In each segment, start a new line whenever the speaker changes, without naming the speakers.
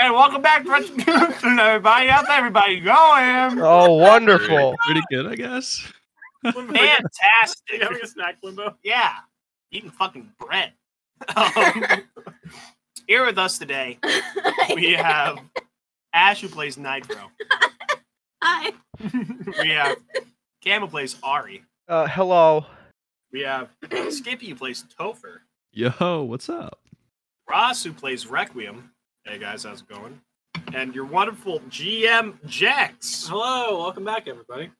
and welcome back to Retro News and everybody. How's everybody going?
Oh, wonderful.
Pretty good, I guess.
Fantastic.
you having a snack, Limbo?
Yeah, eating fucking bread. Um, here with us today, we have Ash who plays Nitro.
Hi.
We have Cam who plays Ari.
Uh, hello.
We have Skippy who plays Topher.
Yo, what's up?
Ross who plays Requiem. Hey guys, how's it going? And your wonderful GM Jax.
Hello, welcome back, everybody.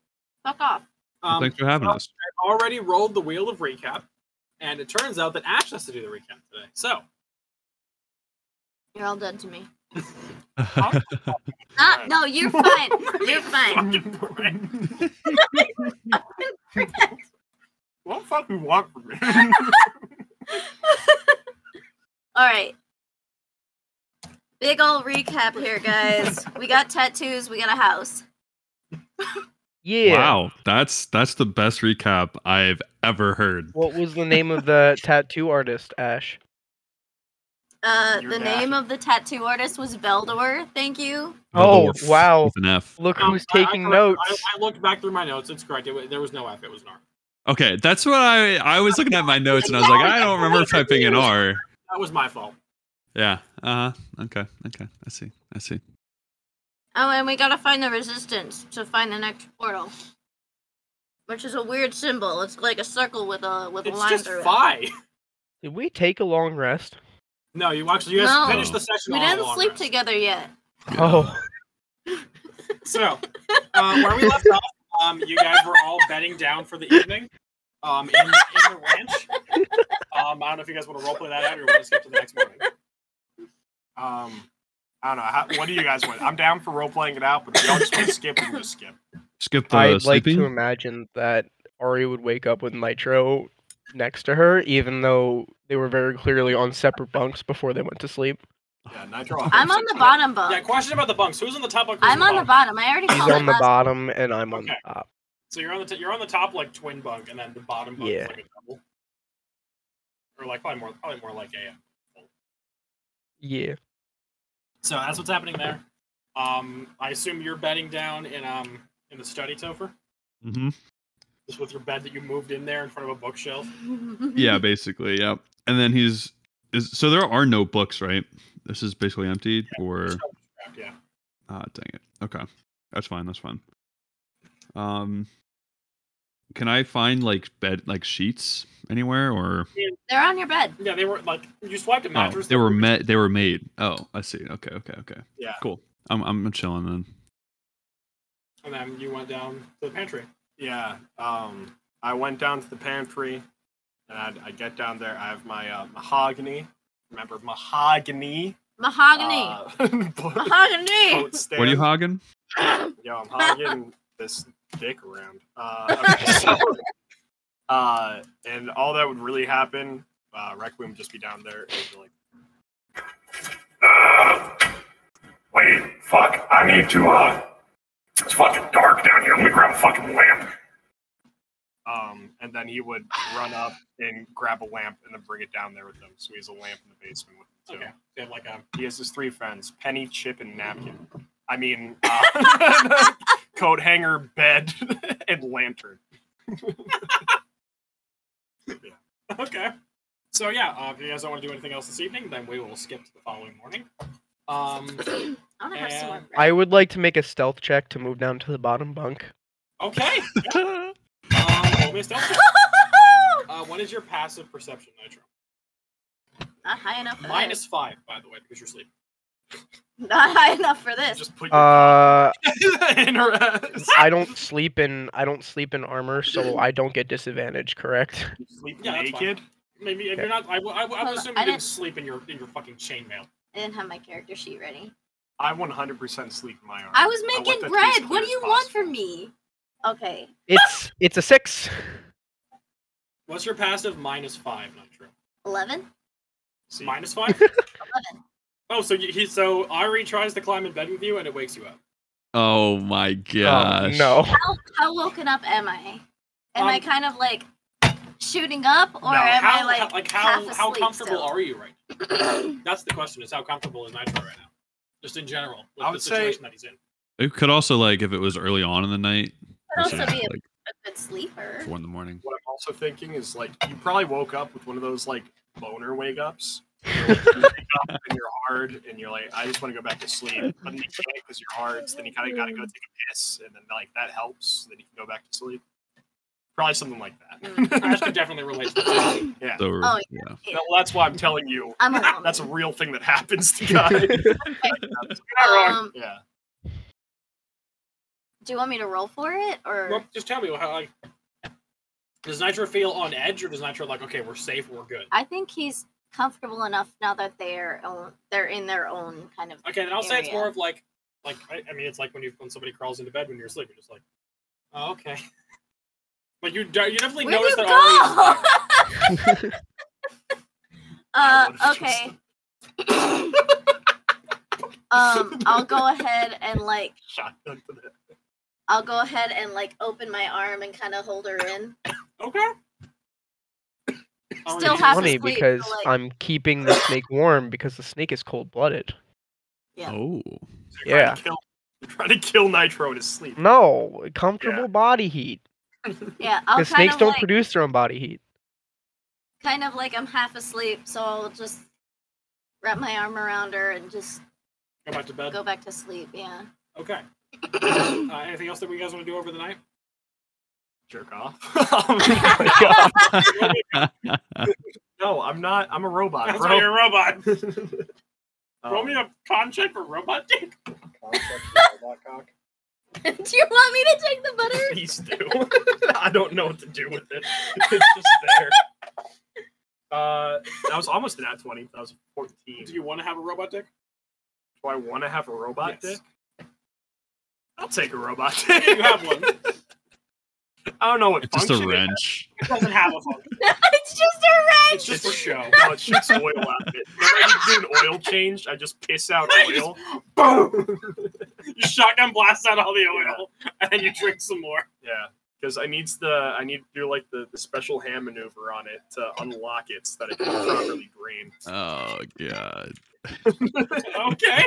Fuck off.
Well,
Um,
Thanks for
uh,
having
well,
us.
I already rolled the wheel of recap, and it turns out that Ash has to do the recap today. So,
You're all dead to me. Ah, no, you're fine. You're fine.
Fucking bread. What the fuck we want from you?
All right. Big old recap here, guys. We got tattoos. We got a house.
Yeah.
Wow, that's that's the best recap I've ever heard.
What was the name of the tattoo artist, Ash?
Uh,
You're
the
nasty.
name of the tattoo artist was Veldor. Thank you.
Oh,
With
wow.
an F.
Look
Um,
who's
I- I
taking
correct-
notes.
I, I looked back through my notes. It's correct. It, wa- there was no F. It was an R.
Okay, that's what I I was looking at my notes and I was like, I don't remember typing an R.
That was my fault.
Yeah. Uh huh. Okay. Okay. I see. I see.
Oh, and we gotta find the resistance to find the next portal, which is a weird symbol. It's like a circle with a with a
It's
line
just
through it.
phi.
Did we take a long rest?
No, you actually you guys
No.
finished the session.
We
on a
didn't
long
sleep
rest.
together yet.
Oh,
So, uh, where we left off, um, you guys were all bedding down for the evening um, in, in the ranch. Um, I don't know if you guys want to roleplay that out or you want to skip to the next morning.
Um, I don't know. How, what do you guys want? I'm down for role playing it out, but if y'all just want to skip, we can just skip.
Skip the
I'd like
sleeping.
to imagine that Ari would wake up with Nitro next to her, even though they were very clearly on separate bunks before they went to sleep.
Yeah, Nitro.
I'm on the bottom
Yeah,
bunk.
question about the bunks. Who's on the top bunk? who's
I'm on the bottom. I already
He's
called
on
it
the
last
bottom, and I'm on
Okay.
the top.
So you're on the t- you're on the top like twin bunk, and then the bottom bunk
Yeah.
is like a double, or like probably more probably more like a.
Yeah.
So that's what's happening there. Um, I assume you're bedding down in um in the study, Topher,
hmm
just with your bed that you moved in there in front of a bookshelf.
Yeah, basically. Yep. And then he's is so there are no books, right? This is basically empty. Or
Yeah.
ah, dang it. Okay, that's fine. That's fine. Um, can I find like bed like sheets anywhere or?
They're on your bed.
Yeah, they were like you swiped a
Oh,
mattress.
they were met. They were made. Oh, I see. Okay, okay, okay.
Yeah.
Cool. I'm I'm chilling then.
and then you went down to the pantry.
Yeah. Um, I went down to the pantry, and I, I get down there. I have my uh, mahogany. Remember mahogany?
Mahogany.
Uh,
Mahogany.
coat
What are you
stand.
hogging?
Yo, I'm hogging this dick around. Uh, okay, so, uh, and all that would really happen, uh, Requiem would just be down there and be like,
Uh, wait, fuck. I need to, uh. It's fucking dark down here. Let me grab a fucking lamp.
um, and then he would run up and grab a lamp and then bring it down there with him. So he has a lamp in the basement with him too.
Okay. They had like a
He has his three friends: Penny, Chip, and Napkin. I mean, uh, coat hanger, bed, and lantern.
okay. So yeah, uh, if you guys don't want to do anything else this evening, then we will skip to the following morning. Um.
I wanna have some more
And-
I would like to make a stealth check to move down to the bottom bunk.
Okay.
All
Um, roll me a stealth check.
bread.
Uh, what is your passive perception, Nitro?
Not high enough for this.
Minus five, by the way, because you're sleeping.
Not high enough for this.
Just put your
Uh,
in her ass.
I don't sleep in I don't sleep in armor, so I don't get disadvantage. Correct?
You sleep
Yeah, that's fine.
naked.
Maybe if
Okay.
you're not, I, w- I, w- I
Hold
would
on,
assume
I
you didn't
didn't-
sleep in your in your fucking chainmail.
I didn't have my character sheet ready.
I 100% sleep in my arm.
I was
want
making
that to be as
bread.
clear
What do
as
you want
possible.
from me? Okay.
It's it's a six.
What's your passive? Minus five, Nitro.
11?
See,
Minus five. oh, so you, he so Ari tries to climb in bed with you, and it wakes you up.
Oh my
Oh,
gosh.
no.
How, how woken up am I? Am I
Um,
kind of like shooting up or
No,
am
how,
I like,
like
half
how
asleep
how comfortable
still?
are you right now? That's the question. Is how comfortable is Nitro right now? just in general. With
I would
the
say-
situation that he's in.
It could also like if it was early on in the night,
Could also
versus,
be
like
a good sleeper.
four in the morning.
What I'm also thinking is like you probably woke up with one of those like boner wake ups. where, like, you wake up and you're hard, and you're like, I just want to go back to sleep, but then you can't because you're hard. So then you kind of got to go take a piss, and then like that helps. Then you can go back to sleep. Probably something like
Ash
that.
can definitely relate to that.
So
Oh,
yeah.
No, that's why I'm telling you.
I'm a woman.
That's a real thing that happens to guys.
um,
yeah.
Do you want me to roll for it or?
Well, just tell me how like does Nitro feel on edge or does Nitro like okay we're safe we're good?
I think he's comfortable enough now that they're own, they're in their own kind of.
Okay, then I'll say it's
area.
more of like like I, I mean it's like when you when somebody crawls into bed when you're asleep you're just like oh okay, but you de- you definitely
Where'd
notice
you
that Ari's there.
Uh,
I would've
okay. um, I'll go ahead and like
Shotgun to the
I'll go ahead and like open my arm and kind of hold her in.
okay.
Still
Ari,
half
Funny
asleep, but,
because
like-
I'm keeping the snake warm because the snake is cold blooded.
Yeah.
Oh,
They're
Yeah.
Trying to kill, they're trying to kill Nitro in his sleep.
No, comfortable body heat.
Yeah, I'll
Because
kind
snakes
of
don't
like
produce their own body heat.
kind of like I'm half asleep, so I'll just wrap my arm around her and just
go back to bed.
go back to sleep. Yeah.
Okay. Uh, anything else that we guys want to do over the night?
Jerk off. no, I'm not. I'm a robot,
That's why you're
bro.
a robot.
Um,
Roll me a con check for robot dick.
Do you want me to take the butter?
Please do. I don't know what to do with it. It's just there. Uh, that was almost an at twenty. That was a fourteen.
Do
Do
you want to have a robot dick?
I want to have a robot
Yes.
dick? I'll take a robot
You
dick.
have one. It
I don't know what
it's just a
function it
wrench.
doesn't have a function.
it's just a wrench.
It's just for show.
No, it shoots oil out of it. Whenever I do an oil change, I just piss out oil. Boom!
You shotgun blast out all the oil, and then you drink some more.
Yeah, because I needs the I need to do like the, the special hand maneuver on it to unlock it so that it can properly drain.
Oh god.
Okay.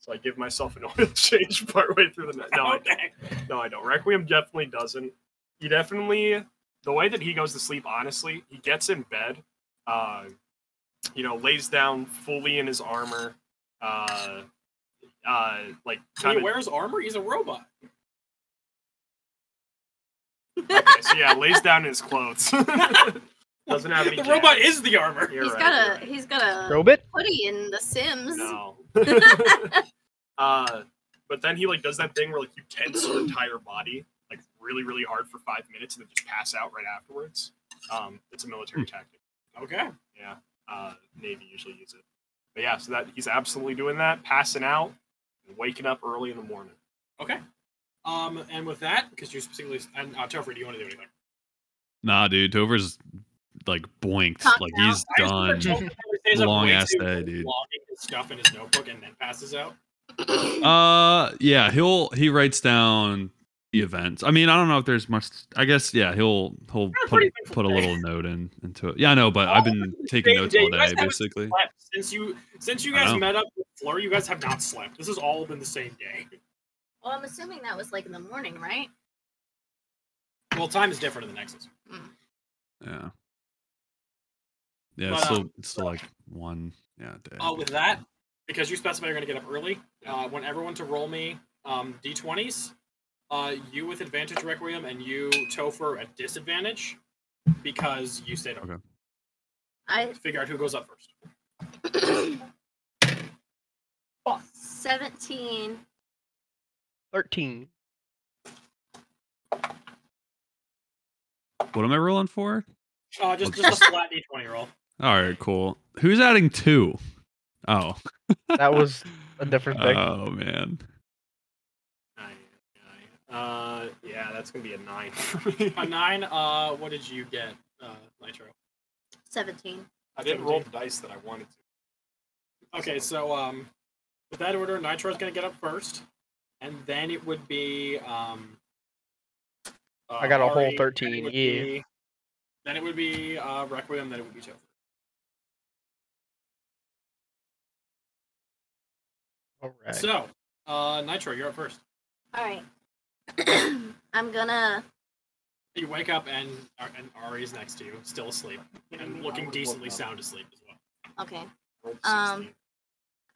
So I give myself an oil change partway through the night. No, I don't.
okay.
No, I don't. Requiem definitely doesn't. He definitely the way that he goes to sleep. Honestly, he gets in bed. Uh, you know, lays down fully in his armor. Uh, uh, like kind
He
of
wears armor. He's a robot.
Okay, so yeah, lays down in his clothes. Doesn't have any.
The robot
jacket.
is the armor.
You're
He's
right,
got a
you're right.
he's got a
Robit?
hoodie in The Sims.
No. uh, but then he like does that thing where like you tense your entire body like really really hard for five minutes and then just pass out right afterwards. Um, it's a military tactic.
Okay.
Yeah, uh, Navy usually use it. But yeah, so that he's absolutely doing that, passing out, and waking up early in the morning.
Um, and with that, because you specifically and uh, Telfrey, do you want to do anything?
Nah, dude. Tover's like boinked.
Cocked
Like
out.
he's
I just remember
done.
Telfrey always stays up
Long
way
ass
too
day,
late
dude.
Logging his stuff in his notebook and then passes out.
Uh, yeah. He'll he writes down the events. I mean, I don't know if there's much. I guess yeah. He'll he'll
That's
put,
pretty good
put a
for
little note in into it. Yeah, I know, but
All
I've been taking
same
notes
day.
all
You guys
day
haven't
basically.
Slept. Since you since you
I
guys
know.
met up with Fleur, you guys have not slept. This has all been the same day.
Well, I'm assuming that was like in the morning, right?
Well, time is different in the Nexus.
Yeah. Yeah,
But,
it's still
um,
it's still like one yeah day.
Uh, with that, because you specified you're going to get up early, uh, want everyone to roll me um, d20s. Uh, you with advantage, Requiem, and you, Topher, at disadvantage because you stayed up.
Okay.
I
Figure out who goes up first.
17.
13.
What am I rolling for?
Uh, just,
Okay.
just a flat d20 roll.
All right, cool. Who's adding two? Oh.
That was a different thing.
Oh man.
Aye, aye. Uh, yeah, that's gonna be a nine for me.
A nine. Uh, what did you get, uh, Nitro?
17.
I didn't roll the dice that I wanted to.
Okay, so um, with that order, Nitro's gonna get up first, and then it would be um. uh,
I got a whole
Ari, then it
13,
would
yeah.
be- Then it would be uh, Requiem. Then it would be Topher.
All right.
So, uh, Nitro, you're up first.
All right. I'm gonna.
You wake up and uh, and Ari's next to you, still asleep and looking decently sound asleep as well.
Okay.
Rolled a
Um,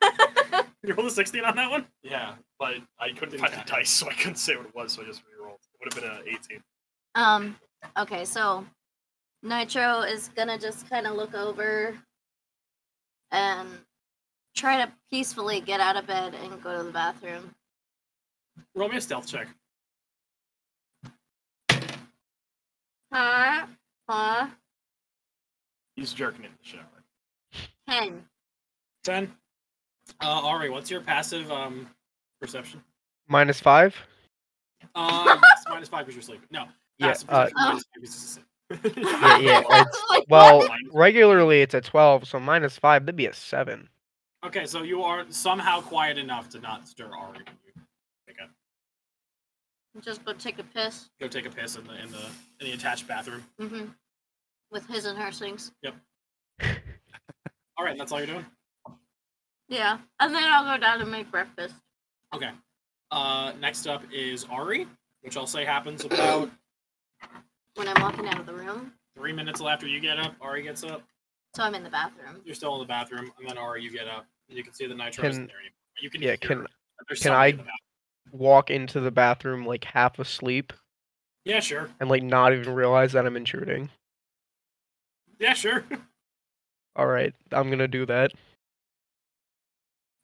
16.
You rolled a sixteen on that one.
yeah, but I couldn't find the dice, so I couldn't say what it was, so I just re-rolled. It would have been an 18.
Um. Okay. So, Nitro is gonna just kind of look over and try to peacefully get out of bed and go to the bathroom.
Roll me a stealth check.
Huh? Huh?
He's jerking it in the shower.
Ten.
Ten. Uh, Ari, what's your passive um, perception?
Minus five.
Uh, yes, minus five because you're sleeping. No,
Yeah.
passive
Uh,
perception minus five because it's asleep.
yeah, yeah, it's-
Like,
well,
what?
regularly it's a twelve, so minus five, that'd be a seven.
Okay, so you are somehow quiet enough to not stir Ari. When you wake up.
Just go take a piss.
Go take a piss in the in the in the attached bathroom.
hmm With his and her things.
All right, that's all you're doing.
Yeah. And then I'll go down and make breakfast.
Okay. Uh, next up is Ari, which I'll say happens about
when I'm walking out of the room.
three minutes after you get up. Ari gets up.
So I'm in the bathroom.
You're still in the bathroom, and then Ari, you get up. And you can see the nitro isn't
Can-
there anymore. You can
Yeah,
hear
can
it. There's
can
something
I-
in the bathroom.
Walk into the bathroom like half asleep
Yeah, sure.
and like not even realize that I'm intruding.
Yeah, sure.
All right, I'm gonna do that,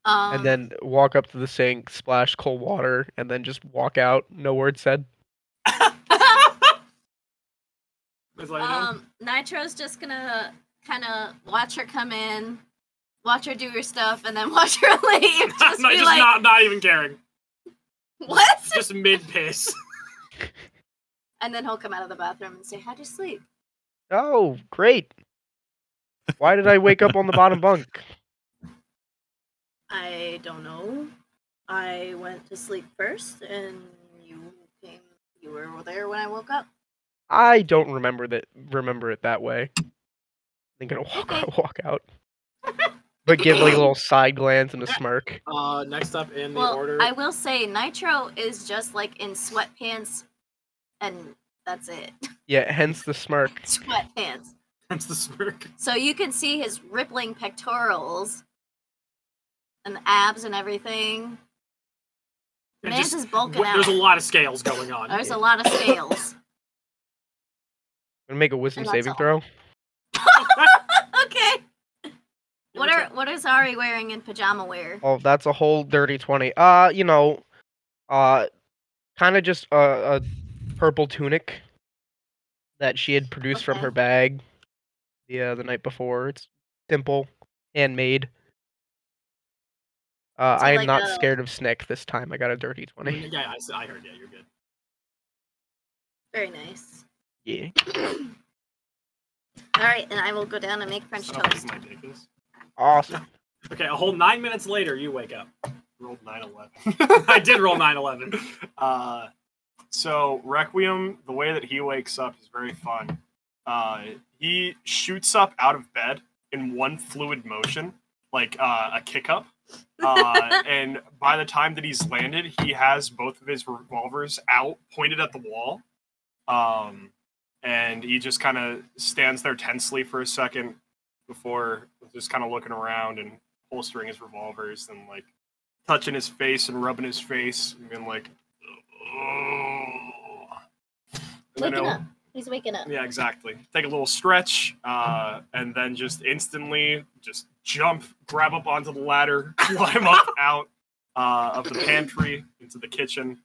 Um,
and then walk up to the sink, splash cold water, and then just walk out. No word said.
Uh-huh. That's all you know?
um, Nitro's just gonna kind of watch her come in, watch her do her stuff, and then watch her leave. Just
No,
be
just
like,
not not even caring.
what?
Just mid piss.
And then he'll come out of the bathroom and say, "How'd you sleep?"
Oh, great. Why did I wake up on the bottom bunk?
I don't know. I went to sleep first, and you came. You were there when I woke up.
I don't remember that. Remember it that way. I'm gonna walk
Okay.
out, walk out, but give like a little side glance and a smirk.
Uh, next up in the
well,
order.
I will say Nitro is just like in sweatpants, and that's it.
Yeah, hence the smirk.
sweatpants.
That's the smirk.
So you can see his rippling pectorals and the abs and everything.
It
Man's
just-
is bulking
Wh-
out.
There's a lot of scales going on.
There's a lot of scales.
I'm gonna make a wisdom
And that's
saving
all.
throw.
okay. What
Give it
are what is Ari wearing in pajama wear?
Oh, that's a whole dirty twenty. Uh, you know, uh, kind of just a, a purple tunic that she had produced from
Okay.
her bag the uh, the night before. It's simple, handmade. Uh,
So
I am
like
not
a-
scared of Snick this time. I got a dirty twenty.
Yeah, I, s- I heard. Yeah, you're good.
Very nice.
Yeah.
All right, and I will go down and make French
So this is
toast.
my dick is.
Awesome.
Okay, a whole nine minutes later, you wake up.
Rolled 9-11.
I did roll 9-11.
Uh, so Requiem, the way that he wakes up is very fun. Uh, he shoots up out of bed in one fluid motion, like uh, a kick up. Uh, and by the time that he's landed, he has both of his revolvers out, pointed at the wall. Um, and he just kind of stands there tensely for a second before just kind of looking around and holstering his revolvers and like touching his face and rubbing his face and being like, oh. And then
Waking
he'll-
up. He's waking up.
yeah, exactly. Take a little stretch, uh, and then just instantly just jump, grab up onto the ladder, climb up out uh, of the pantry into the kitchen,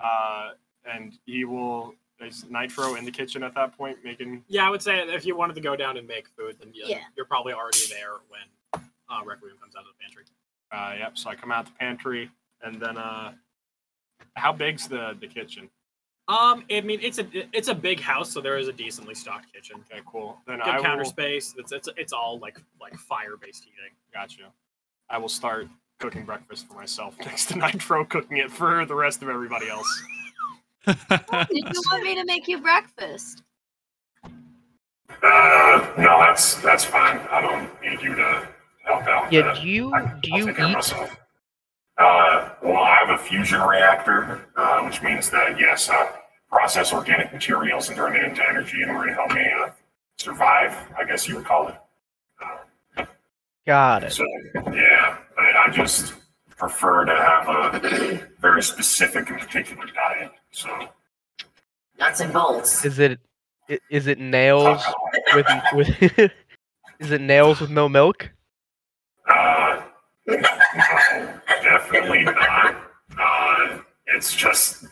uh, and he will. Is Nitro in the kitchen at that point making?
Yeah, I would say if you wanted to go down and make food, then yeah,
Yeah.
you're probably already there when uh, Requiem comes out of the pantry.
Uh, yep. So I come out the pantry, and then uh, how big's the the kitchen?
Um, I mean, it's a it's a big house, so there is a decently stocked kitchen,
Okay, cool. Then
good
I
counter
will.
space. It's, it's it's all like like fire based heating.
Gotcha. I will start cooking breakfast for myself next to Nitro cooking it for the rest of everybody else.
Did you want me to make you breakfast?
Uh, no, that's that's fine. I don't need you to help out.
Yeah.
Uh,
Do you
I-
do
I'll
you
take care of
eat?
myself. Uh, a fusion reactor, uh, which means that, yes, uh, process organic materials and turn it into energy in order to help me uh, survive, I guess you would call it.
Got it.
So, yeah, I, I just prefer to have a very specific and particular diet. So, uh,
Nuts and bolts.
Is it i- is it nails with with is it nails with no milk?
Uh, no, definitely not. Uh, it's just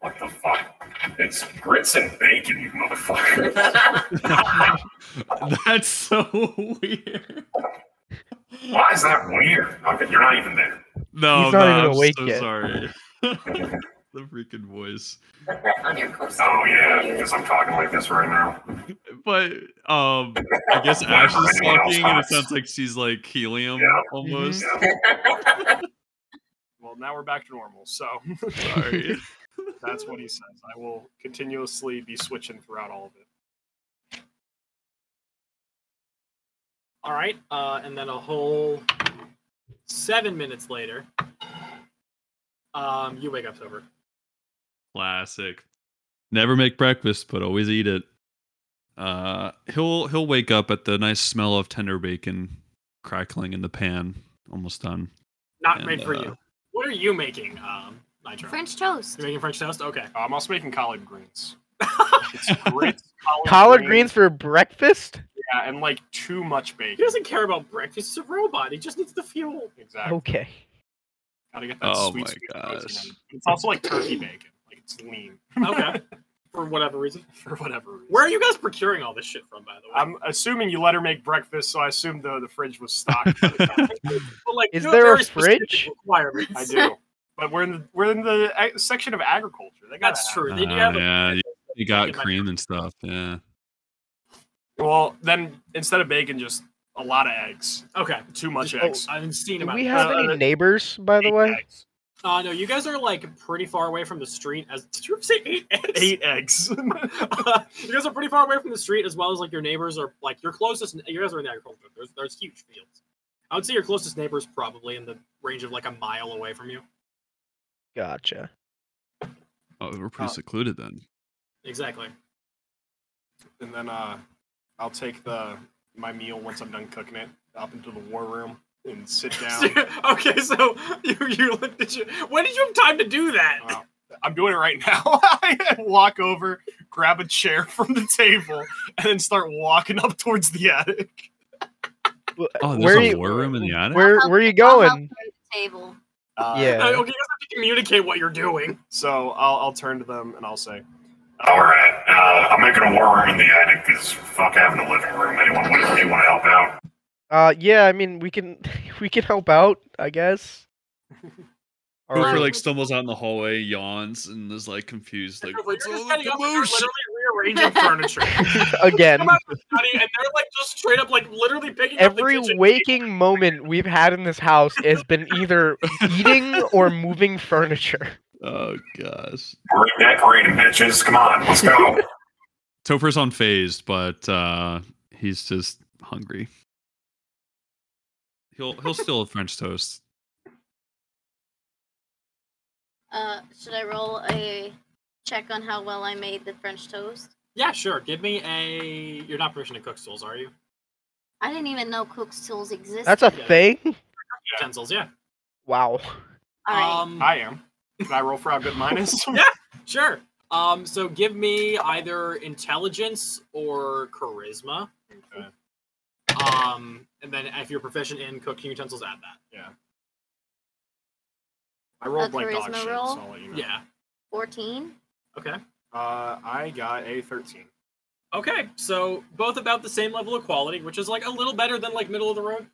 what the fuck? It's grits and bacon, you motherfucker.
That's so weird.
Why is that weird? Okay, you're not even there.
No,
He's not
no,
even
I'm
awake
so
yet.
sorry. the freaking voice.
on your course.
Oh yeah, because I'm talking like this right now.
But um I guess
Whatever
Ash is
anyone else
talking and it
wants.
sounds like she's like helium
Yeah.
almost.
Well, now we're back to normal. So
Sorry.
that's what he says. I will continuously be switching throughout all of it.
All right, uh, and then a whole seven minutes later, um, you wake up sober.
Classic. Never make breakfast, but always eat it. Uh he'll he'll wake up at the nice smell of tender bacon crackling in the pan. Almost done.
Not
And,
made for
uh,
you. What are you making, um, Nitro?
French toast.
You're making French toast. Okay.
Uh, I'm also making collard greens. It's grits, collard,
Collard greens for breakfast?
yeah, and like too much
He
bacon.
doesn't care about breakfast. He's a robot. He just needs the fuel.
Exactly.
Okay.
Gotta get that
Oh
sweet,
my
sweet protein
gosh.
in it. It's also like turkey bacon. Like it's lean
Okay. for whatever reason.
for whatever reason.
Where are you guys procuring all this shit from, by the way?
I'm assuming you let her make breakfast, so I assume the the fridge was stocked.
Well, like,
Is
you
there
have
a
very specific
fridge?
requirements.
I do, but we're in the we're in the ag- section of agriculture. They gotta
That's
have-
true. They do
Uh,
have a-
yeah, you- you got
Bacon, like-
cream and stuff, yeah.
Well, then instead of bacon, just a lot of eggs.
Okay.
Too much
Just- oh,
eggs.
I haven't seen
Do
him.
we
out.
have any neighbors, by the
Eight
way?
eggs.
Uh, no, you guys are like pretty far away from the street. As did you say eight eggs?
Eight eggs.
Uh, you guys are pretty far away from the street, as well as like your neighbors are like your closest. You guys are in the agriculture. There's there's huge fields. I would say your closest neighbors probably in the range of like a mile away from you.
Gotcha.
Oh, we're pretty secluded then.
Exactly.
and then uh, I'll take the my meal once I'm done cooking it up into the war room and sit down.
okay, so you you looked at you. When did you have time to do that?
Uh,
Wow. I'm doing it right now. I walk over, grab a chair from the table, and then start walking up towards the attic.
W-
Oh, there's
where
a
you,
war room in the attic.
Where
I'll
where are you
I'll help
going?
her at the Table.
Uh,
Yeah.
Uh, okay, you guys have to communicate what you're doing.
So I'll, I'll turn to them and I'll say,
All right, uh, I'm making a war room in the attic because fuck having a living room. Anyone want to want to help out?
Uh yeah, I mean we can we can help out, I guess. Or-
Hooper
Alright.
like stumbles out in the hallway, yawns, and is like confused, like
You're
what's
just
all the
getting up and you're
commotion?
literally rearranging furniture.
again.
Come out of the study, and they're like just straight up, like literally picking up the
Every
kitchen.
waking moment we've had in this house has been either eating or moving furniture.
Oh gosh.
We're decorating, bitches. Come on, let's go.
Topher's unfazed, but uh, he's just hungry. He'll he'll steal a French toast.
Uh, should I roll a check on how well I made the French toast?
Yeah, sure. Give me a. You're not permission to cook stools, are you?
I didn't even know cook's tools existed.
That's a
Yeah.
thing?
Utensils, yeah.
Wow.
All right.
Um,
I am. Can I roll for a good minus?
sure. Um, so give me either intelligence or charisma.
Okay.
Um, and then if you're proficient in cooking utensils, add that.
I rolled like
charisma
dog shit,
roll?
so I'll let you know.
Yeah.
14.
Okay.
Uh, I got a 13.
Okay. So both about the same level of quality, which is like a little better than like middle of the road.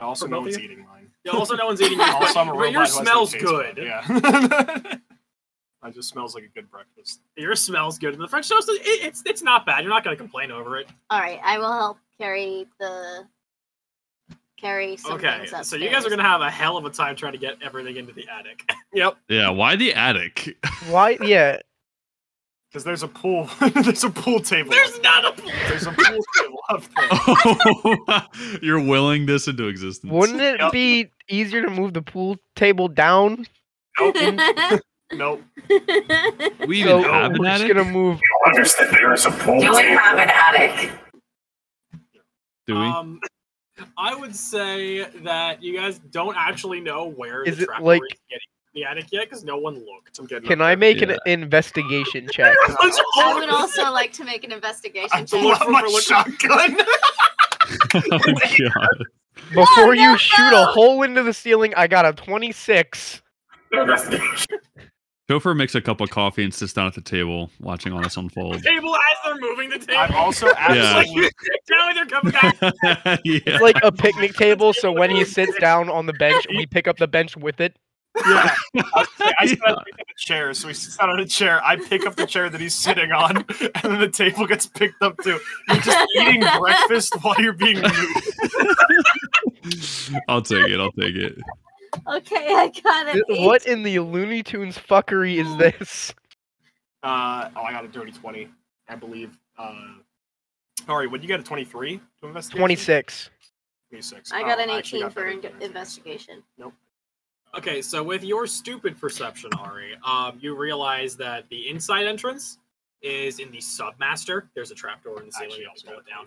Also,
For
no
both of
one's
you?
eating mine.
Yeah, also, no one's eating. yours,
Also, I'm a
but
robot
yours
who has no
smells
taste bud.
good.
Yeah. I just smells like a good breakfast.
Yours smells good, and the French toast, it, it's it's not bad. You're not gonna complain over it.
All right. I will help carry the. Carry some
okay,
things
so you guys are
upstairs.
gonna have a hell of a time trying to get everything into the attic.
Yep.
Yeah, why the attic?
Why yeah.
Because there's a pool. there's a pool table.
There's
up
not
there.
a pool.
There's a pool table up there.
You're willing this into existence.
Wouldn't it
Yep.
be easier to move the pool table down?
Nope.
We even
So
have an
we're just
attic.
gonna move.
You'll understand there is a pool
Do we
table.
have an attic?
Do we?
Um, I would say that you guys don't actually know where
Is
the
it
trapdoor
like-
is getting in the attic yet because no one looked.
I'm getting
Can
up
I
there.
make
Yeah.
an investigation check?
Let's
I would
all-
also like to make an investigation
I
check.
blew out my shotgun.
oh god.
Before
no,
you shoot
no.
a hole into the ceiling, I got a 26.
Investigation.
Topher makes a cup of coffee and sits down at the table, watching all this unfold.
Table as they're moving the table.
I'm also absolutely
down with your cup of coffee.
yeah.
It's like a picnic table, so when he sits down on the bench, we pick up the bench with it.
Yeah. I, I sit on a chair, so he sits down on a chair. I pick up the chair that he's sitting on, and then the table gets picked up too. You're just eating breakfast while you're being moved.
I'll take it. I'll take it.
Okay, I got it.
What in the Looney Tunes fuckery
Oh.
is this?
Uh, oh, I got a dirty twenty, I believe. Uh, sorry, what you got a twenty-three to investigate?
26.
26.
I
Oh,
got an
actually
18
got
for
better
in-
than that.
investigation.
Okay, so with your stupid perception, Ari, um, you realize that the inside entrance is in the submaster. There's a trapdoor in the ceiling.
Actually,
You have to pull it down.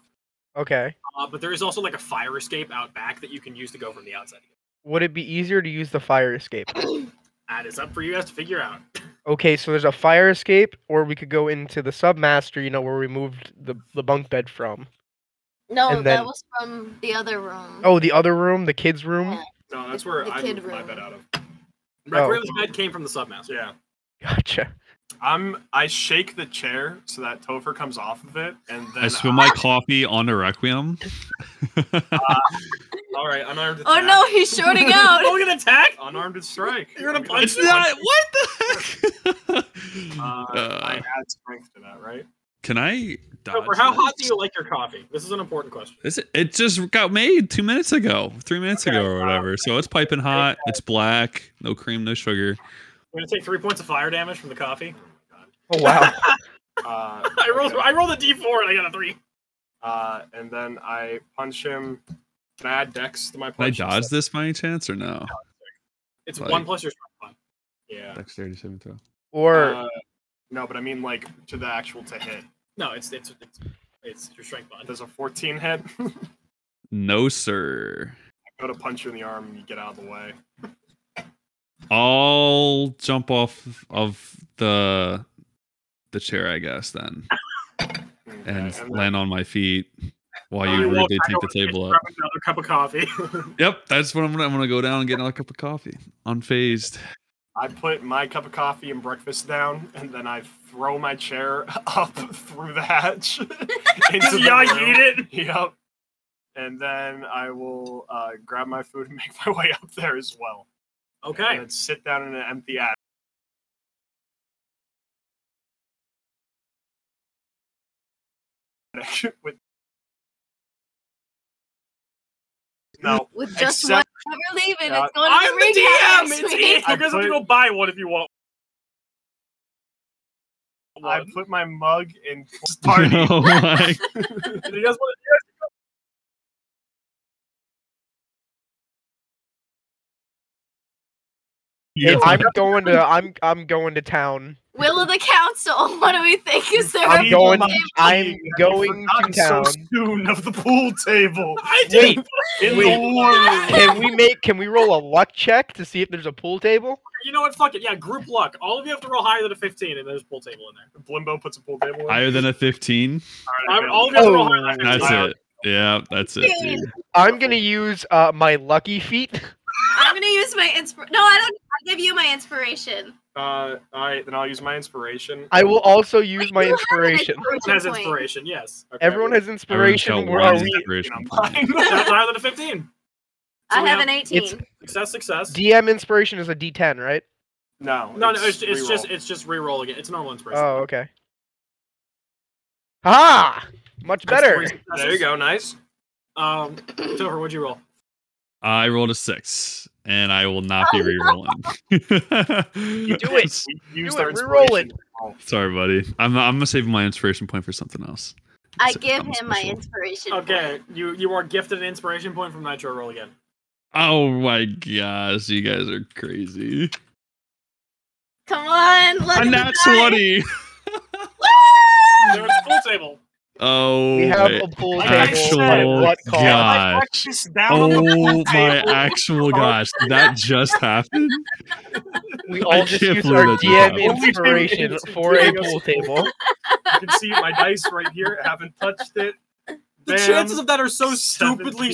Okay.
Uh, but there is also like a fire escape out back that you can use to go from the outside.
Would it be easier to use the fire escape?
That is up for you guys to figure out.
Okay, so there's a fire escape, or we could go into the submaster, you know, where we moved the, the bunk bed from.
No,
And
that
then-
was from the other room.
Oh, the other room, the kids' room?
No, that's where
The
I
kid
moved my
room.
bed out of.
Rec
Oh.
Room's bed came from the submaster.
Yeah,
Gotcha.
I'm. I shake the chair so that Topher comes off of it, and then
I spill my coffee on a requiem.
all right, unarmed. Attack.
Oh no, he's shorting out.
Oh, we gonna attack?
Unarmed strike.
You're gonna
I'm
punch
punch.
that?
What the
Uh,
heck?
I
Uh,
add strength to that, right?
can I
Oh,
dodge?
Topher, how hot
this?
do you like your coffee? This is an important question.
This- it just got made two minutes ago, three minutes
Okay,
ago, or
uh,
whatever. So it's piping hot. It's black. No cream, no sugar.
We're gonna take three points of fire damage from the coffee.
Oh, wow.
Uh,
I rolled.
okay.
I rolled a D four and I got a three.
Uh, and then I punch him. Can I add dex to my
Can I
punch?
dodge
instead?
this by any chance or no?
It's
Like-
one plus your strength
Yeah.
Dexterity saving throw.
Or
Uh, no, but I mean like to the actual to hit.
mod. No, it's it's it's, it's your strength mod.
There's a 14 hit.
No, sir.
Go to punch you in the arm and you get out of the way.
I'll jump off of the the chair, I guess, then,
Okay,
and
then-
land on my feet while
I
you
walk
rudely
back
take
over
the
to
table
grab
up.
Another cup of coffee.
Yep, that's what I'm gonna. I'm gonna go down and get another cup of coffee. Unfazed.
I put my cup of coffee and breakfast down, and then I throw my chair up through the hatch. into the
yeah,
room.
eat it.
Yep. And then I will uh, grab my food and make my way up there as well.
Okay.
And then sit down in an empty attic. With no,
With just
Except-
one, we're leaving.
Yeah.
it's going
I'm the
to the recap
DM.
next
It's E
week.
eight. You guys have to go buy one if you want.
I
One.
put my mug in party.
Oh my
you guys want
hey, I'm going to I'm I'm going to town.
Will of the council. What do we think? Is there
I'm
a
going-
pool table?
I'm
Hey, you
going
forgot
to town.
so soon of the pool table
I
Wait,
did.
in
Wait.
the war room.
can we make can we roll a luck check to see if there's a pool table?
You know what? Fuck it. Yeah, group luck. All of you have to roll higher than a 15, and there's a pool table in there.
Blimbo puts a pool table. in.
Higher than a 15.
All right,
I- all of you have to
Oh,
roll higher than a 15.
That's it. Yeah, that's it. dude.
I'm gonna use uh my lucky feet.
I'm going to use my inspir. No, I don't. I'll give you my inspiration.
Uh, all right, then I'll use my inspiration.
I will also use my
You have an
inspiration.
Everyone has
point.
inspiration. Yes. Okay.
Everyone has
Everyone's
inspiration.
got
Where are
one
we?
inspiration
I'm
point.
That's higher than a 15. So
I
we
have
have-
an 18.
Success, success.
DM inspiration is a D10, right?
No,
no, no, it's, it's
reroll.
just it's just re-roll again. It's normal inspiration.
Oh, okay. Ah, much
That's
better.
three successes.
there you go. Nice.
Um, Topher, what'd you roll?
I rolled a six, and I will not be re-rolling.
Oh, Do it.
We used
Do it,
our
re-roll
inspiration.
Sorry, buddy. I'm I'm gonna save my inspiration point for something else.
I
So,
give
I'm
him my
special.
inspiration.
Okay, you you are gifted an inspiration point from Nitro. Roll again.
Oh my gosh, you guys are crazy.
Come on, let
A
me
nat
die.
20.
There was a pool table.
Oh,
we have
my
a pool
Like I
table. at
said,
what
actual
cost?
I
gosh.
knocked this down on the
Oh my
table.
actual gosh, did that just happened?
We
I
all just
can't
use
believe
our
that just
DM
happened.
Only two
inspiration
idiots
for a
doing this.
pool table.
You can see my dice right here. I haven't touched it.
The
Bam.
chances of that are so stupidly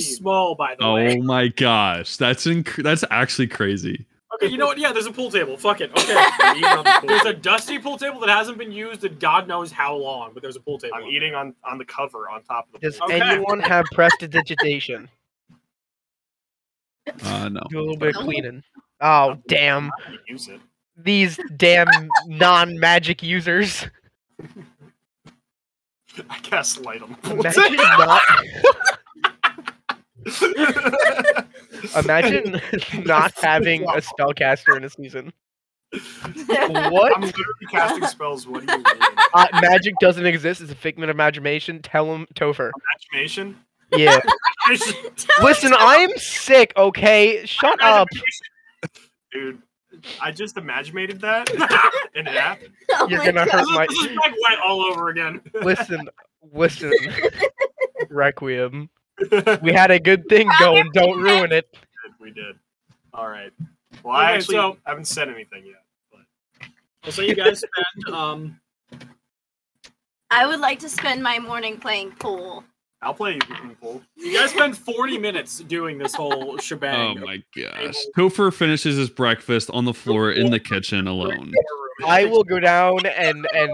17.
small, by the
Oh
way.
my gosh, that's inc- that's actually crazy.
Okay, you know what? Yeah, there's a pool table. Fuck it. Okay.
I'm eating on the
There's
pool-
a dusty pool table that hasn't been used in God knows how long, but there's a pool table.
I'm eating on, on the cover on top of the
Does
pool.
Okay.
anyone have prestidigitation?
Uh, no,
Do a little bit of cleaning. Oh damn!
I'm gonna use it.
These damn non-magic users.
I cast light on
Imagine
the
not.
pool.
Imagine not having a spellcaster in a season.
I'm
What?
literally casting spells. What do you mean?
Uh, magic doesn't exist. It's a figment of imagination. Tell him, Topher.
Imagination?
Yeah. Listen, I'm sick. Okay, shut up.
Dude, I just imaginated that and it happened.
Oh
You're
my
gonna
God.
hurt
This is-
my.
this is like wet all over again.
Listen, listen. Requiem. We had a good thing going. Don't ruin it.
we did. All right. Well, I
Okay,
actually
so-
haven't said anything yet.
Well, so you guys spend um
I would like to spend my morning playing pool.
I'll play you in pool.
you guys spend 40 minutes doing this whole
oh
shebang.
Um,
my gosh, Topher finishes his breakfast on the floor in the kitchen alone.
I will go down and and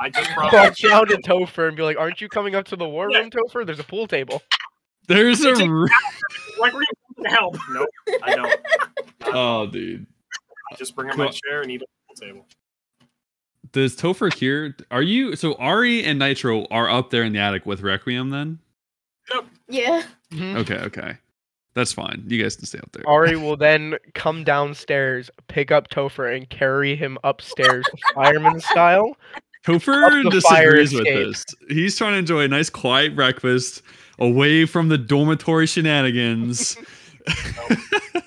I just
bump
brought
down to Topher and be like, "Aren't you coming up to the war room, Topher? There's a pool table."
There's a r-
Like we're gonna help.
Nope, I don't.
oh dude.
I just bring up my chair and eat at the pool
Does Topher here? Are you so Ari and Nitro are up there in the attic with Requiem? Then
Yeah.
Mm-hmm.
Mhm.
okay, okay, that's fine. You guys can stay up there.
Ari will then come downstairs, pick up Topher, and carry him upstairs, fireman style.
Topher
Up the fire
disagrees with
escape.
this. He's trying to enjoy a nice quiet breakfast away from the dormitory shenanigans.
table.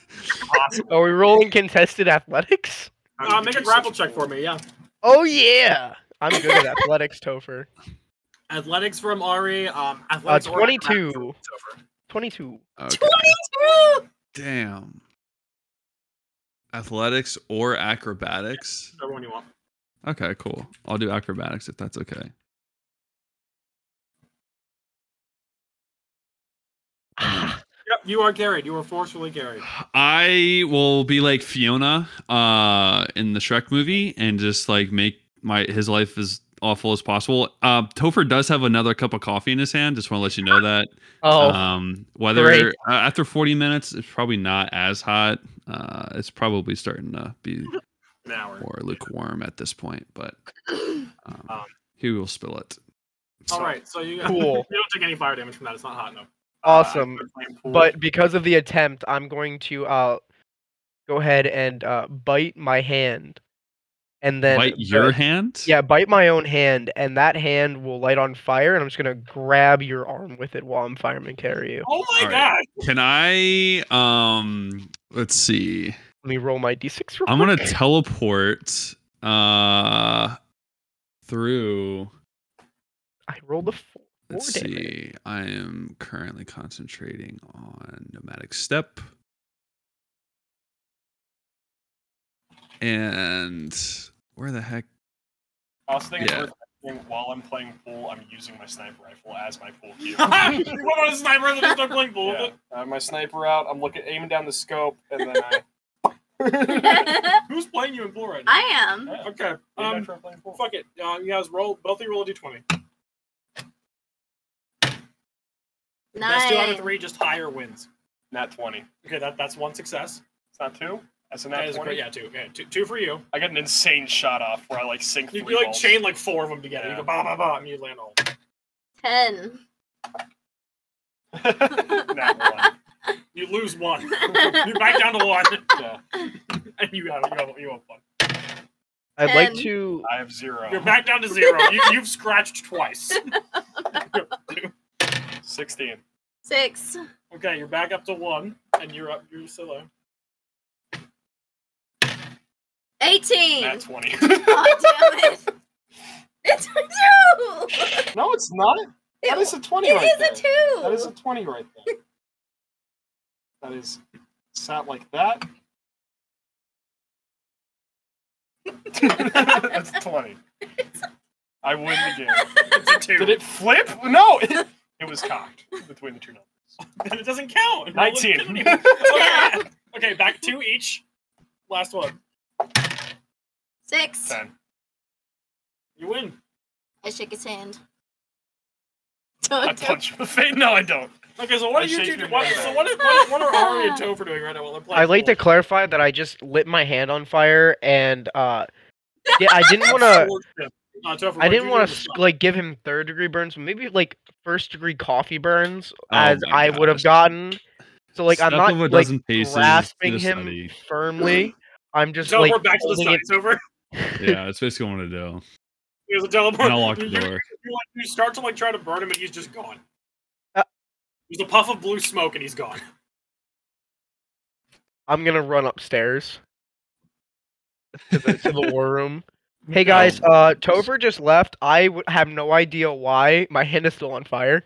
Are we rolling contested athletics?
Uh, make a grapple check for me, yeah.
Oh yeah, I'm good at athletics, Topher.
Athletics from Ari. Um,
Uh,
athletics or-
22. 22.
Okay.
Twenty-two.
Damn. Athletics or acrobatics?
Whichever one you want.
Okay, cool. I'll do acrobatics if that's okay.
Ah.
Yep, you are carried. You are forcefully carried.
I will be like Fiona uh in the Shrek movie and just like make my his life as awful as possible. Uh, Topher does have another cup of coffee in his hand. Just want to let you know that.
Oh,
um, whether
great.
uh, after 40 minutes, it's probably not as hot. Uh, it's probably starting to be
An hour.
more lukewarm at this point, but um, he will spill it.
All right, so you, you
cool.
don't take any fire damage from that. It's not hot enough.
Ah,
Awesome.
Pool.
But because of the attempt, I'm going to uh, go ahead and uh, bite my hand. And then.
Bite
the-
your hand?
Yeah, bite my own hand, and that hand will light on fire, and I'm just going to grab your arm with it while I'm fireman carry you.
Oh my
All
god!
right. Can I? Um, let's see.
Let me roll my d6 real
I'm gonna
quick.
teleport uh through.
I rolled a four.
Let's
damage.
see. I am currently concentrating on nomadic step. And where the heck?
I was thinking
Yeah.
worth mentioning, while I'm playing pool, I'm using my sniper rifle as my pool cue.
you want a sniper that is not playing pool with
yeah.
it?
I have my sniper out. I'm looking, aiming down the scope, and then I.
Who's playing you in pool right now?
I am.
okay.
Um,
Um, fuck it. Um, you guys roll. Both of you roll a d20. Best two out of
Nine.
three, just higher wins.
Nat 20.
Okay, that, that's one success.
It's not two? That's a nat
That is
20.
great. Yeah, two. Okay, two, two for you.
I got an insane shot off where I like sink
You,
three
you like
balls.
chain like four of them together. You
Yeah.
go bah bah bah, and you land all.
Ten.
Nat one.
You lose one. you back down to one,
Yeah,
and you have you have you have one.
I'd like
Ten.
to.
I have zero.
You're back down to zero. You, you've scratched twice.
16.
Six.
Okay, you're back up to one, and you're up. You're still there.
18.
Nat 20.
oh, damn it. It's a two.
no, it's not. That is a 20
It
right
is
there.
a two.
That is a 20 right there. that is sat like that. That's 20. I win the game.
It's a two.
Did it flip? No, it, it was cocked between the two numbers.
it doesn't count. Well, it
19.
didn't even- okay. okay, back two each. Last one.
Six.
10.
You win.
I shake his hand.
I
Don't do it.
punch him in the face. No, I don't.
Okay, so what
I
are you
shake
two
your
doing? What,
hand
so
back.
what, is, what, what are Ari
Ah.
and Topher doing right now while they're playing?
I'd like to
pool?
clarify that I just lit my hand on fire and uh yeah, I didn't want to
Uh, Topher,
I didn't want
to.
to like give him third degree burns, but maybe like first degree coffee burns
Oh
as
my
I would have
gosh.
gotten. So like I'm
Step
not
of a
like
dozen paces to
grasping
the
him
study.
firmly. I'm just
Teleport
like
back to the
holding
study.
it-
It's over.
Yeah, that's basically what I'm gonna do.
There's a teleport.
And I'll lock the
You-
door.
You, like, you start to like try to burn him, and he's just gone.
Uh.
There's a puff of blue smoke, and he's gone.
I'm gonna run upstairs to the, to the war room. Hey guys,
Oh.
uh, Topher just left. I w- have no idea why. My hand is still on fire.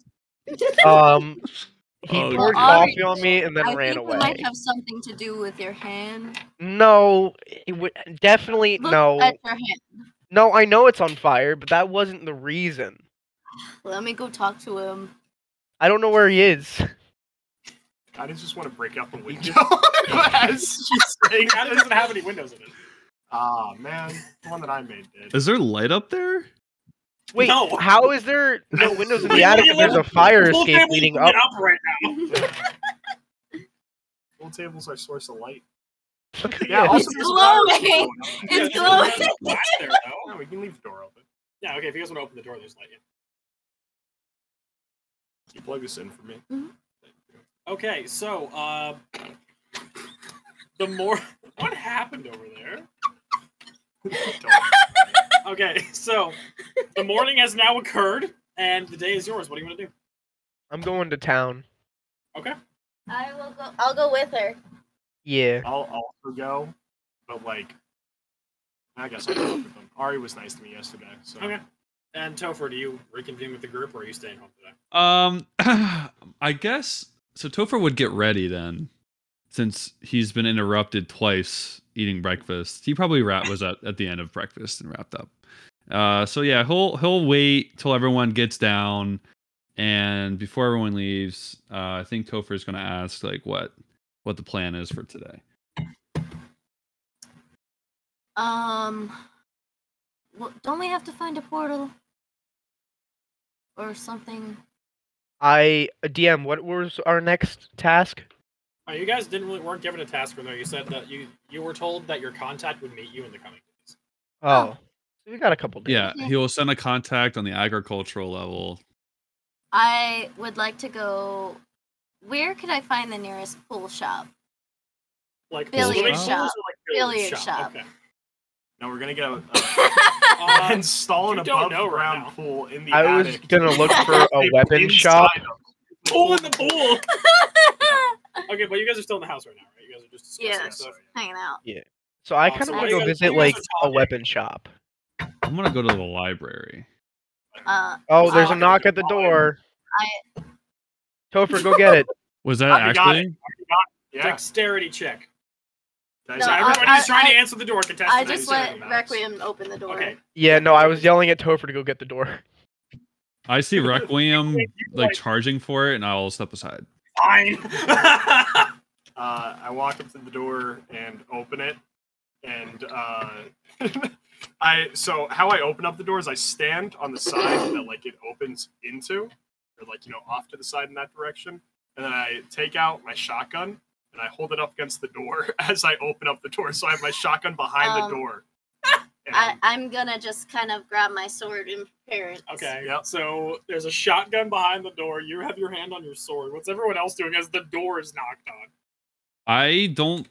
um, he
Oh,
poured
God.
coffee on me and then
I
ran
think
away.
it might have something to do with your hand.
No, it would definitely
Look
no.
at your hand.
No, I know it's on fire, but that wasn't the reason.
Let me go talk to him.
I don't know where he is.
I just want to break out the window. As she's saying
Adam
this.
doesn't have any windows in it.
Ah, man. The one that I made did.
Is there light up there?
Wait,
No.
how is there no windows in
Wait,
the attic
wait,
if there's
wait,
a fire
Full
escape
family
leading
unit
up?
up right now.
Pool tables are source of light.
Yeah,
Yeah, also
It's
there's a fire
glowing.
going on.
It's
Yeah,
glowing.
there's no glass there, though.
Yeah, we can leave the door open.
Yeah, okay. If you guys want to open the door, there's light. Yeah.
You plug this in for me.
Okay, so uh, the more what happened over there? Okay, so the morning has now occurred, and the day is yours. What do you want to do?
I'm going to town.
I will go. I'll go with her.
Yeah.
I'll also go, but like, I guess I'll go with them. Ari was nice to me yesterday, so
Okay. And Topher, do you reconvene with the group, or are you staying home today?
Um, I guess so. Topher would get ready then, since he's been interrupted twice eating breakfast. He probably rat was at, at the end of breakfast and wrapped up. Uh, so yeah, he'll he'll wait till everyone gets down, and before everyone leaves, uh, I think Topher is gonna ask like what what the plan is for today.
Um, well, don't we have to find a portal or something?
I uh, DM. What was our next task?
Oh, you guys didn't really weren't given a task for there. You said that you you were told that your contact would meet you in the coming days.
Oh, so we got a couple days.
Yeah,
Yeah.
he'll send a contact on the agricultural level.
I would like to go. Where could I find the nearest pool shop?
Like
Billiard
swimming
shop.
pools or, like,
Billiard shop.
Okay.
no, we're gonna get a, a
Uh,
install an
you
above
don't know right
ground
now.
pool in the
I was
attic.
gonna look for a
They
weapon
inside
shop.
of the
pool in the pool.
Hanging
Okay, but you guys are still in the house right now, right? You guys are just discussing
Yeah.
stuff.
out.
So I
Oh,
kind
so
of
what
want to
you
go
guys-
visit
you guys
like
are
a
talking.
weapon shop.
I'm gonna go to the library.
Uh,
Oh, there's a
I'm
knock at the door. Topher, go get it.
Was that
I got it.
actually?
Yeah.
Dexterity check.
That
No,
is-
So
I-
everybody's
I-
trying
I-
to answer the door. Contestant.
I just let
went
Requiem open the door.
Okay.
Yeah, no, I was yelling at Topher to go get the door.
I see Requiem
You
like charging for it, and I'll step aside.
fine.
uh, I walk up to the door and open it, and uh, I so how I open up the door is I stand on the side that like it opens into, or like you know off to the side in that direction, and then I take out my shotgun and I hold it up against the door as I open up the door, so I have my shotgun behind
Um,
the door. And
I, I'm gonna just kind of grab my sword and prepare it.
okay.
Yep.
So there's a shotgun behind the door. You have your hand on your sword. What's everyone else doing as the door is knocked on?
I don't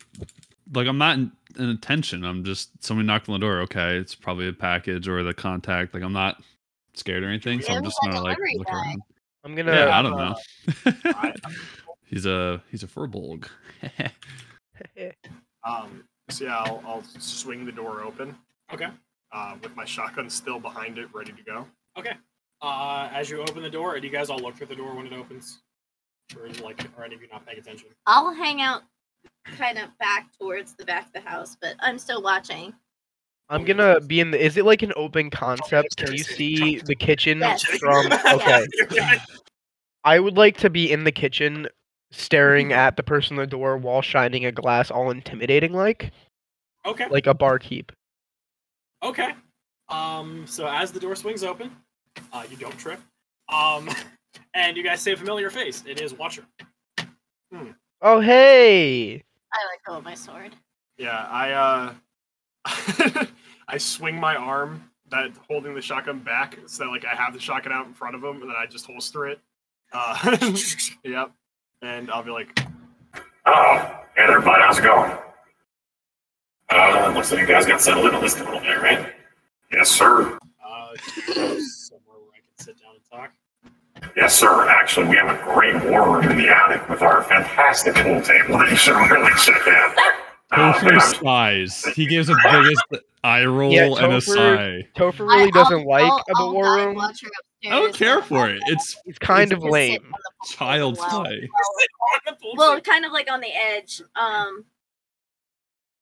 like. I'm not in, in attention. I'm just somebody knocked on the door. Okay, it's probably a package or the contact. Like I'm not scared or anything, so I'm
Maybe
just
like
gonna
a
like
library
look
guy.
around.
I'm gonna.
Yeah, I
Uh,
don't know.
I-
he's a he's a furbolg.
um, So yeah, I'll, I'll swing the door open.
Okay.
Uh, with my shotgun still behind it, ready to go.
Uh, as you open the door, do you guys all look through the door when it opens? Or is it like, are any of you not paying attention?
I'll hang out kind of back towards the back of the house, but I'm still watching.
I'm gonna be in the. Is it like an open concept? Can you see the kitchen from? Okay. I would like to be in the kitchen, staring
Mm-hmm.
at the person in the door while shining a glass, all intimidating like,
Okay.
like a barkeep.
Okay. Um, so as the door swings open, uh, you don't trip. Um, and you guys see a familiar face. It is Watcher.
Oh hey!
I let go of my sword.
Yeah, I uh, I swing my arm that holding the shotgun back, so that, like I have the shotgun out in front of him, and then I just holster it. Uh, yep. And I'll be like,
Oh, hey there, bud. How's it going? Uh, looks like you guys got settled in on this a little bit, right? Yes, sir.
Uh, somewhere where I can sit down and talk.
Yes, sir. Actually, we have a great war room in the attic with our fantastic pool table that you should really check out. Uh,
Topher sighs. He gives the biggest eye roll
Yeah,
and a
Topher-
sigh.
Topher
I-
really
I'll-
doesn't like
I'll-
a
I'll
war
guide
room.
Watcher
I
upstairs
don't care
and
for
I'll
it. It's
He's kind
just
of
sit
lame.
on the porch for a
child's
while.
play.
Well, kind of like on the edge. Um,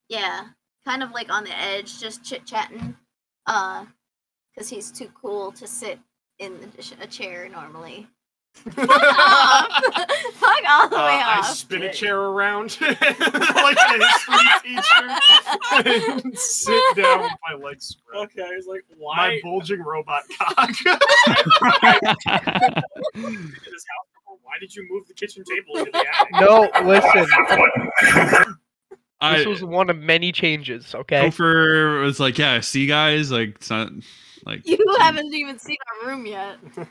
yeah, kind of like on the edge, just chit chatting. Uh, because he's too cool to sit in the, sh- a chair normally. Fuck off! Fuck all the
uh,
way
I
off.
spin a
Dang.
chair around like a history teacher, and sit down with my legs spread.
okay, I was like, why?
My bulging robot cock.
in this house before. Why did you move the kitchen table into the attic?
No, listen.
I
This was one of many changes. Okay.
Topher was like, "Yeah, see, guys, like it's not like
you haven't even seen our room yet.
I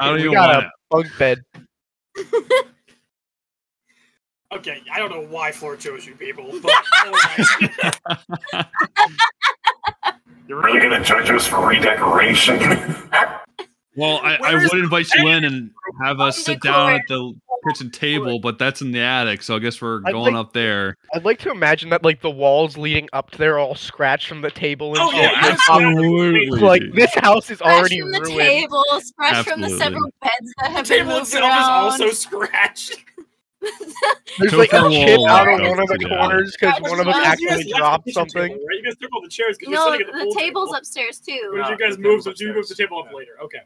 don't
we
even
got
want
a bunk bed.
Okay, I don't know why Floor chose you people, but alright.
You're
really gonna judge us for redecoration?
Well, I, I
Where's
would invite you in and have us sit down at the kitchen table, but that's in the attic, so I guess we're
I'd
going
like-
up there.
I'd like to imagine that like the walls leading up to there are all scratched from the table and
Oh,
shit.
yeah,
and I'm like
dude.
this house is
Fresh
already
from the
ruined.
tables, fresh from the
Absolutely.
several beds that
the
have been
table
moved
itself is
around.
also scratched.
There's like a
Topher
chip
will
out of
walk
one of
us
the
to the
corners because
That was
one of them
the last- you guys
accidentally
left the
dropped
kitchen
something.
Table, right? You guys took all the chairs because
No,
you're sitting at the,
the
pool
table's
table.
upstairs
What
too.
did
No,
you guys
the
move?
table's
So you moved the
upstairs.
table up
Yeah.
later. Okay.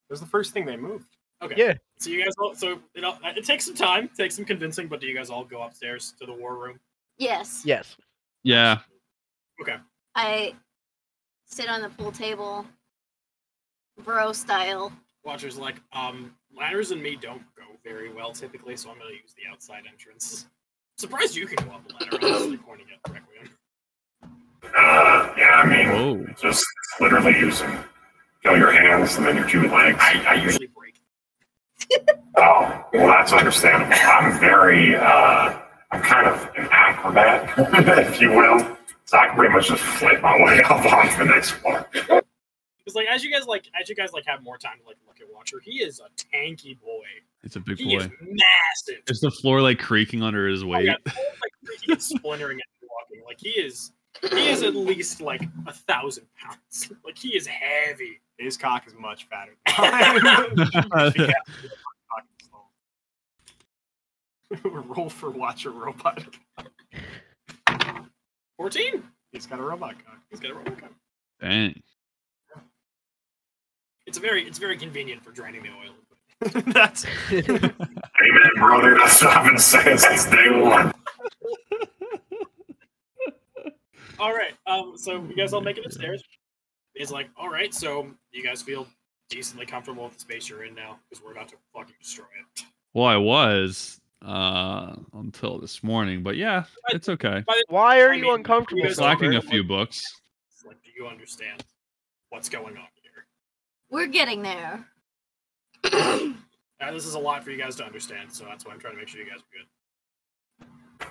It was the first thing they moved.
So you guys all so it, all, it takes some time, takes some convincing, but do you guys all go upstairs to the war room?
Yes.
Yes.
Yeah,
I sit on the pool table, bro style.
Watcher's like, um, ladders and me don't go very well typically, so I'm gonna use the outside entrance. Surprised you can go up the ladder. honestly, pointing at Requiem.
Uh, yeah, I mean,
whoa,
just literally using you know, your hands and then your two legs.
I, I usually break
Oh, well, that's understandable. I'm very, uh, I'm kind of an acrobat, if you will. So I can pretty much just flip my way up onto the next one.
Because like as you guys like as you guys like have more time to like look at Watcher, he is a tanky boy.
it's a big
he is
boy.
massive.
Is the floor like creaking under his
Oh,
weight?
yeah, the whole, like, he is splintering and walking. Like he is he is at least like a thousand pounds. Like he is heavy.
His cock is much fatter. Than mine. Yeah. Cock is long. Roll for watch a robot.
Fourteen?
He's got a robot cock.
He's got a robot gun.
Dang.
It's a very it's very convenient for draining the oil.
That's
Amen, brother. That's what I've been saying since day one.
All right. Um. So you guys all make it upstairs. He's like, all right. So you guys feel decently comfortable with the space you're in now because we're about to fucking destroy it.
Well, I was uh until this morning, but yeah, it's okay.
Why are
I
you
mean,
uncomfortable?
you guys-
Lacking
Topher?
a few books.
It's like, do you understand what's going on here?
We're getting there.
Now, Uh, this is a lot for you guys to understand, so that's why I'm trying to make sure you guys are good.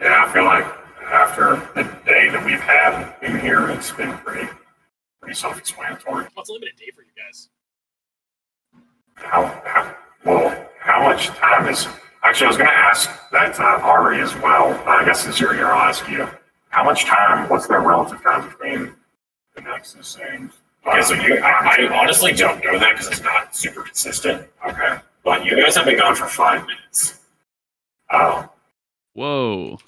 Yeah, I feel like after the day that we've had in here, it's been pretty, pretty self-explanatory.
Well, it's a limited day for you guys.
How, how, well, how much time is Actually, I was going to ask that uh, Ari as well. but I guess since you're here, I'll ask you. How much time? What's their relative time between the Nexus and?
Okay, so you, I, I honestly don't know that because it's not super consistent.
Okay.
But you guys have been gone for five minutes.
Oh.
Whoa.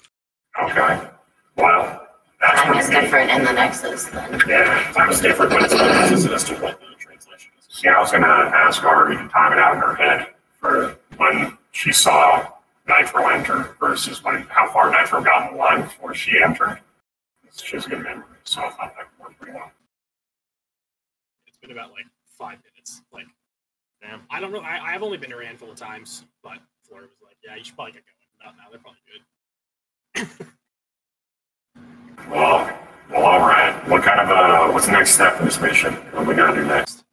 Okay. Well, that's
Time is
pretty neat.
different in the Nexus then.
Yeah,
Time is different, but it's not consistent as to what the translation is.
Yeah, I was gonna ask Ari to time it out in her head for when she saw Nitro enter versus when how far Nitro got in the line before she entered. She has a good memory, so I thought that worked pretty well.
It's been about like five minutes. Like, damn. I don't know. I, I've only been here a handful of times, but Florida was like, yeah, you should probably get going. About now, they're probably good.
Well, well, all right. What kind of uh, what's the next step in this mission? What do we gotta do next?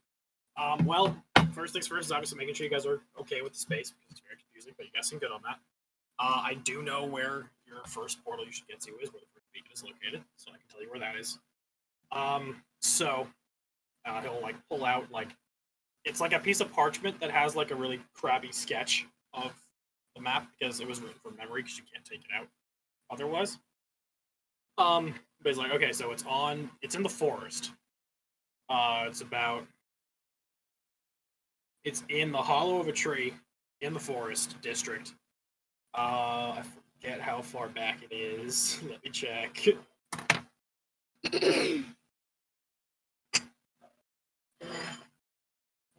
Um, well, first things first is obviously making sure you guys are okay with the space because it's very confusing, but you guys seem good on that. Uh, I do know where your first portal you should get to is, where the first beacon is located, so I can tell you where that is. Um, so uh, he'll like pull out like it's like a piece of parchment that has like a really crabby sketch of the map because it was written from memory because you can't take it out otherwise. Um, but he's like, okay, so it's on, it's in the forest. Uh, it's about it's in the hollow of a tree in the forest district. Uh, I forget how far back it is. Let me check.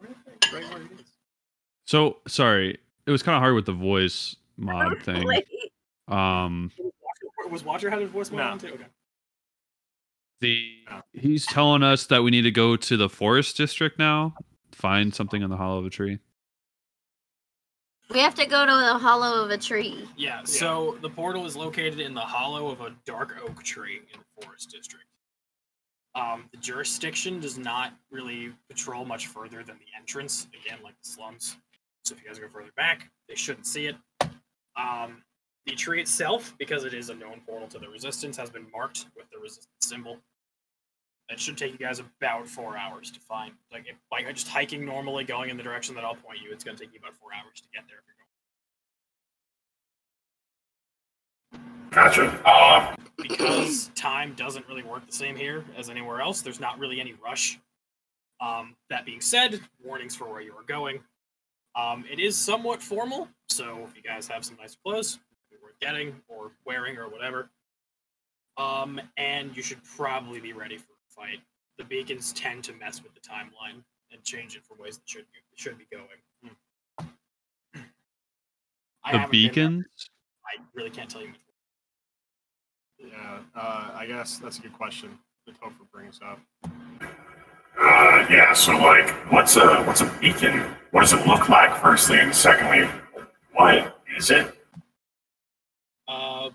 Right where it is.
So sorry, it was kind of hard with the voice mod thing.
Like,
Um,
Was Watcher had his voice
No.
no. on too? Okay.
the he's telling us that we need to go to the forest district now. Find something in the hollow of a tree.
we have to go to the hollow of a tree.
Yeah, so the portal is located in the hollow of a dark oak tree in the forest district. Um, the jurisdiction does not really patrol much further than the entrance, again, like the slums. So if you guys go further back, they shouldn't see it. Um, the tree itself, because it is a known portal to the resistance, has been marked with the resistance symbol. It should take you guys about four hours to find. Like, if, by just hiking normally, going in the direction that I'll point you, it's going to take you about four hours to get there if you're going.
Gotcha. Uh,
because time doesn't really work the same here as anywhere else. There's not really any rush. Um, that being said, warnings for where you are going. Um, it is somewhat formal, so if you guys have some nice clothes, it'd be worth getting or wearing or whatever. Um, and you should probably be ready for a fight. The beacons tend to mess with the timeline and change it for ways that should should be going. Hmm. I
The
haven't been there.
beacons.
I really can't tell you much.
Yeah, uh, I guess that's a good question that Topher brings up.
uh, yeah. So like, what's a what's a beacon? What does it look like? Firstly, and secondly, what is it?
Uh,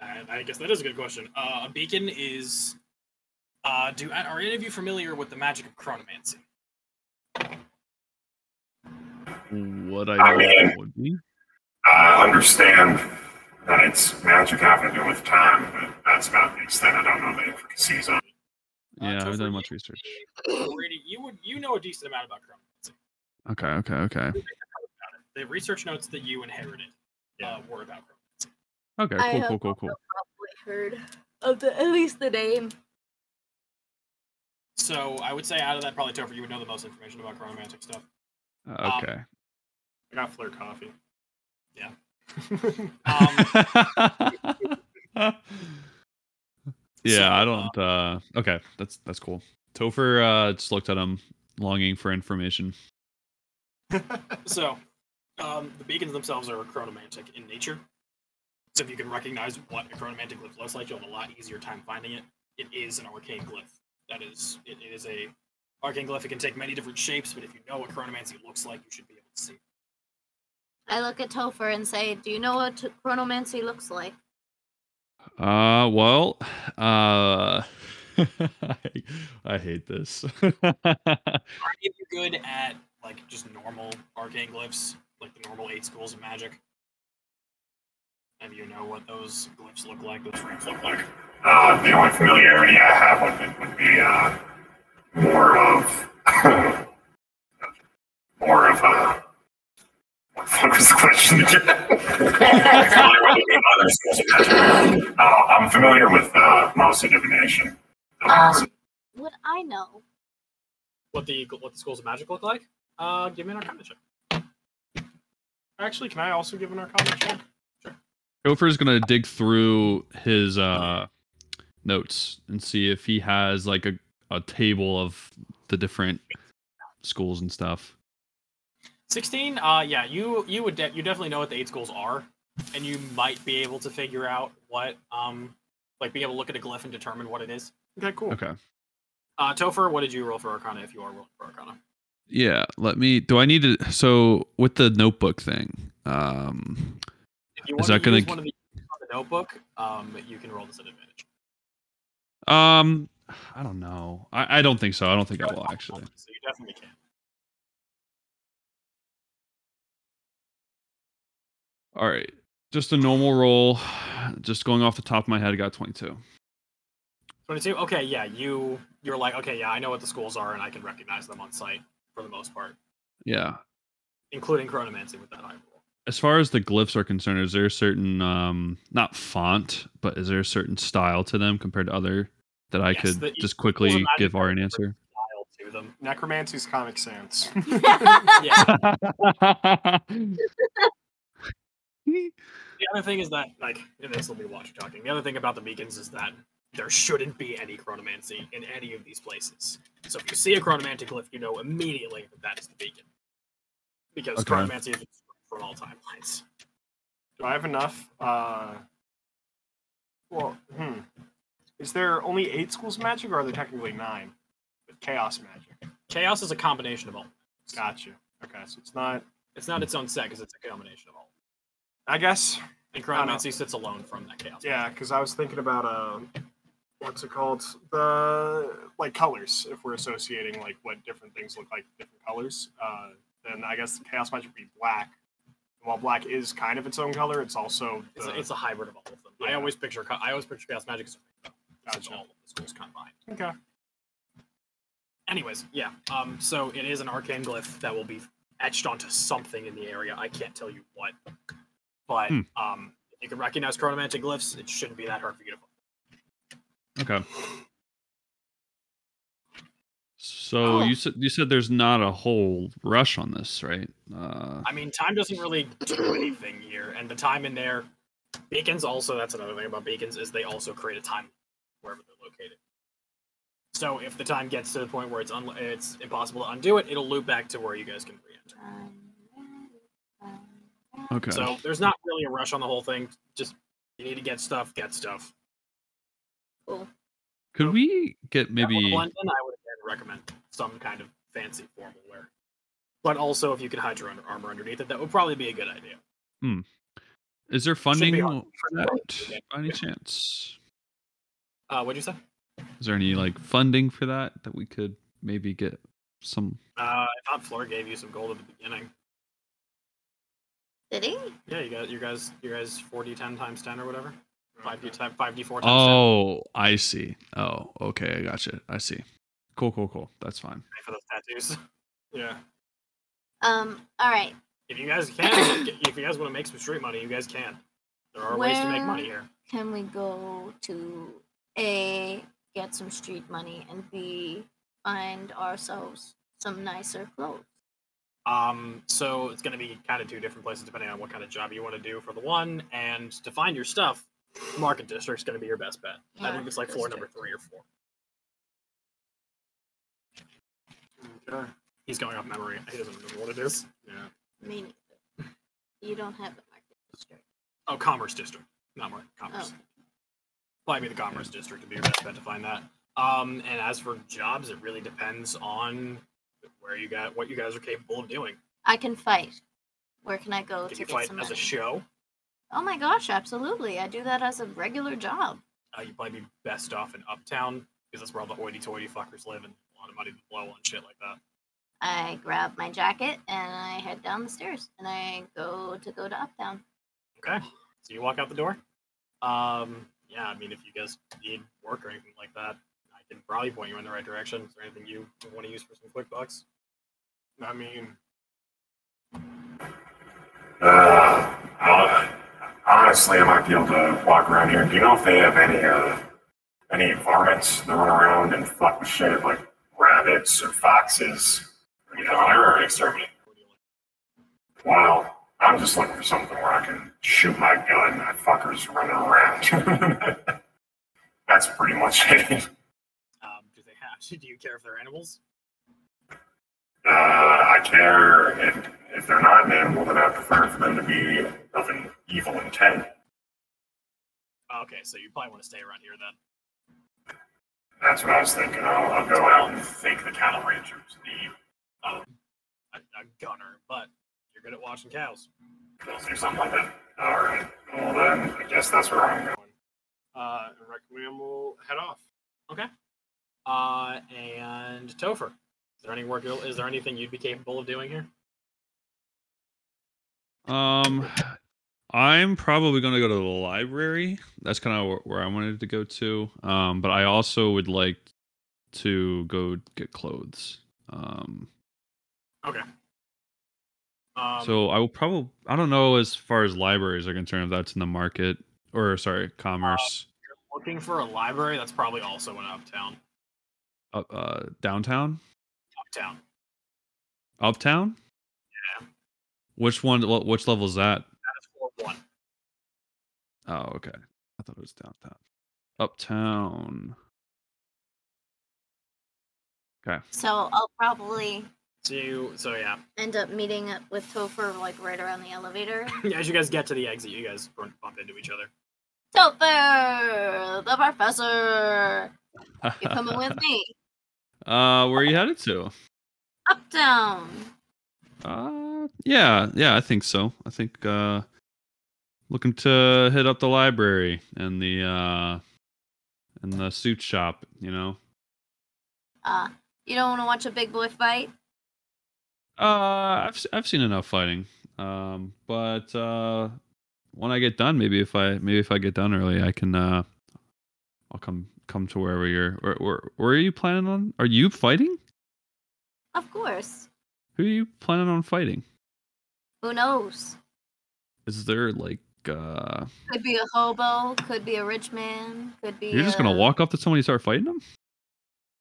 I, I guess that is a good question. Uh, a beacon is. Uh, do are any of you familiar with the magic of chronomancy?
What I,
I
know
mean-
that would be.
I understand that it's magic having to do with time, but that's about the extent. I don't know the intricacies of it.
Uh,
Yeah, I haven't
Topher,
done much
you-
research.
Brady, you would you know a decent amount about chronomancy.
Okay, okay, okay,
The research notes that you inherited uh, were about chronomancy.
okay.
I
Cool,
have
cool, cool, cool.
Probably heard of the at least the name.
So I would say out of that, probably Topher, you would know the most information about chronomantic stuff.
Uh, Okay.
I got Fleur coffee.
Um,
Um,
yeah, I
so,
don't. Uh, okay, that's that's cool. Topher uh, just looked at him, longing for information.
So, um, the beacons themselves are chronomantic in nature. So if you can recognize what a chronomantic glyph looks like, you'll have a lot easier time finding it. It is an arcane glyph. That is, it, it is a arcane glyph. It can take many different shapes, but if you know what chronomancy looks like, you should be able to see. it.
I look at Topher and say, "Do you know what t- chronomancy looks like?"
Uh, well, uh, I, I hate this.
Are any of you good at like just normal arcane glyphs, like the normal eight schools of magic? Have you know what those glyphs look like? Those frames look like.
Uh, the only familiarity I have with it would be uh, more of more of uh, what
what was the question again?
Familiar with the other schools of magic.
uh, I'm familiar with uh, Mouse Divination.
Awesome.
Would I know?
what the what the schools of magic look like. Uh, give me an arcana check. Actually, can I also give an arcana check?
Gopher's gonna dig through his uh notes and see if he has like a, a table of the different schools and stuff.
Sixteen. Uh, yeah, you you would de- you definitely know what the eight schools are, and you might be able to figure out what um like be able to look at a glyph and determine what it is. Okay, cool.
Okay.
Uh, Topher, what did you roll for arcana if you are rolling for arcana?
Yeah, let me do I need to so with the notebook thing, um
If you
Is that
want to
gonna
use
g-
one of the, on the notebook, um, you can roll this at advantage.
um I don't know. I, I don't think so. I don't think I will actually.
So you definitely can.
All right. Just a normal roll. Just going off the top of my head, I got 22.
22 okay yeah you you're like okay yeah i know what the schools are and i can recognize them on site for the most part
Yeah.
including chronomancy with that high roll
As far as the glyphs are concerned, is there a certain um not font, but is there a certain style to them compared to other that I
Yes,
could
the-
just quickly
Magic
give
are
Ari an answer?
different. I'll do them
Necromancy's Comic Sans.
yeah
yeah,
the other thing is that like and this will be watch talking the other thing about the beacons is that there shouldn't be any chronomancy in any of these places so if you see a chronomantic glyph you know immediately that that is the beacon because
Okay.
chronomancy is from all timelines
Do I have enough? Uh, well, hmm. Is there only eight schools of magic, or are there technically nine? But chaos magic.
chaos is a combination of all
Gotcha. Okay, so it's not.
it's not its own set because it's a combination of all
I guess.
and
I know.
chronomancy sits alone from that chaos
Yeah, because I was thinking about uh, what's it called? The like colors. If we're associating like what different things look like, different colors. Uh, then I guess chaos magic would be black. And while black is kind of its own color, it's also
It's,
the,
a, it's a hybrid of all of them. I
Yeah.
always picture co- I always picture Chaos Magic as a rainbow. It's
Gotcha.
all of the schools combined.
okay.
Anyways, yeah. Um, so it is an arcane glyph that will be etched onto something in the area. I can't tell you what, but
Hmm.
um, if you can recognize chronomantic glyphs, it shouldn't be that hard for you to. find.
Okay. So
Oh.
you said you said there's not a whole rush on this, right? Uh,
I mean, time doesn't really do anything here, and the time in there, beacons also. That's another thing about beacons is they also create a time wherever they're located. So if the time gets to the point where it's un- it's impossible to undo it, it'll loop back to where you guys can re-enter.
okay.
So there's not really a rush on the whole thing. Just you need to get stuff, get stuff.
Could we get
If you wanna
maybe?
blend in, I would again recommend some kind of fancy formal wear. But also, if you could hide your under armor underneath it, that would probably be a good idea.
Is there funding
on-
for that by any chance?
Uh, what'd you say?
Is there any like funding for that that we could maybe get some?
Uh, I thought Floor gave you some gold at the beginning.
Did he?
Yeah, you guys, you guys, you guys, four d ten times ten or whatever. Five d ten, five d four times
Oh, I see. Oh, okay, I gotcha. I see. Cool, cool, cool. That's fine.
ten for those tattoos.
Yeah.
Um. All right.
If you guys can, if you guys want to make some street money, you guys can. There are ways to make
Where-
money here.
Can we go to a get some street money and b find ourselves some nicer clothes?
Um, so it's going to be kind of two different places depending on what kind of job you want to do for the one. And to find your stuff, market district's going to be your best bet. I think it's like floor number three or four.
Okay.
He's going off memory. He doesn't remember what it is.
Yeah.
Me neither. You don't have the market district.
Oh, commerce district, not market. Commerce.
Oh.
Probably be the commerce district would be your best bet to find that. Um, and as for jobs, it really depends on where you got what you guys are capable of doing.
I can fight. Where can I go
Can
to
you
get
fight
some
as a
money?
show?
oh my gosh, absolutely! I do that as a regular job.
uh, you'd probably be best off in Uptown because that's where all the hoity-toity fuckers live and a lot of money to blow on shit like that.
I grab my jacket and I head down the stairs and I go to go to Uptown.
Okay, so you walk out the door. Um, yeah, I mean, if you guys need work or anything like that, I can probably point you in the right direction. Is there anything you want to use for some quick bucks?
I mean,
Uh, uh, honestly, I might be able to walk around here. Do you know if they have any uh, any varmints that run around and fuck with shit like rabbits or foxes? Or, you know, I already exterminate. Wow. I'm just looking for something where I can shoot my gun at fuckers running around. That's pretty much it.
Um, do they have? Do you care if they're animals?
Uh, I care if, if they're not an animal, then I prefer for them to be of an evil intent.
Oh, okay, so you probably want to stay around here then.
That's what I was thinking. I'll, I'll go out and think the cattle rangers need
A, a gunner, but you're good at watching cows.
pills or something like that. All right. Well, then I guess that's where I'm going.
Uh,
Requiem will head off.
uh, and Topher, is there any work? Is there anything you'd be capable of doing here?
Um, I'm probably going to go to the library. That's kind of where I wanted to go to. Um, but I also would like to go get clothes. Um,
Um,
so I will probably I don't know as far as libraries are concerned if that's in the market or sorry commerce
looking for a library. That's probably also in uptown.
uh,
Um,
uh, downtown
Uptown.
uptown.
Yeah.
Which one? wh- Which level is that?
That's floor one.
Oh, okay. I thought it was downtown. Uptown.
So I'll probably
So, you, so yeah.
end up meeting up with Topher like right around the elevator.
As you guys get to the exit, you guys run- bump into each other.
Topher, the professor, you coming with me?
Uh, where are you headed to?
Uptown.
Uh, yeah, yeah, I think so. I think uh, looking to hit up the library and the uh, and the suit shop. You know.
Uh, you don't want to watch a big boy fight?
Uh, I've s- I've seen enough fighting. Um, but uh, when I get done, maybe if I maybe if I get done early, I can uh, I'll come come to wherever you're. Where where, where are you planning on? Are you fighting?
Of course.
Who are you planning on fighting?
Who knows?
Is there like uh,
Could be a hobo, could be a rich man, could be.
you're just gonna
uh,
walk up to somebody and start fighting them?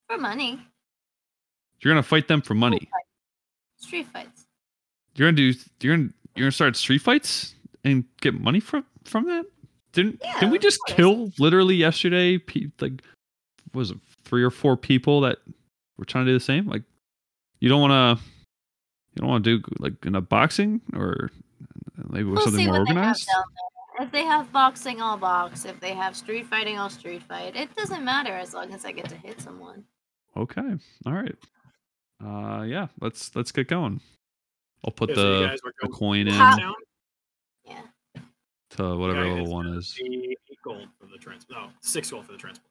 For money.
You're gonna fight them for money.
Street fights.
You're gonna do. You're gonna you're gonna start street fights and get money from from that. Didn't
Yeah,
didn't we
of
just
course.
kill literally yesterday? Pe- like what was it three or four people that were trying to do the same? Like you don't want to you don't want to do like in a boxing or maybe with
We'll
something
see
more
what
organized.
they have down there. If they have boxing, I'll box. If they have street fighting, I'll street fight. It doesn't matter as long as I get to hit someone.
Okay, all right. Uh, yeah, let's let's get going. I'll put
Yeah, so you
the,
guys are
the
going
coin in
Ha-
uptown.
to whatever
Yeah,
level
it's
one
gonna
is.
be eight gold for the transport. No, six gold for the transport.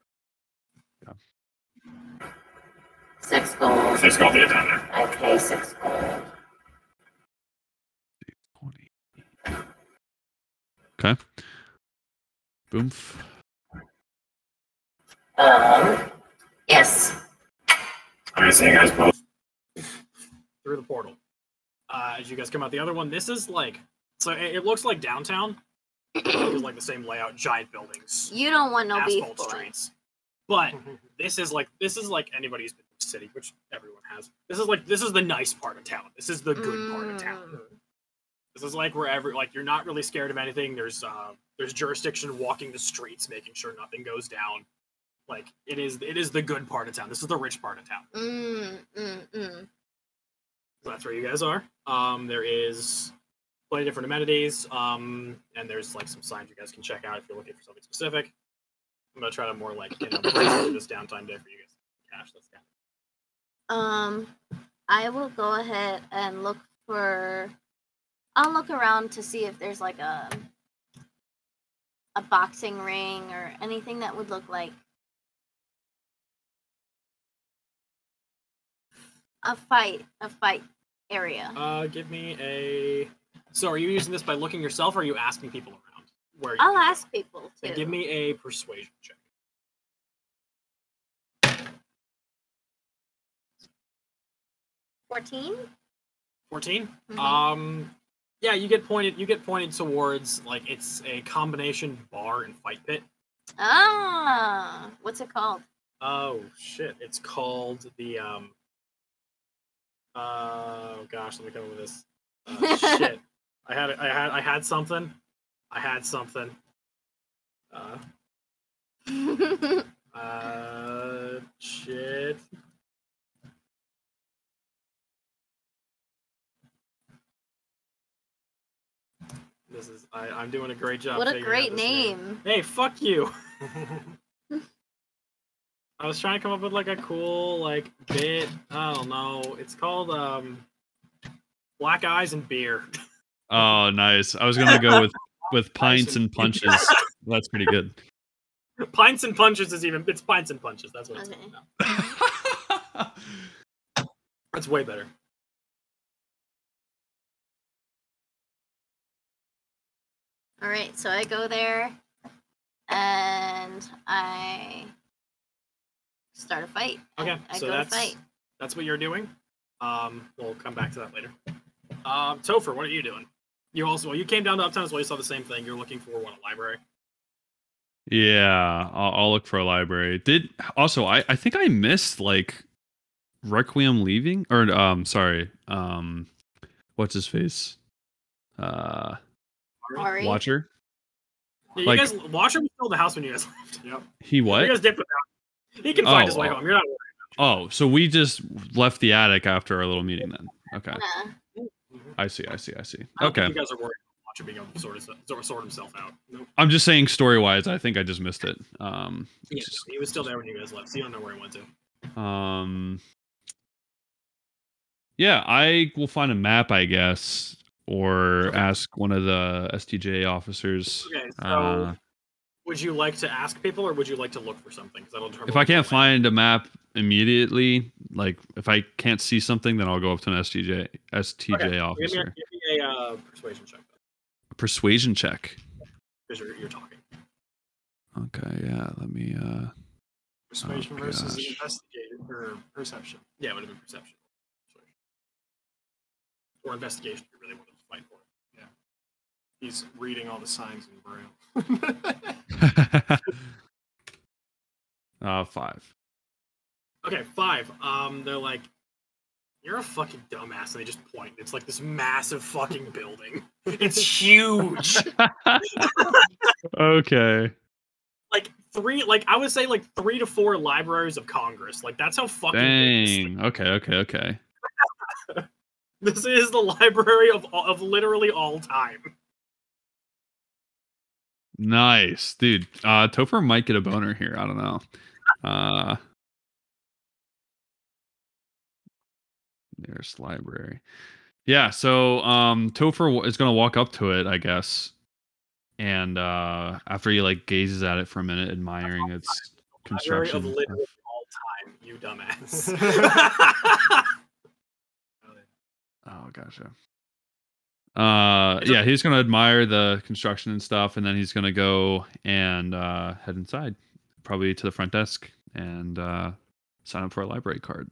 Six gold.
Six gold to get down there.
I pay six gold.
20. Okay. Boomf.
Um, yes.
Okay, so you guys both.
through the portal. Uh, as you guys come out the other one, this is like so it, it looks like downtown. it's like the same layout, giant buildings,
You don't want no beef.
asphalt
boy.
streets. But this is like this is like anybody's city, which everyone has. This is like this is the nice part of town. This is the good part of town.
Mm.
This is like where every like you're not really scared of anything. There's uh there's jurisdiction walking the streets, making sure nothing goes down. Like it is it is the good part of town. This is the rich part of town.
Mm, mm, mm.
So that's where you guys are. Um, there is plenty of different amenities, um, and there's like some signs you guys can check out if you're looking for something specific. I'm gonna try to more like you know break this downtime day for you guys. Cash, that's kind
Um, I will go ahead and look for. I'll look around to see if there's like a a boxing ring or anything that would look like a fight, a fight area.
Uh, give me a. So, are you using this by looking yourself, or are you asking people around? Where you
I'll
can go?
ask people
Then
too.
Give me a persuasion check.
fourteen. Mm-hmm.
Uh, 14 Um, yeah, you get pointed. You get pointed towards like it's a combination bar and fight pit.
Mm-hmm. Ah, what's it called?
Oh shit! It's called the um. Oh gosh, let me come up with this. Uh, shit, I had I had I had something. I had something. Uh, uh, shit. This is I, I'm doing a great job.
what a
figuring out
great
this
name.
Hey, fuck you. I was trying to come up with like a cool like bit. I don't know. It's called um Black Eyes and Beer.
Oh, nice. I was gonna go with with pints and punches. That's pretty good.
pints and punches is even it's pints and punches. That's what it's
Okay.
called now. That's way better.
All right, so I go there and I start a fight. I-
Okay,
Oh, I
so
go to
that's-
fight.
That's what you're doing. Um, we'll come back to that later. Um, Topher, what are you doing? You also well, you came down to Uptown as well. You saw the same thing. You're looking for one a library.
Yeah, I'll, I'll look for a library. Did also I I think I missed like Requiem leaving or um sorry um what's his face uh
Ari.
Watcher
Yeah,
Like-
you guys, Watcher was still in the house when you guys left. Yep.
he
You guys
what
dipped without. He can find
Oh,
his way
oh.
home. You're not
oh so we just left the attic after our little meeting then okay
Yeah.
I see I see I see
I don't think
okay
You guys are worried about Watcher being able to sort, his, sort, sort himself out. Nope.
I'm just saying story wise I think I just missed it um
He,
Just-
he was still there when you guys left, so you don't know where he went to.
Um. Yeah, I will find a map, I guess, or ask one of the STJ officers.
Okay, so
Uh,
would you like to ask people or would you like to look for something? 'Cause that'll determine
If I
what you
can't
like.
find a map immediately, like if I can't see something, then I'll go up to an STJ STJ
Okay, give me a,
officer.
give me a uh, persuasion check
Persuasion check.
because you're, you're talking.
Okay, yeah. Let me. uh
Persuasion
Oh,
versus
gosh.
investigative or perception.
Yeah, it would have been perception. Persuasion. Or investigation if you really wanted to fight for it.
He's reading all the signs in braille.
uh five.
Okay, five. Um, They're like, you're a fucking dumbass. And they just point. It's like this massive fucking building. It's huge.
okay.
like three like I would say like three to four libraries of Congress. Like that's how fucking big this
Dang. Okay. Okay. Okay.
This is the library of all- of literally all time.
Nice, dude. Uh, Topher might get a boner here. I don't know. Uh, there's library. Yeah. So um, Topher w- is gonna walk up to it, I guess, and uh, after he like gazes at it for a minute, admiring its
Library of
construction.
literally all time, you dumbass.
Oh, gotcha. Uh, yeah, he's gonna admire the construction and stuff, and then he's gonna go and uh, head inside, probably to the front desk, and uh, sign up for a library card.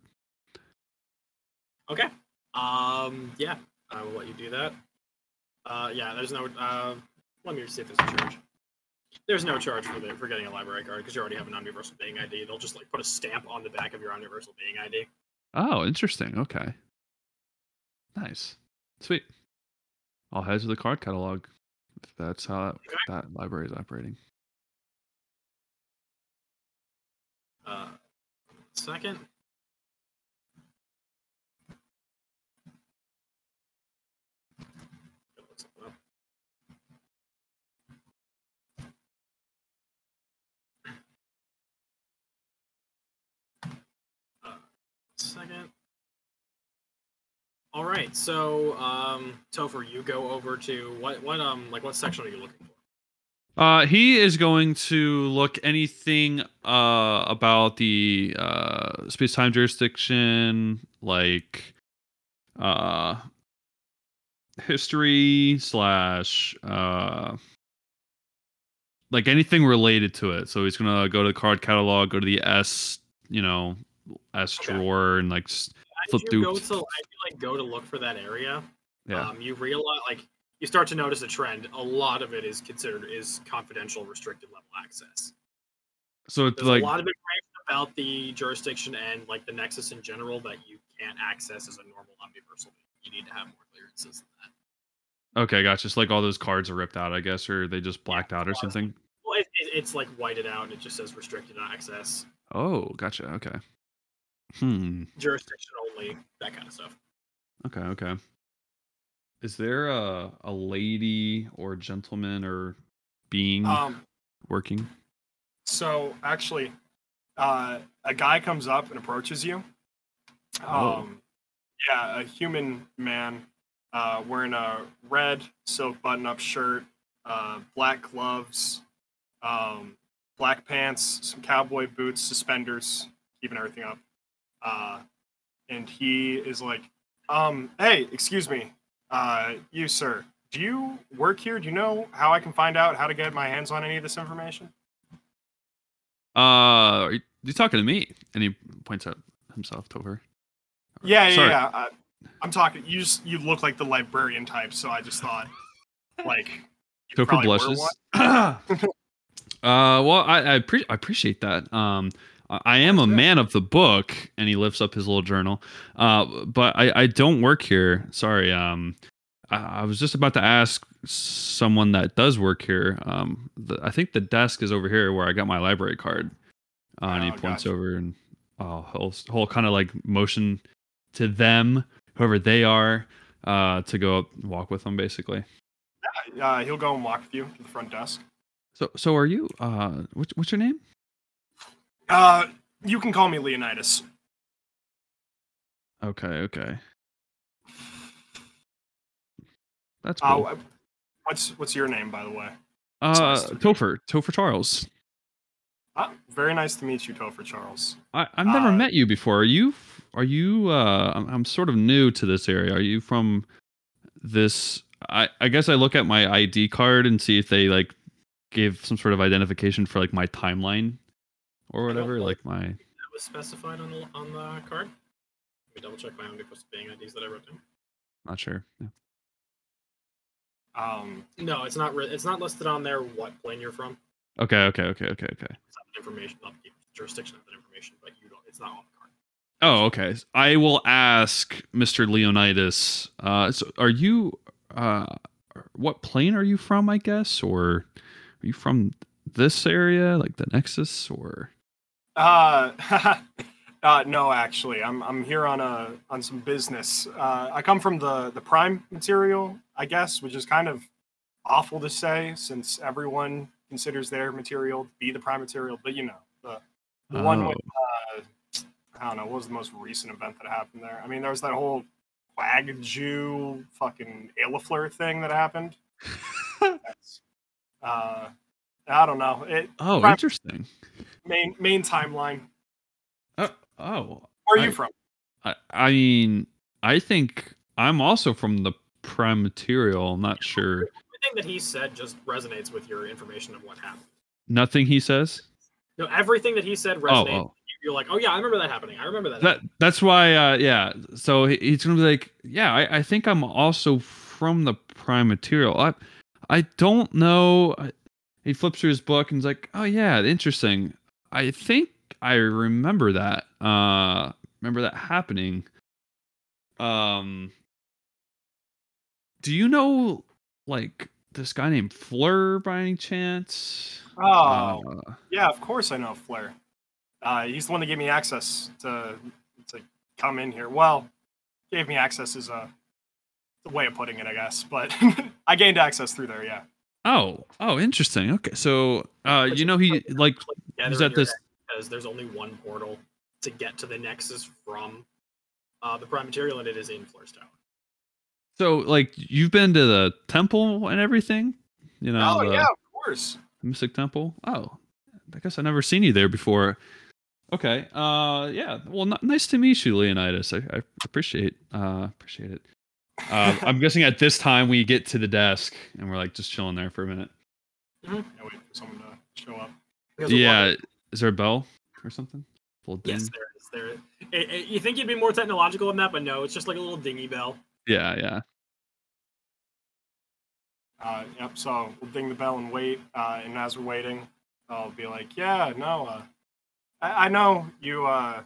okay. Um. Yeah, I will let you do that. Uh. Yeah. There's no. Uh. Let me see if there's a charge. There's no charge for the, for getting a library card because you already have an universal being ID. They'll just like put a stamp on the back of your universal being ID.
Oh, interesting. Okay, nice, sweet. I'll head to the card catalog. If that's how that, that library is operating.
Uh, second. Gotta look something up. Uh, Second. All right. So, um, Topher, you go over to what? What? Um, like, what section are you looking for?
Uh, he is going to look anything uh about the uh space time jurisdiction, like uh history slash uh like anything related to it. So he's gonna go to the card catalog, go to the S, you know, S
Okay.
drawer, and like s-
As
Flip
you
through-
go to, as you like go to look for that area,
yeah.
Um, you realize like you start to notice a trend. A lot of it is considered is confidential, restricted level access.
So it's
There's
like
a lot of information about the jurisdiction and like the nexus in general that you can't access as a normal omniversal. You need to have more clearances than that.
okay, gotcha. It's like all those cards are ripped out, I guess, or they just blacked out or
it's a lot of-
something.
Well, it, it, it's like whited out and it just says restricted access,
Oh, gotcha. Okay. Hmm.
jurisdiction only, that kind of stuff.
Okay. Okay. Is there a a lady or gentleman or being
Um,
working?
so actually, uh, a guy comes up and approaches you. Um,
Oh.
Yeah, a human man uh, wearing a red silk button up shirt, uh, black gloves, um, black pants, some cowboy boots, suspenders, keeping everything up. Uh, and he is like, um, hey, excuse me, uh, you, sir. Do you work here? Do you know how I can find out how to get my hands on any of this information?
Uh, are you, you talking to me? And he points out himself to her.
Yeah, yeah,
Sorry.
yeah. I, I'm talking. You just you look like the librarian type, so I just thought, like, you
Topher
probably were
blushes.
one.
uh, well, I I, appre- I appreciate that. Um, I, I am a man of the book, and he lifts up his little journal. Uh, but I I don't work here. Sorry. Um, I, I was just about to ask someone that does work here. Um, the, I think the desk is over here where I got my library card. Uh, and he
Oh,
points
gotcha.
over and uh, whole whole kind of like motion to them, whoever they are, uh, to go up and walk with them basically.
Uh, he'll go and walk with you to the front desk.
So, so are you? Uh, what's, what's your name?
Uh, you can call me Leonidas.
Okay, okay. That's
Uh,
cool.
wh- what's what's your name, by the way?
uh,
nice to meet you.
Topher, Topher Charles.
Ah, very nice to meet you, Topher Charles.
I, I've never
Uh,
met you before. Are you? f- Are you? Uh, I'm, I'm sort of new to this area. Are you from this? I, I guess I look at my ID card and see if they like gave some sort of identification for like my timeline or
I don't
whatever.
know.
Like my
That was specified on the on the card. Let me double check my own request being IDs that I wrote down.
not sure. Yeah.
Um,
No, it's not. Re- it's not listed on there what plane you're from.
Okay, okay, okay, okay, okay.
It's not that information. Not the jurisdiction of that information, but you don't. It's not on the card.
Oh, okay. I will ask Mr. Leonidas. Uh, so are you? Uh, what plane are you from? I guess, or are you from this area, like the Nexus, or?
uh, uh, no, actually, I'm I'm here on a on some business. Uh, I come from the the prime material, I guess, which is kind of awful to say since everyone considers their material to be the prime material. But you know, the, the
Uh-huh.
one with uh, I don't know what was the most recent event that happened there. I mean, there was that whole Wagyu fucking Aelifleur thing that happened. That's, uh, I don't know. It
Oh,
Prime-
interesting.
main main timeline.
Oh, oh.
Where are you
I-
from?
I, I mean, I think I'm also from the prime material. I'm not sure.
Everything that he said just resonates with your information of what happened.
Nothing he says.
No, everything that he said
Oh,
resonates.
oh.
You're like, oh yeah, I remember that happening. I remember that.
that that's why uh yeah so he- he's gonna be like yeah i, I think i'm also from the prime material i i don't know I, he flips through his book and he's like oh yeah interesting i think i remember that uh remember that happening um do you know like this guy named Fleur by any chance
Oh,
Uh,
yeah, of course I know Flair. Uh, he's the one that gave me access to to come in here. Well, gave me access is a, the way of putting it, I guess. But I gained access through there. Yeah.
oh oh interesting okay so uh
Which
you
is
know he
perfect.
like
Like, gather
Is
in
that
your
this-
head, Because there's only one portal to get to the Nexus from uh, the Prime Material, and it is in Floor's Tower.
So, like, you've been to the temple and everything, you know,
oh
the
yeah, of course.
Mystic Temple. Oh, I guess I've never seen you there before. Okay. Uh, yeah. Well, n- nice to meet you, Leonidas. I, I appreciate uh appreciate it. Uh, I'm guessing at this time we get to the desk and we're like just chilling there for a minute.
Yeah, wait for someone to show up.
Because of what-
Yeah. Is there a bell or something? Little
Yes,
ding?
there is. There is. It, it- you think you'd be more technological than that, but no, it's just like a little dingy bell.
Yeah. Yeah.
Uh, yep. So we'll ding the bell and wait. Uh, and as we're waiting, I'll be like, "Yeah, no, uh, I, I know you. Uh,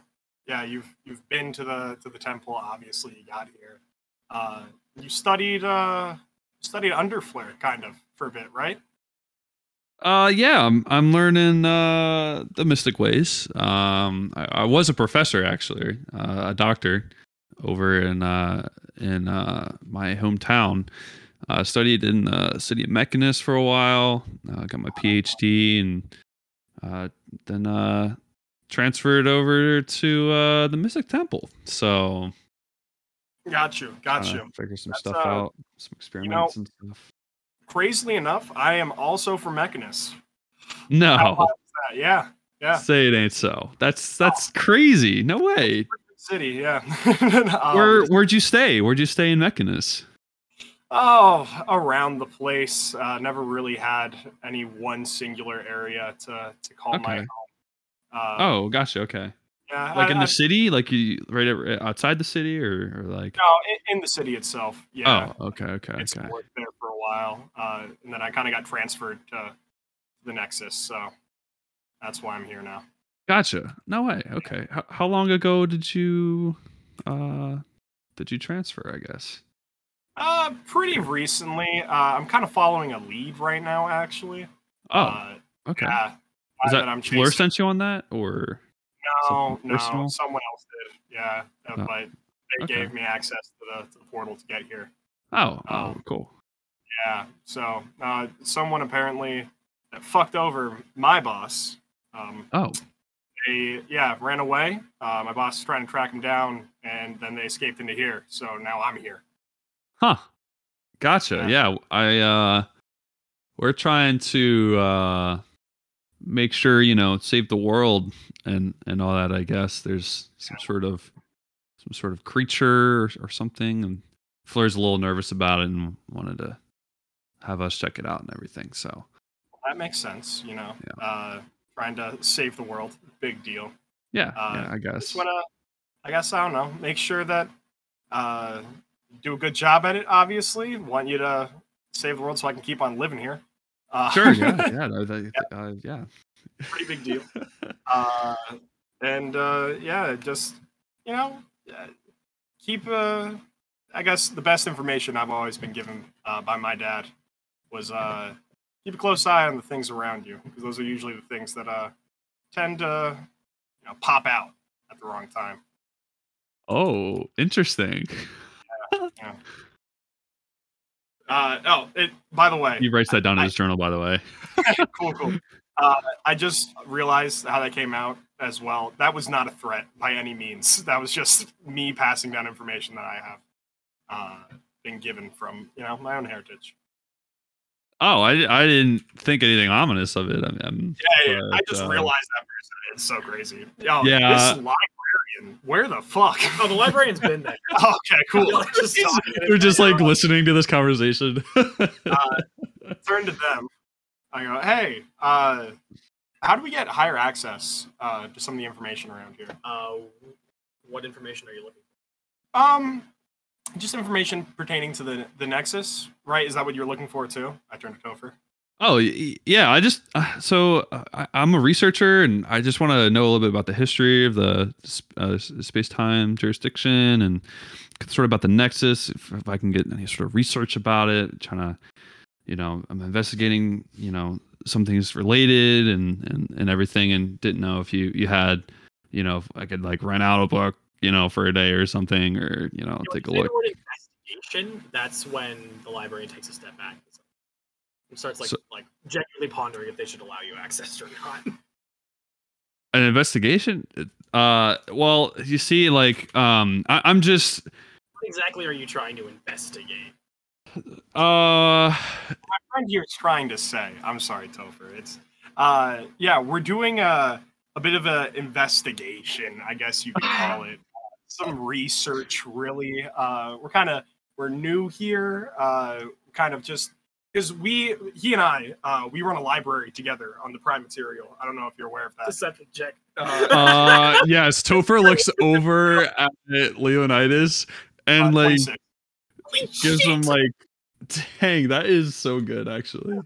yeah, you've you've been to the to the temple. Obviously, you got here. Uh, you studied uh, studied underflare kind of for a bit, right?
Uh, yeah, I'm I'm learning uh, the mystic ways. Um, I, I was a professor actually, uh, a doctor, over in uh, in uh, my hometown. Uh, studied in the city of Mechanus for a while. Uh, got my PhD and uh, then uh, transferred over to uh, the Mystic Temple. So
Got you.
uh,
Got you.
figure some
That's,
stuff
uh,
out, some
know-
experiments and stuff.
Crazily enough, I am also from Mechanus. How
No,
wild is that? Yeah. Yeah. Oh.
say it ain't so. That's that's crazy. No way.
City. Yeah. Um, Uh,
Where where'd you stay? Where'd you stay in Mechanus?
Oh, around the place. Uh, never really had any one singular area to, to call my
Okay.
home. Uh,
Oh, gotcha. Okay.
yeah,
Like
I-
in
I-
the city, like you right over- outside the city, or, or like.
no, in, in the city itself. Yeah,
Oh, okay, okay,
it's
okay.
worked there for a while, uh, and then I kind of got transferred to the Nexus, so that's why I'm here now.
Gotcha. No way. Okay. How, how long ago did you, uh, did you transfer? I guess.
Uh, pretty recently, uh, I'm kind of following a lead right now, actually.
Oh,
uh,
okay.
yeah,
Is
one
that Fleur
chasing.
sent you on that, or
No,
Something
no,
personal?
someone else did. Yeah, uh,
No.
but they
Okay.
gave me access to the, to the portal to get here.
oh, oh,
Um,
cool.
Yeah, so uh, someone apparently fucked over my boss. Um,
Oh,
they yeah ran away. Uh, my boss is trying to track him down, and then they escaped into here. So now I'm here.
Huh. Gotcha. Yeah.
Yeah.
I uh we're trying to uh make sure, you know, save the world and and all that, I guess. There's some sort of some sort of creature or, or something and Fleur's a little nervous about it and wanted to have us check it out and everything. So,
That makes sense, you know. Uh, trying to save the world, big deal.
yeah,
Uh,
yeah, I guess.
Just wanna, I guess I don't know. Make sure that uh, you do a good job at it. Obviously, want you to save the world so I can keep on living here. Uh,
Sure, yeah, yeah, no, that- uh, yeah.
pretty big deal. Uh, and uh, yeah, just you know, uh, keep. Uh, I guess the best information I've always been given uh, by my dad was uh, keep a close eye on the things around you because those are usually the things that uh, tend to you know, pop out at the wrong time.
Oh, interesting.
Uh, oh, it, by the way,
He writes that down
I-
in his journal, by the way.
cool, cool. Uh, I just realized how that came out as well. That was not a threat by any means. That was just me passing down information that I have uh, been given from you know my own heritage.
Oh, I, I didn't think anything ominous of it. I mean, I'm,
Yeah, yeah, I
But,
just
uh,
realized that person. It's so crazy. Yo,
Yeah.
this librarian. Where the fuck?
Oh, the librarian's been there.
okay, cool.
They're just talking.
They're just like listening to this conversation.
turn to them. I go, hey, uh, how do we get higher access uh, to some of the information around here?
Uh, what information are you looking
Um, just information pertaining to the the Nexus, right? Is that what you're looking for too? I turned it over.
oh, y- y- yeah. I just uh, so uh, I, I'm a researcher, and I just want to know a little bit about the history of the sp- uh, space time jurisdiction and sort of about the nexus. If, if I can get any sort of research about it, trying to, you know, I'm investigating, you know, some things related and and, and everything, and didn't know if you you had, you know, if I could like rent out a book, you know, for a day or something, or you know,
for?
take a
When
look.
you say the word investigation, that's when the librarian takes a step back and starts like
So-
like genuinely pondering if they should allow you access or not.
an investigation uh well you see like um I, i'm just
What exactly are you trying to investigate?
uh
My friend here is trying to say. I'm sorry, Topher. It's uh, yeah, we're doing a a bit of a investigation, I guess you could call it. Some research, really. Uh, we're kind of we're new here. Uh, kind of just because we he and I uh, we run a library together on the Prime Material. I don't know if you're aware of that.
Deception check.
Uh,
uh yes topher looks over at leonidas and
uh,
like
26.
gives him like Dang, that is so good, actually.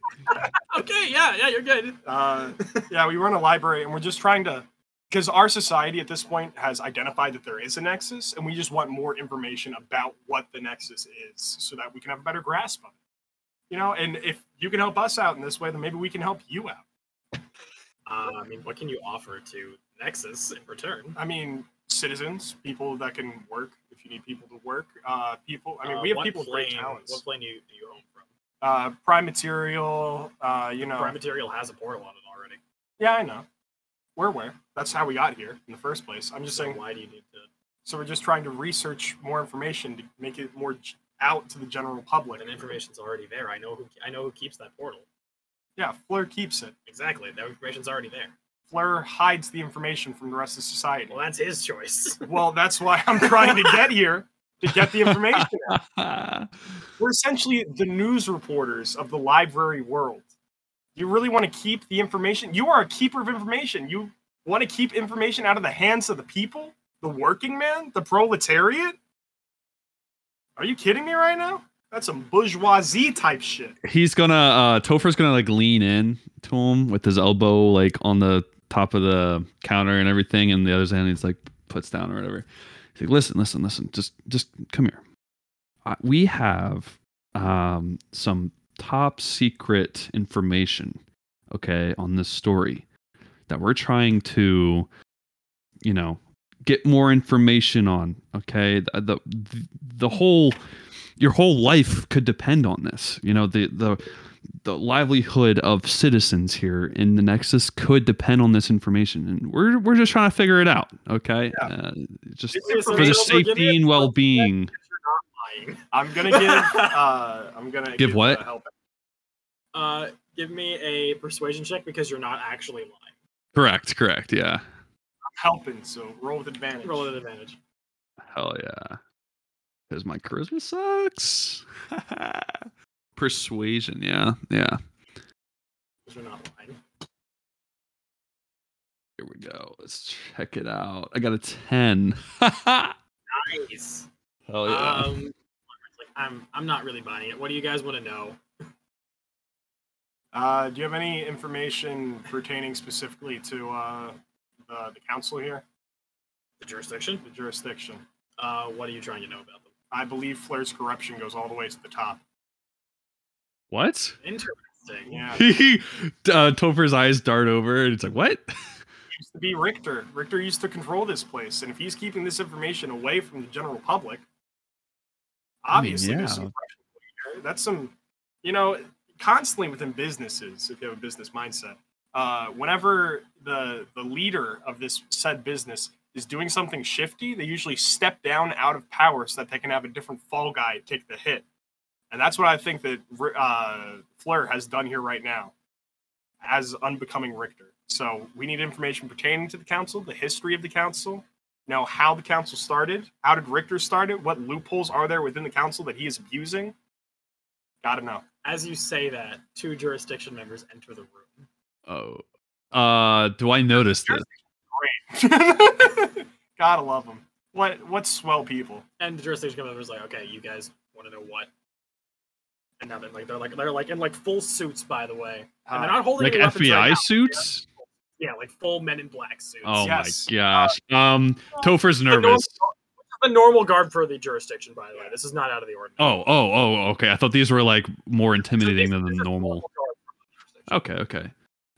Okay, yeah, yeah, you're good.
Uh, yeah, we run a library and we're just trying to, because our society at this point has identified that there is a nexus, and we just want more information about what the nexus is so that we can have a better grasp of it. You know, and if you can help us out in this way, then maybe we can help you out.
Uh, I mean, what can you offer to Nexus in return?
I mean, citizens, people that can work if you need people to work. Uh, people, I mean,
Uh,
we have
what
people with great
plane-
talents.
What plane do you, do you own from?
Uh, prime material, uh, you know.
Prime Material has a portal on it already.
Yeah, I know. We're aware. That's how we got here in the first place. I'm just
so
saying.
why do you need to?
So we're just trying to research more information to make it more g- out to the general public.
That information's already there. I know who I know who keeps that portal.
Yeah, Fleur keeps it.
Exactly, that information's already there.
Fleur hides the information from the rest of society.
Well, that's his choice.
Well, that's why I'm trying to get here to get the information. We're essentially the news reporters of the library world. You really want to keep the information. You are a keeper of information. You want to keep information out of the hands of the people, the working man, the proletariat. Are you kidding me right now? That's some bourgeoisie type shit.
He's gonna uh Topher's gonna like lean in to him with his elbow like on the top of the counter and everything, and the other hand he's like puts down or whatever. He's like, listen, listen, listen, just just come here. Uh, we have um some top secret information, okay, on this story that we're trying to, you know, get more information on. Okay, the the, the whole your whole life could depend on this. You know, the the the livelihood of citizens here in the Nexus could depend on this information, and we're we're just trying to figure it out. Okay, uh, just for the
Information
safety and well being.
I'm gonna give. Uh, I'm gonna
Give what?
uh, help.
Uh, give me a persuasion check because you're not actually lying.
Correct, correct. Yeah,
Helping. So roll with advantage.
Roll at advantage.
hell yeah. Because my charisma sucks. Persuasion, yeah, yeah.
'cause You're not lying.
Here we go. Let's check it out. I got a 10.
Nice.
Hell
Um, like I'm, I'm not really buying it. What do you guys want to know?
Uh, do you have any information pertaining specifically to uh, the, the council here,
The jurisdiction.
the jurisdiction?
Uh, what are you trying to know about them?
I believe Flair's corruption goes all the way to the top.
what?
Interesting.
Yeah, it
He, uh, Topher's eyes dart over and it's like, what?
used to be Richter. Richter used to control this place, and if he's keeping this information away from the general public,
I mean,
obviously there's some
yeah.
corruption going there. that's some, you know, constantly within businesses. If you have a business mindset, uh, whenever the the leader of this said business is doing something shifty, they usually step down out of power so that they can have a different fall guy take the hit. And that's what I think that uh, Fleur has done here right now as unbecoming Richter. So we need information pertaining to the council, the history of the council, know how the council started, how did Richter start it, what loopholes are there within the council that he is abusing. Gotta know.
As you say that, two jurisdiction members enter the room.
Oh. Uh, do I notice this?
Gotta love him. What what swell people.
and the jurisdiction commander was like, "Okay, you guys want to know what?" And now they're like, they're like, they're like in like full suits, by the way, and they're
Uh,
not holding
Ah, Like
any weapons
FBI
right now.
suits?
Yeah, like full men in black suits.
Oh
Yes.
my gosh. Um, Topher's
The normal,
nervous.
the normal guard for the jurisdiction, by the way. This is not out of the ordinary.
Oh, oh, oh, okay. I thought these were like more intimidating than
This
the
is
normal.
guard for the jurisdiction.
Okay, okay.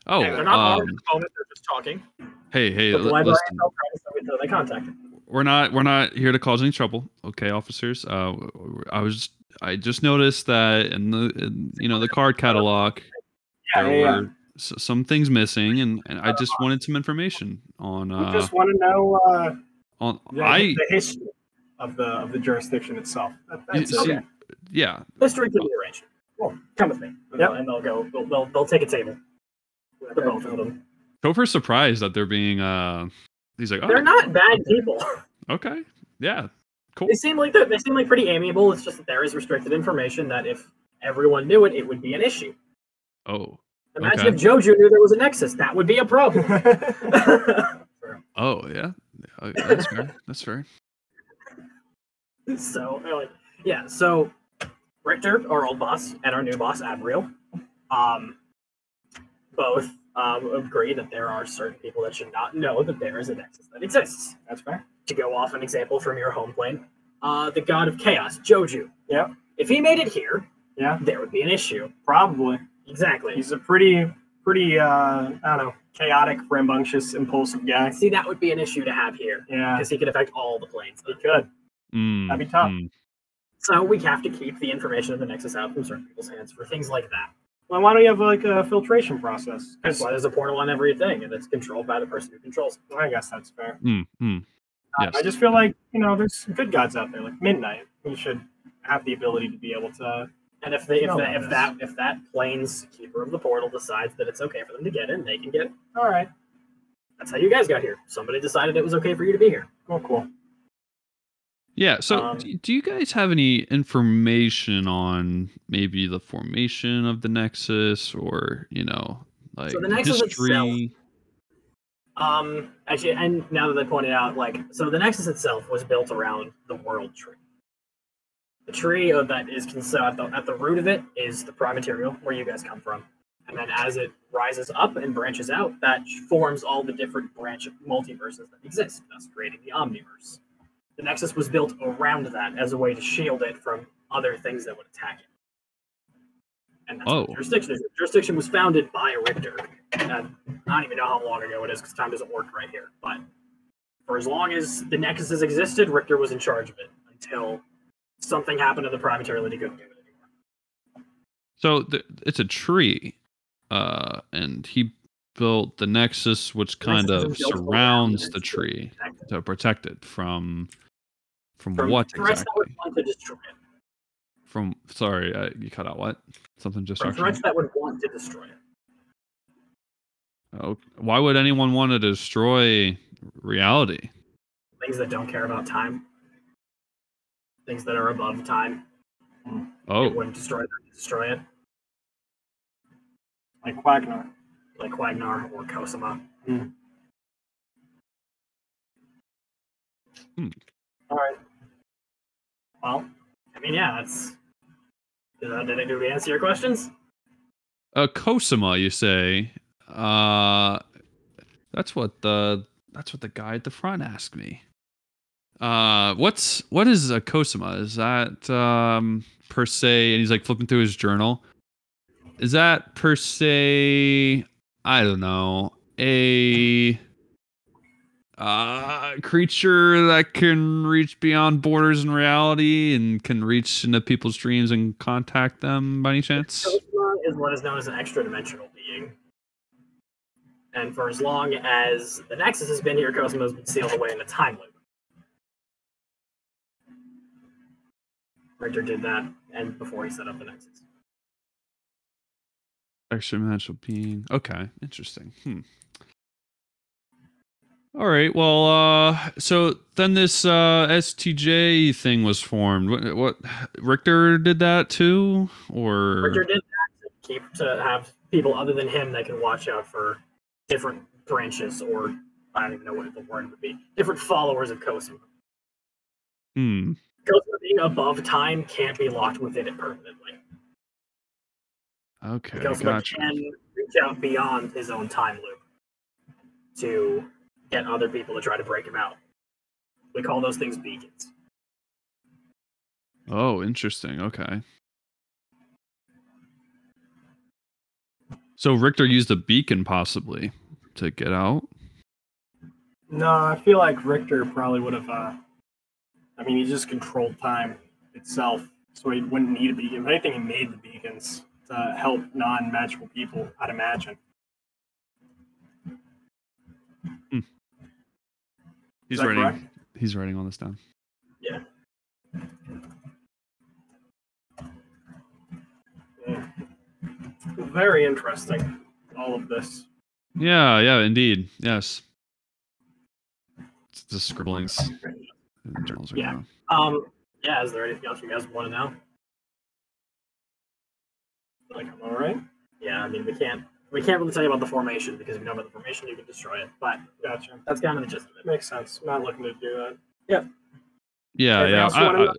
Oh,
Yeah,
They're not armed
um,
at the moment. They're just talking.
hey, hey,
But
li-
the librarian
listen.
felt proud of them until they contacted. them.
we're not we're not here to cause any trouble okay officers uh i was i just noticed that in the in, you know the card catalog
Yeah,
there
yeah, yeah.
were s- some things missing and, and i just wanted some information on
We
uh
just want to know uh,
on
the,
i
the history of the of the jurisdiction itself. That-
you
that's
see-
okay.
yeah
History can be arranged. Well, come with me. And
Yep.
they'll- and they'll go. They'll, they'll, they'll take a table. The both of them.
topher's surprised that they're being uh he's like
They're
oh,
not bad people.
okay yeah cool
They seem like they're- they seem like pretty amiable. It's just that there is restricted information that if everyone knew it, it would be an issue.
oh
Imagine
Okay.
if Joju knew there was a nexus, that would be a problem.
oh yeah Oh, yeah, that's fair that's fair
so uh, like, yeah, so Richter, our old boss, and our new boss, Abriel, um, both um, agree that there are certain people that should not know that there is a nexus that exists.
That's fair.
To go off an example from your home plane, uh, the god of chaos, Joju.
Yep.
If he made it here,
Yeah.
there would be an issue.
Probably.
Exactly.
He's a pretty, pretty, uh, I don't know, chaotic, rambunctious, impulsive guy.
See, that would be an issue to have here
Yeah,
because he could affect all the planes.
he could.
Mm,
That'd be tough.
mm.
So we have to keep the information of the nexus out from certain people's hands for things like that.
Well, why don't you have like a filtration process?
That's why there's a portal on everything, and it's controlled by the person who controls. it.
I guess that's fair.
Mm, mm. Yes.
I just feel like you know, there's good gods out there, like Midnight, who should have the ability to be able to.
And if they, if,
No,
the,
no,
if
no.
that if that plane's keeper of the portal decides that it's okay for them to get in, they can get. in.
All right,
That's how you guys got here. Somebody decided it was okay for you to be here.
cool, cool.
Yeah. So,
Um,
d- do you guys have any information on maybe the formation of the Nexus, or you know, like
the Nexus
history?
itself- Um, actually, and now that they pointed out, like, so the Nexus itself was built around the World Tree. The tree of that is cons- at the, at the root of it is the prime material where you guys come from, and then as it rises up and branches out, that forms all the different branch multiverses that exist, thus creating the Omniverse. The Nexus was built around that as a way to shield it from other things that would attack it. And that's
Oh.
what jurisdiction is. Jurisdiction was founded by Richter. Uh, I don't even know how long ago it is because time doesn't work right here. But for as long as the Nexus has existed, Richter was in charge of it until something happened to the Prime Material that he couldn't do it anymore.
So th- it's a tree, uh, and he built the Nexus, which kind
Nexus
of
is built around
surrounds
it
the
to
tree
protect it
to protect it from from,
From
what
threats that would
exactly?
want to destroy it.
From sorry, I, you cut out what something just.
From threats that would want to destroy it.
Oh, why would anyone want to destroy reality?
Things that don't care about time. Things that are above time. It
Oh,
wouldn't destroy it, destroy it.
Like Quagnar.
Like Quagnar or Kosama.
Hmm.
All right.
Well, I mean, yeah, that's. Did, I, did I do we answer your questions?
uh, Cosima, you say? Uh, that's what the that's what the guy at the front asked me. Uh, what's what is a Cosima? Is that um per se? And he's like flipping through his journal. Is that per se? I don't know a uh creature that can reach beyond borders in reality and can reach into people's dreams and contact them by any chance?
Kosma is what is known as an extra dimensional being. And for as long as the Nexus has been here, Cosmo has been sealed away in a time loop. Richter did that and before he set up the Nexus.
Extra-dimensional being. Okay, interesting. Hmm. All right. Well, uh, so then this uh, STJ thing was formed. What, what Richter did that too, or
Richter did that to keep to have people other than him that can watch out for different branches or I don't even know what the word would be. Different followers of Cosmo.
Hmm.
Cosmo being above time can't be locked within it permanently.
Okay,
Because
gotcha.
can reach out beyond his own time loop to get other people to try to break him out. We call those things beacons.
Oh, interesting. Okay. So Richter used a beacon possibly to get out.
No, I feel like Richter probably would have. Uh, I mean, he just controlled time itself, so he wouldn't need a beacon. If anything, he made the beacons to help non-magical people. I'd imagine.
He's
that
writing.
correct?
He's writing all this down.
Mm. Very interesting. All of this.
Yeah, yeah, indeed. Yes. It's the scribblings and journals. right
Yeah.
now.
Um, yeah, is there anything else you guys want to know?
Like I'm all right.
Yeah, I mean we can't we can't really tell you about the formation because if you know about the formation you can destroy it. But
Gotcha.
that's kind of the gist of it.
Makes sense. Not looking to do that.
Yeah,
Anything
yeah.
else you
I,
wanna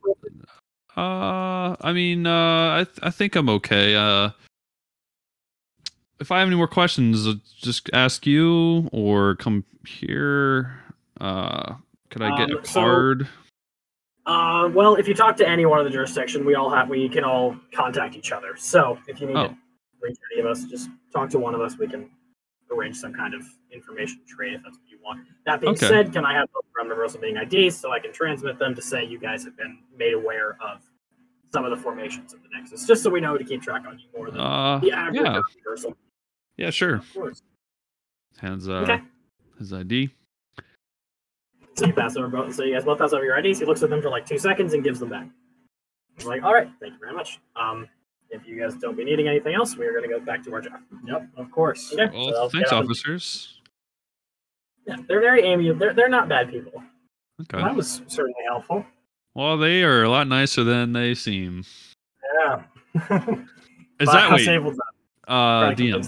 I,
know?
Uh, I mean, uh, I th- I think I'm okay. Uh, if I have any more questions, I'll just ask you or come here. Uh, could I get
Um,
a
so-
card?
Uh, well, if you talk to any one of the jurisdiction, we all have we can all contact each other. So if you need
Oh.
to reach any of us, just talk to one of us. We can arrange some kind of information trade if that's what you want. That being
Okay.
said, can I have both Rum and Russell meeting IDs so I can transmit them to say you guys have been made aware of some of the formations of the Nexus, just so we know to keep track on you more than
Uh,
the average
yeah,
person.
yeah, sure.
Of course.
Hands uh,
Okay.
his ID.
So you pass over both. So you guys both pass over your IDs. He looks at them for like two seconds and gives them back. He's like, "All right, thank you very much. Um, if you guys don't be needing anything else, we are going to go back to our job."
Yep, of course.
Okay. so
Well,
they'll
thanks,
get up and-
officers.
Yeah, they're very amiable. They're they're not bad people.
Okay.
That was certainly helpful.
Well, they are a lot nicer than they seem.
Yeah.
Is
But
that
how
wait?
stable is that?
Uh,
Right,
DM,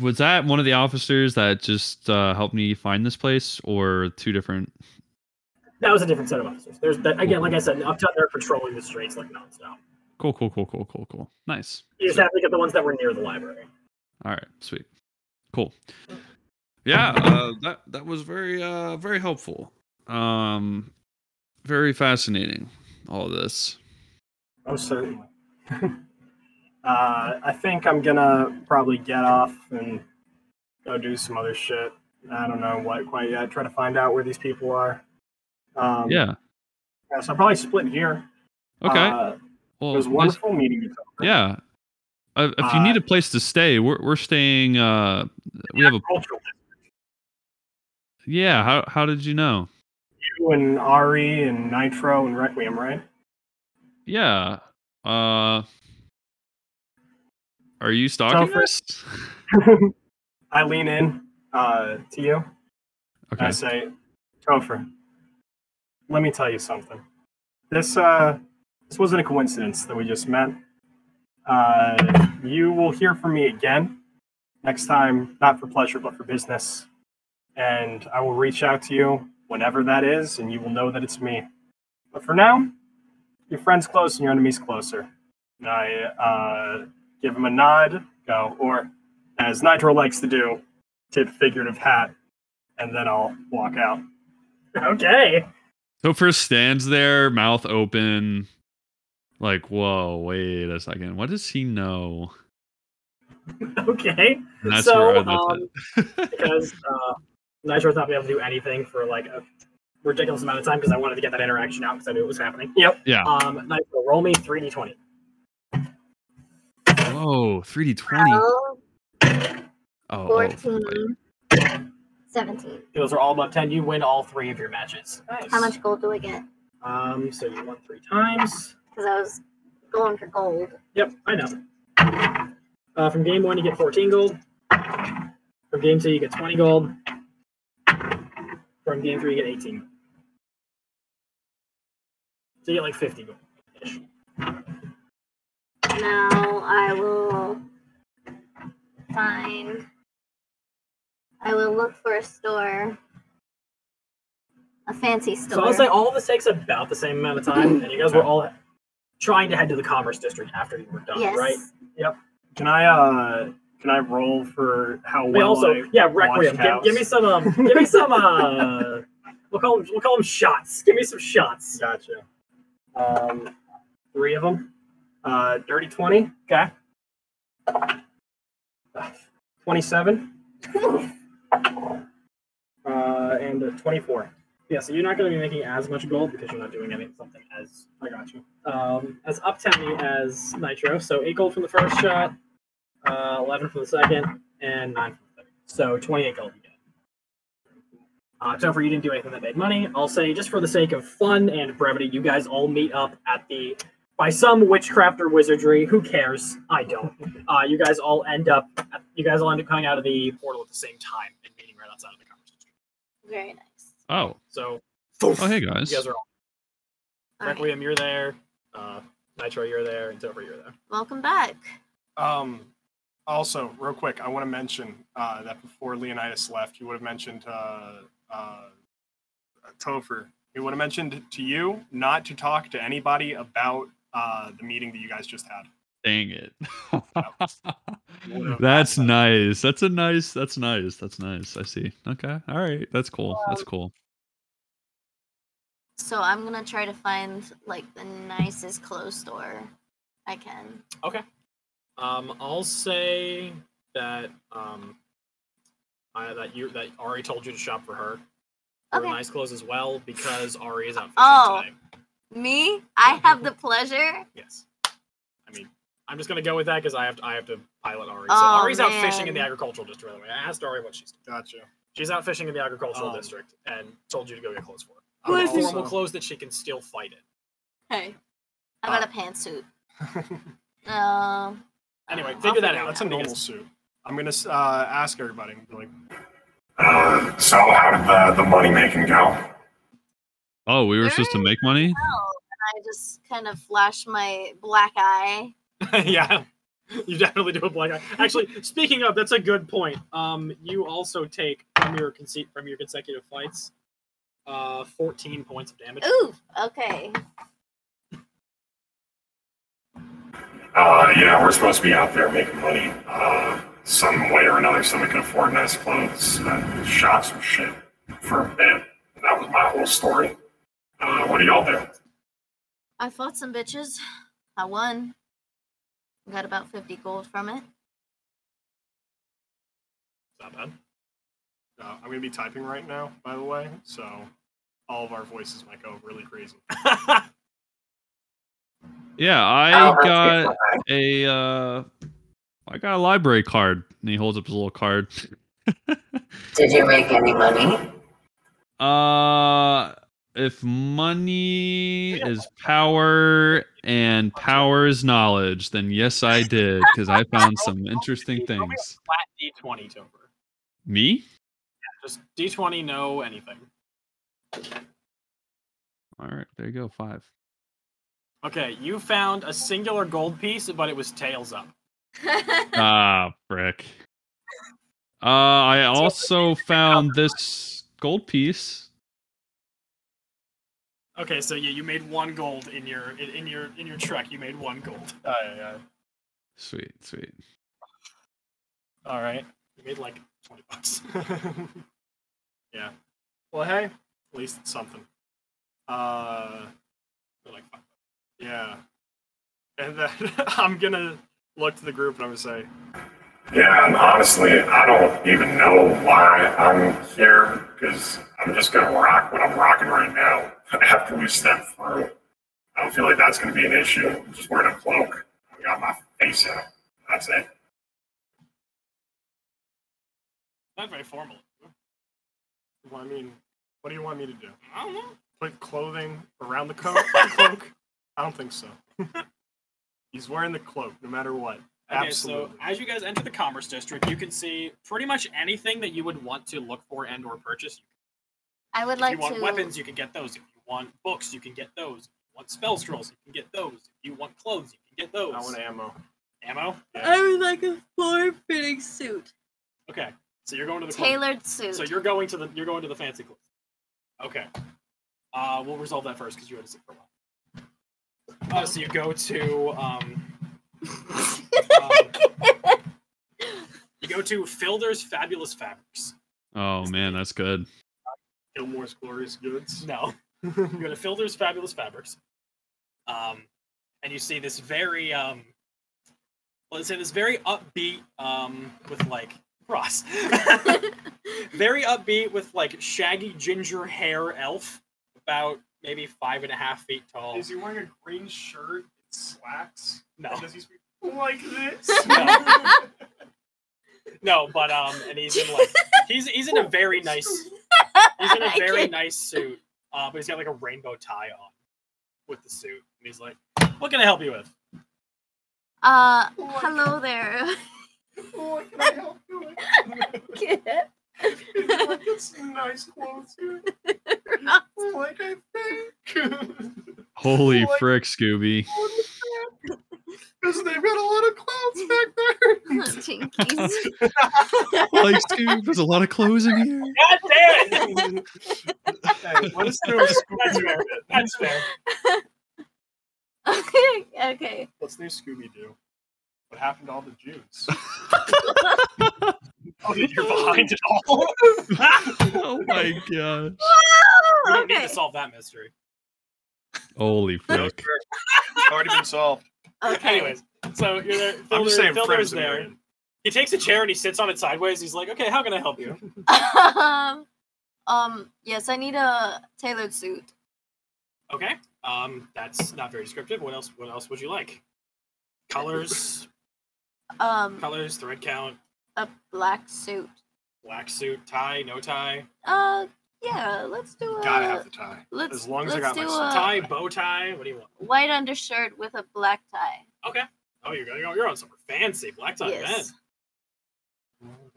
was that one of the officers that just uh, helped me find this place, or two different?
That was a different set of officers. There's that, again, like I said, up top they're patrolling the streets like nonstop.
Cool, cool, cool, cool, cool, cool. Nice.
You just have to get the ones that were near the library.
All right, sweet, cool. Yeah, uh, that that was very uh, very helpful. Um, very fascinating. All this.
Oh, certainly. uh, I think I'm gonna probably get off and go do some other shit. I don't know what quite yet. Try to find out where these people are. Um,
Yeah.
yeah, So I'll probably split here.
Okay.
Uh, it
well,
was
this-
wonderful meeting you. Tucker.
yeah. Uh, if you
Uh,
need a place to stay, we're we're staying. Uh, we have a
Cultural.
yeah. How how did you know?
You and Ari and Nitro and Requiem, right?
Yeah. Uh Are you stalking
for-
us?
I lean in uh, to you.
okay.
I say, Topher, let me tell you something. This uh, this wasn't a coincidence that we just met. Uh, you will hear from me again next time, not for pleasure but for business. And I will reach out to you whenever that is, and you will know that it's me. But for now, your friend's close and your enemy's closer. And I uh, give him a nod, go, or as Nitro likes to do, tip figurative hat and then I'll walk out.
Okay.
Topher stands there, mouth open, like, whoa, wait a second. What does he know?
Okay.
And that's
So, um,
where I
um,
left it.
because uh, Nitro's not been able to do anything for like a ridiculous amount of time because I wanted to get that interaction out because I knew it was happening. Yep.
Yeah.
Um, Nitro, roll me three d twenty.
whoa,
uh,
3D20.
Twelve,
Oh, oh,
fourteen,
wait.
seventeen.
Those are all above ten. You win all three of your matches. Nice.
How much gold do I get?
Um, so you won three times.
Because I was going for gold.
Yep, I know. Uh, from game one, you get fourteen gold. From game two, you get twenty gold. From game three, you get eighteen. So you get like fifty gold.
Now I will find. I will look for a store. A fancy
So
store.
I'll say all of this takes about the same amount of time, and you guys were all trying to head to the commerce district after you were done,
yes.
right?
Can I uh can I roll for how
We
well
also,
I-
yeah, requiem. Give,
house.
give me some, um, give me some. Uh, we'll call them, we'll call them shots. Give me some shots.
gotcha. Um three of them. Uh dirty 20. Okay. 27.
uh, and a 24. Yeah, so you're not going to be making as much gold because you're not doing any, something as I got you um, as uptowny as Nitro. So eight gold from the first shot, uh, eleven from the second, and nine from the third. So 28 gold you get. Uh, so for you didn't do anything that made money. I'll say just for the sake of fun and brevity, you guys all meet up at the by some witchcraft or wizardry. Who cares? I don't. Uh, you guys all end up. You guys all end up coming out of the portal at the same time and meeting right outside of the conversation.
Very nice.
oh,
So
oh, hey guys.
you guys are all
All right.
Requiem, you're there. Uh, Nitro, you're there. And Dover, you're there.
Welcome back.
Um, also, real quick, I want to mention uh, that before Leonidas left, you would have mentioned uh, uh, Topher
we would have mentioned to you not to talk to anybody about uh, the meeting that you guys just had.
Dang it. that's nice. That's a nice. That's nice. That's nice. I see. Okay. All right. That's cool. That's cool.
So I'm gonna try to find like the nicest clothes store I can.
Okay. Um, I'll say that um, I, that you that Ari told you to shop for her for
Okay.
nice clothes as well because Ari is out fishing
Oh.
today.
Me, I have the pleasure.
Yes. I mean, I'm just gonna go with that because I have to, I have to pilot Ari. So
Oh,
Ari's out fishing in the
man.
agricultural district. By the way, I asked Ari what she's doing.
Gotcha.
She's out fishing in the agricultural
Oh.
Um,
district and told you to go get clothes for her.
Bless
Um,
you.
formal clothes that she can still fight in.
Hey, I got a pantsuit. Um,
Anyway,
I'll
figure
figure
that out.
it
That's a normal suit. I'm gonna uh, ask everybody. I'm Like,
Uh, so how did the, the money making go?
Oh, we were supposed to make money.
oh, and I just kind of flash my black eye.
yeah. You definitely do a black eye. Actually, speaking of, that's a good point. Um, you also take from your conceit from your consecutive fights, uh, 14 points of damage.
Ooh, okay.
Uh, yeah, we're supposed to be out there making money uh, some way or another so we can afford nice clothes and shop some shit for a bit. That was my whole story. Uh, what do y'all do?
I fought some bitches. I won. Got about 50 gold from it.
Not bad.
uh, I'm gonna be typing right now, by the way. So all of our voices might go really crazy.
Yeah,
Oh,
I got a uh I got a library card. And he holds up his little card.
Did you make any money?
Uh if money is power and power is knowledge, then yes I did, because I found some interesting things.
Flat D20 to over.
Me?
Just D20, no anything.
Alright, there you go, five.
Okay, you found a singular gold piece, but it was tails up.
Ah, frick. Uh I also found this gold piece.
Okay, so yeah, you made one gold in your in, in your in your trek. You made one gold.
Uh, yeah, yeah.
Sweet, sweet.
All right, you made like 20 bucks.
yeah. Well, hey, at least it's something. Uh,
You're like, fuck.
yeah. And then I'm gonna look to the group and I'm gonna say,
Yeah, and honestly, I don't even know why I'm here because I'm just gonna rock what I'm rocking right now after we step through. I don't feel like that's gonna be an issue. I'm just wearing a cloak. I got my face out. That's it.
not very formal.
well, I mean, what do you want me to do?
I don't know.
Put clothing around the coat? cloak? I don't think so. He's wearing the cloak, no matter what.
Okay,
Absolutely.
so as you guys enter the commerce district, you can see pretty much anything that you would want to look for and or purchase.
I would
If
like
you want
to.
weapons, you can get those. If you want books, you can get those. If you want spell scrolls, you can get those. If you want clothes, you can get those.
I want ammo.
ammo.
Yeah.
would like a form fitting suit.
Okay, so you're going to the clothes-
Tailored suit.
So you're going to the you're going to the fancy clothes. Okay. Uh, we'll resolve that first because you had to sit for a while. Uh, so you go to um, um, you go to Filder's Fabulous Fabrics.
Oh man, that's good.
Gilmore's Glorious Goods.
No, you go to Filder's Fabulous Fabrics, um, and you see this very um, let's say this very upbeat um with like Ross, very upbeat with like shaggy ginger hair elf, about maybe five and a half feet tall.
Is he wearing a green shirt and slacks?
No,
And Does he speak like this?
No. no, but um, and he's in like he's he's in a very nice he's in a
I
very
can't-
nice suit, uh, but he's got like a rainbow tie on with the suit, and he's like, "What can I help you with?"
Uh, hello there. Get it?
nice clothes here.
Ross,
Like I think.
Holy
Like-
frick, Scooby.
Because they've got a lot of clothes back there.
Jinkies.
Like Scoob, there's a lot of clothes in here.
God damn it!
hey, Let us know if
That's
Scooby
fair.
Doo.
That's fair.
okay, okay.
What's new, Scooby Doo? What happened to all the Jews? oh, you're behind it all.
oh my god!
We
Whoa,
don't need
okay.
to solve that mystery.
Holy frick!
Already been solved.
Okay.
Anyways, so you're there. Filder,
I'm just saying,
Filder's
friends a
there.
million.
He takes a chair and he sits on it sideways. He's like, "Okay, how can I help you?"
um, um, yes, I need a tailored suit.
Okay, um, that's not very descriptive. What else? What else would you like? Colors,
Um,
colors, thread count,
a black suit.
black suit, tie, no tie,
Uh, yeah, let's do a
Gotta have the tie.
let's
As long as I
let's
got my
do
suit.
a
tie, bow tie. What do you want?
white undershirt with a black tie.
Oh, you're going. You're on some fancy black tie.
yes.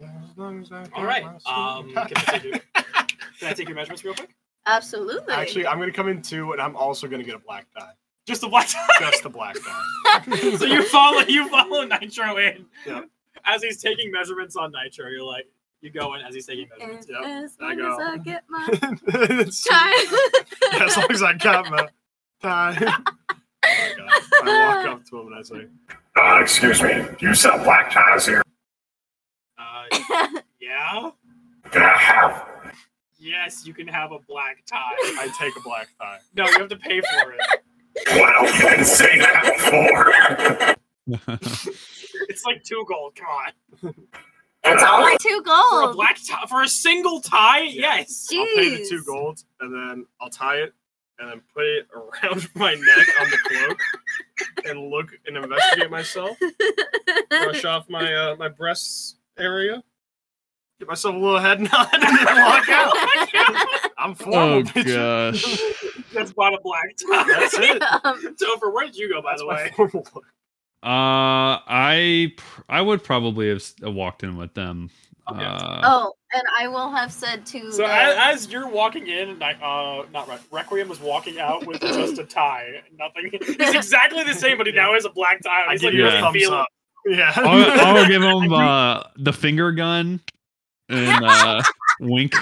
As long as I got
Man. All right.
my suit.
Um, can I, take your, can I take your measurements real quick?
Absolutely.
Actually, I'm gonna come in too, and I'm also gonna get a black tie.
Just the black tie.
Just the black tie.
so you follow you follow Nitro in.
Yeah.
As he's taking measurements on Nitro, you're like you go in as he's taking
as,
measurements.
Yep,
as
I
long as
go.
I get my
It's- yeah, as
tie.
long as I got my tie. Oh my God. I walk up to him and I say,
Uh, excuse me, do you sell black ties here?
Uh, yeah.
Can I have?
Yes, you can have a black tie.
I take a black tie.
No, you have to pay for it.
Well, you didn't say that before.
It's like two gold. Come on.
That's all I
Two
For a
gold.
black tie, for a single tie, yes.
Jeez.
I'll pay the two golds and then I'll tie it and then put it around my neck on the cloak and look and investigate myself. Brush off my uh, my breasts area. Get myself a little head nod and then walk out. I'm formal,
oh
bitch.
gosh!
That's bought a black tie.
That's it.
Um,
Topher, where did you go, by
That's
the
my
way?
formal look.
Uh, I pr- I would probably have s- uh, walked in with them.
Okay.
Uh,
oh, and I will have said to.
So
the-
as, as you're walking in, and I, uh, not Re- Requiem was walking out with just a tie, nothing. He's exactly the same, but he now has a black tie. on.
I
He's
give
like,
you
you
a
yeah.
really
thumbs
feel
up.
it.
Yeah.
I'll, I'll give them uh, the finger gun and uh, wink.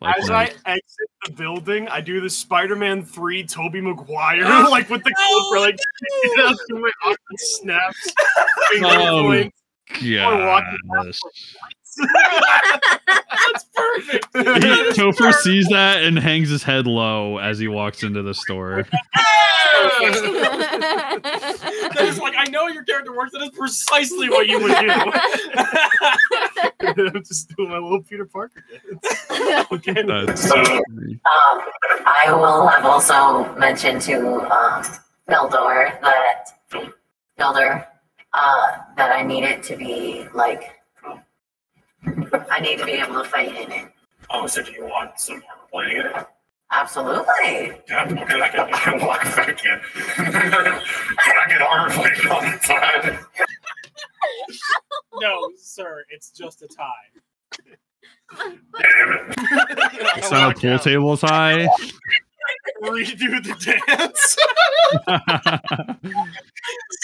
Like
As I
when-
exit the building, I do the Spider-Man 3 Toby Maguire, like with the
Oh, No,
clip, like it out through my arm and snaps. Finger
Oh,
point. I walk
gosh.
That's perfect.
He-
That's
Topher sees that and hangs his head low as he walks into the store.
That is like I know your character works. That is precisely what you would do.
I'm just doing my little Peter Parker.
Oh
okay.
That's
So-
Um, I will have also mentioned to um, Mildor that Mildor uh, that I need it to be like I need to be able to fight in it.
Oh, so do you want some more playing it?
Absolutely.
Yeah, okay, I can, I can walk back in. I get armor plated on the side.
No, sir, it's just a tie.
Damn it.
It's on a pool table tie.
Redo the dance.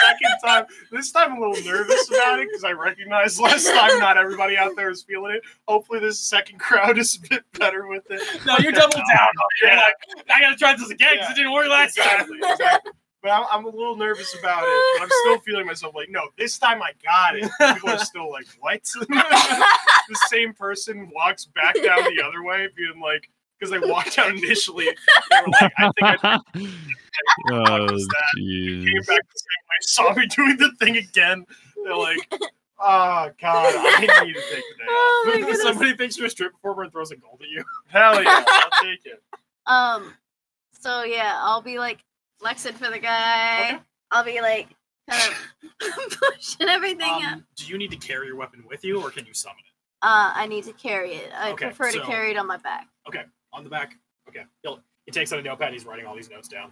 Second time. This time I'm a little nervous about it because I recognize last time not everybody out there is feeling it. Hopefully this second crowd is a bit better with it.
No, you double down. You're like, I gotta try this again because
Yeah.
it didn't work last time.
Exactly, exactly. But I'm, I'm a little nervous about it. But I'm still feeling myself like, no, this time I got it. People are still like, what? the same person walks back down the other way, being like, because they walked out initially. They were like, I think I
oh,
was that? came
jeez.
back the same way, saw me doing the thing again. They're like, oh, God, I need to take the day off.
Oh my goodness.
Somebody thinks you're a strip performer and throws a gold at you.
Hell yeah, I'll take it.
Um, so yeah, I'll be like flexing for the guy.
Okay.
I'll be like kind of pushing everything up.
Um, do you need to carry your weapon with you, or can you summon it
Uh, I need to carry it. I
okay,
prefer
so-
to carry it on my back.
on the back? Okay. He'll, he takes out a notepad. He's writing all these notes down.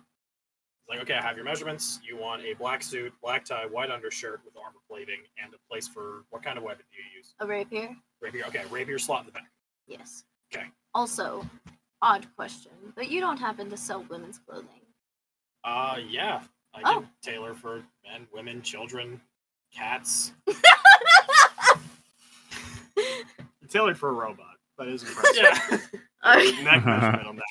He's like, okay, I have your measurements. You want a black suit, black tie, white undershirt with armor plating, and a place for what kind of weapon do you use?
A rapier?
Rapier. Okay, rapier slot in the back.
Yes.
Okay.
Also, odd question, but you don't happen to sell women's clothing.
Uh, yeah, I
Oh.
can tailor for men, women, children, cats.
You tailored for a robot. That is impressive.
Yeah.
Okay.
Neck measurement on that.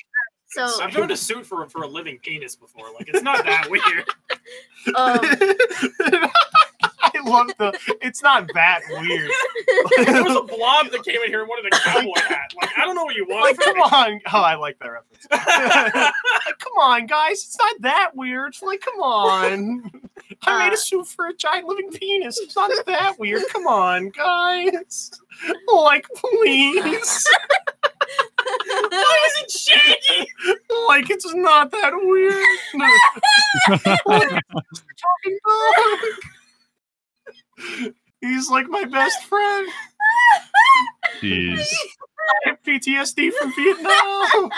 So,
I've known to suit for for a living penis before. Like it's not that weird.
um,
I love the. It's not that weird.
There was a blob that came in here and wanted a cowboy hat. Like I don't know what you want.
Like,
from
come
me.
on. Oh, I like that reference. Like, come on, guys. It's not that weird. Like, come on. I made
Uh,
a suit for a giant living penis. It's not that weird. Come on, guys. Like, please.
Why is it shaggy?
Like, it's not that weird. Like, it's talking dog. He's like my best friend.
Jeez.
I have PTSD from Vietnam.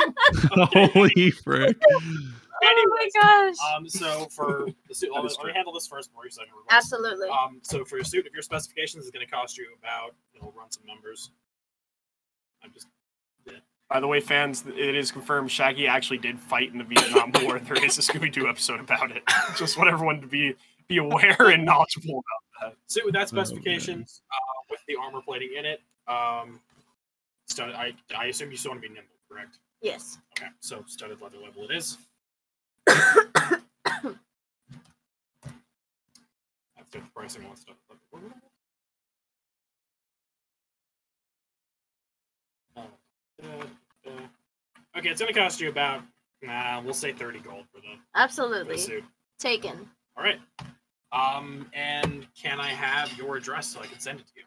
Holy frick.
oh my gosh.
Um, so for the suit, let
That
me
is
let me handle this first before you second. reverse.
Absolutely.
Um, so for your suit, if your specifications is going to cost you about, it'll run some numbers. I'm just
By the way, fans, it is confirmed Shaggy actually did fight in the Vietnam War. There is a Scooby Doo episode about it. Just want everyone to be be aware and knowledgeable about.
suit with that
Oh, man.
specifications uh, with the armor plating in it. Um, studded, I, I assume you still want to be nimble, correct?
yes.
Okay, so studded leather level it is. I've got the pricing on studded leather level. Uh, uh, uh, Okay, it's going to cost you about, nah, we'll say 30 gold for the, for the
Absolutely.
suit.
Taken.
All right. Um, and can I have your address so I can send it to you?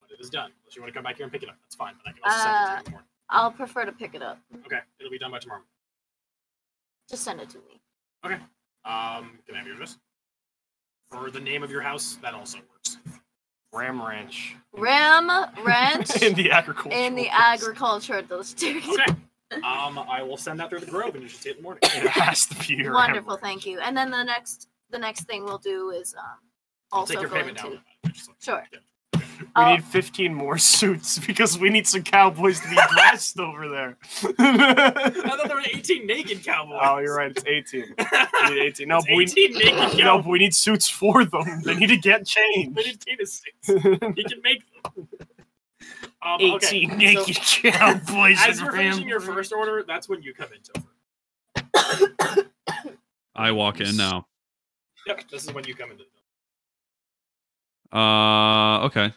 But it is done. Unless you want to come back here and pick it up, that's fine. But I can also send it to you in the
I'll prefer to pick it up.
morning. Okay, it'll be done by tomorrow.
Just send it to me.
Um, can I have your address? Or the name of your house? That also works.
Ram Ranch
Ram Ranch
in the agriculture.
in the agricultural district.
Okay. Um, I will send that through the Grove, and you should see it in the morning.
It has to be Ram
Wonderful,
Ranch.
thank you. And then the next the next thing we'll do is um
I'll
also
take your
going
payment
to
down. by the way, just like-
Sure.
yeah.
We
Oh.
need 15 more suits because we need some cowboys to be dressed over there.
I thought there were 18 naked cowboys.
oh, you're right. It's 18. We need 18. No,
It's
but we,
18 naked
no,
cowboys.
but we need suits for them. They need to get
They
changed.
didn't need a suit. He can make them. Um, okay.
18 naked cowboys.
As
in
you're
Ram
finishing your
Ranch.
first order, that's when you come in, Topher.
I walk in now.
Yep, this is when you come into the building.
Uh, okay.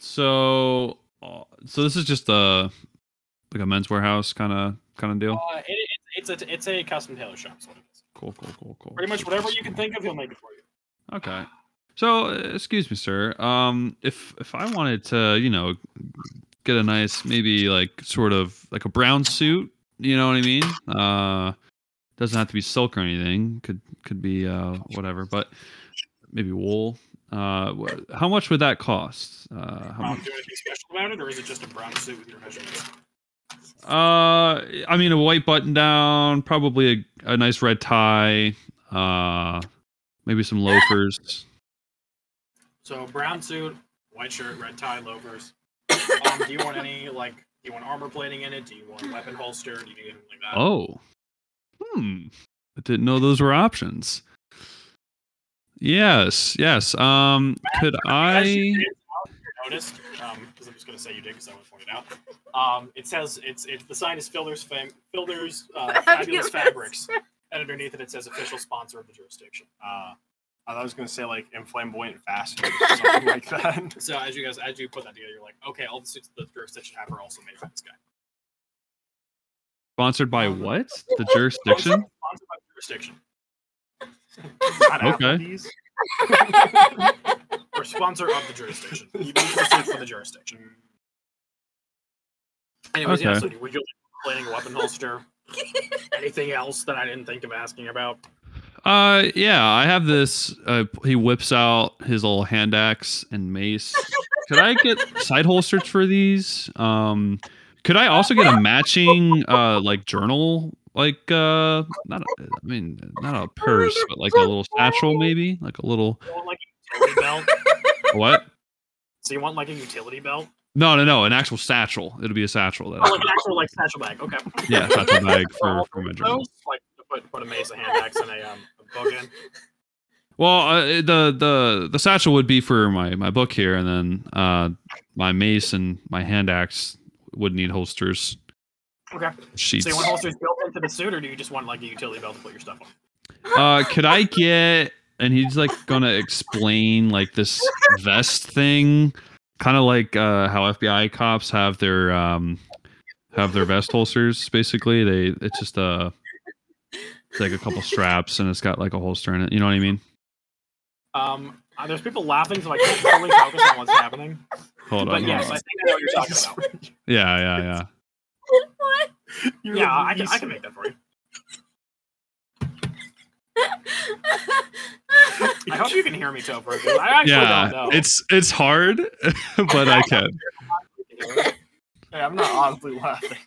So, uh, so this is just a like a men's warehouse kind of kind of deal.
Uh, it, it, it's a it's a custom tailor shop. So
Cool, cool, cool, cool.
pretty much whatever you can think of, he'll make it for you.
Okay. So, uh, excuse me, sir. Um, if if I wanted to, you know, get a nice, maybe like sort of like a brown suit, you know what I mean? Uh, doesn't have to be silk or anything. Could could be uh whatever, but maybe wool. Uh, wh- how much would that cost? Uh, how
Um,
much?
do you anything special about it, or is it just a brown suit with your measurements?
Uh, I mean, a white button down, probably a, a nice red tie, uh, maybe some loafers.
So brown suit, white shirt, red tie, loafers. Um, do you want any like? Do you want armor plating in it? Do you want weapon holster? Do you need anything like that?
Oh, hmm. I didn't know those were options. Yes, yes. Um, could
As you
I?
did, um, you noticed because I'm just gonna say you did because I want to point it out. Um, it says it's it's the sign is Fielder's fam- Fielder's uh,
Fabulous.
fabulous fabrics, and underneath it it says official sponsor of the jurisdiction. Uh,
I thought I was gonna say like inflamboyant fashion or something like that.
So as you guys, as you put that together, you're like, okay, all the suits that the jurisdiction have are also made by this guy.
Sponsored by Um, what? The jurisdiction?
Sponsored by the jurisdiction.
Not
Okay.
Applebee's.
Or sponsor of the jurisdiction. You need the suits for the jurisdiction. Anyways, yeah.
Okay.
So you- would you like planning a weapon holster? Anything else that I didn't think of asking about?
Uh, yeah. I have this. Uh, he whips out his little hand axe and mace. Could I get side holsters for these? Um, could I also get a matching uh like journal? Like uh, not a, I mean not a purse, but like a little satchel maybe, like a little
You want like a utility belt?
what?
So you want like a utility belt?
No, no, no, an actual satchel. It'll be a satchel. That
Oh,
I-
like an Oh, actual like satchel bag. Okay.
yeah, satchel bag
For
for,
all
for my journal.
Those, like to put put a mace, a hand axe, and a um a book in.
Well, uh, the the the satchel would be for my my book here, and then uh, my mace and my hand axe would need holsters.
Okay.
sheets.
So you want holsters built into the suit, or do you just want like a utility belt to put your stuff on?
uh could i get and he's like gonna explain like this vest thing kind of like uh how fbi cops have their um have their vest holsters basically they it's just uh it's like a couple straps and it's got like a holster in it you know what i mean
Um, uh, there's people laughing, so I can't fully focus on what's happening.
hold on,
But
hold
yes, I
on.
think I know what you're talking about.
yeah yeah yeah
what?
Yeah, I can, I can make that for you. I hope you can hear me, Topher. 'cause I actually don't
yeah
know.
it's it's hard but i can
Hey, I'm not honestly laughing.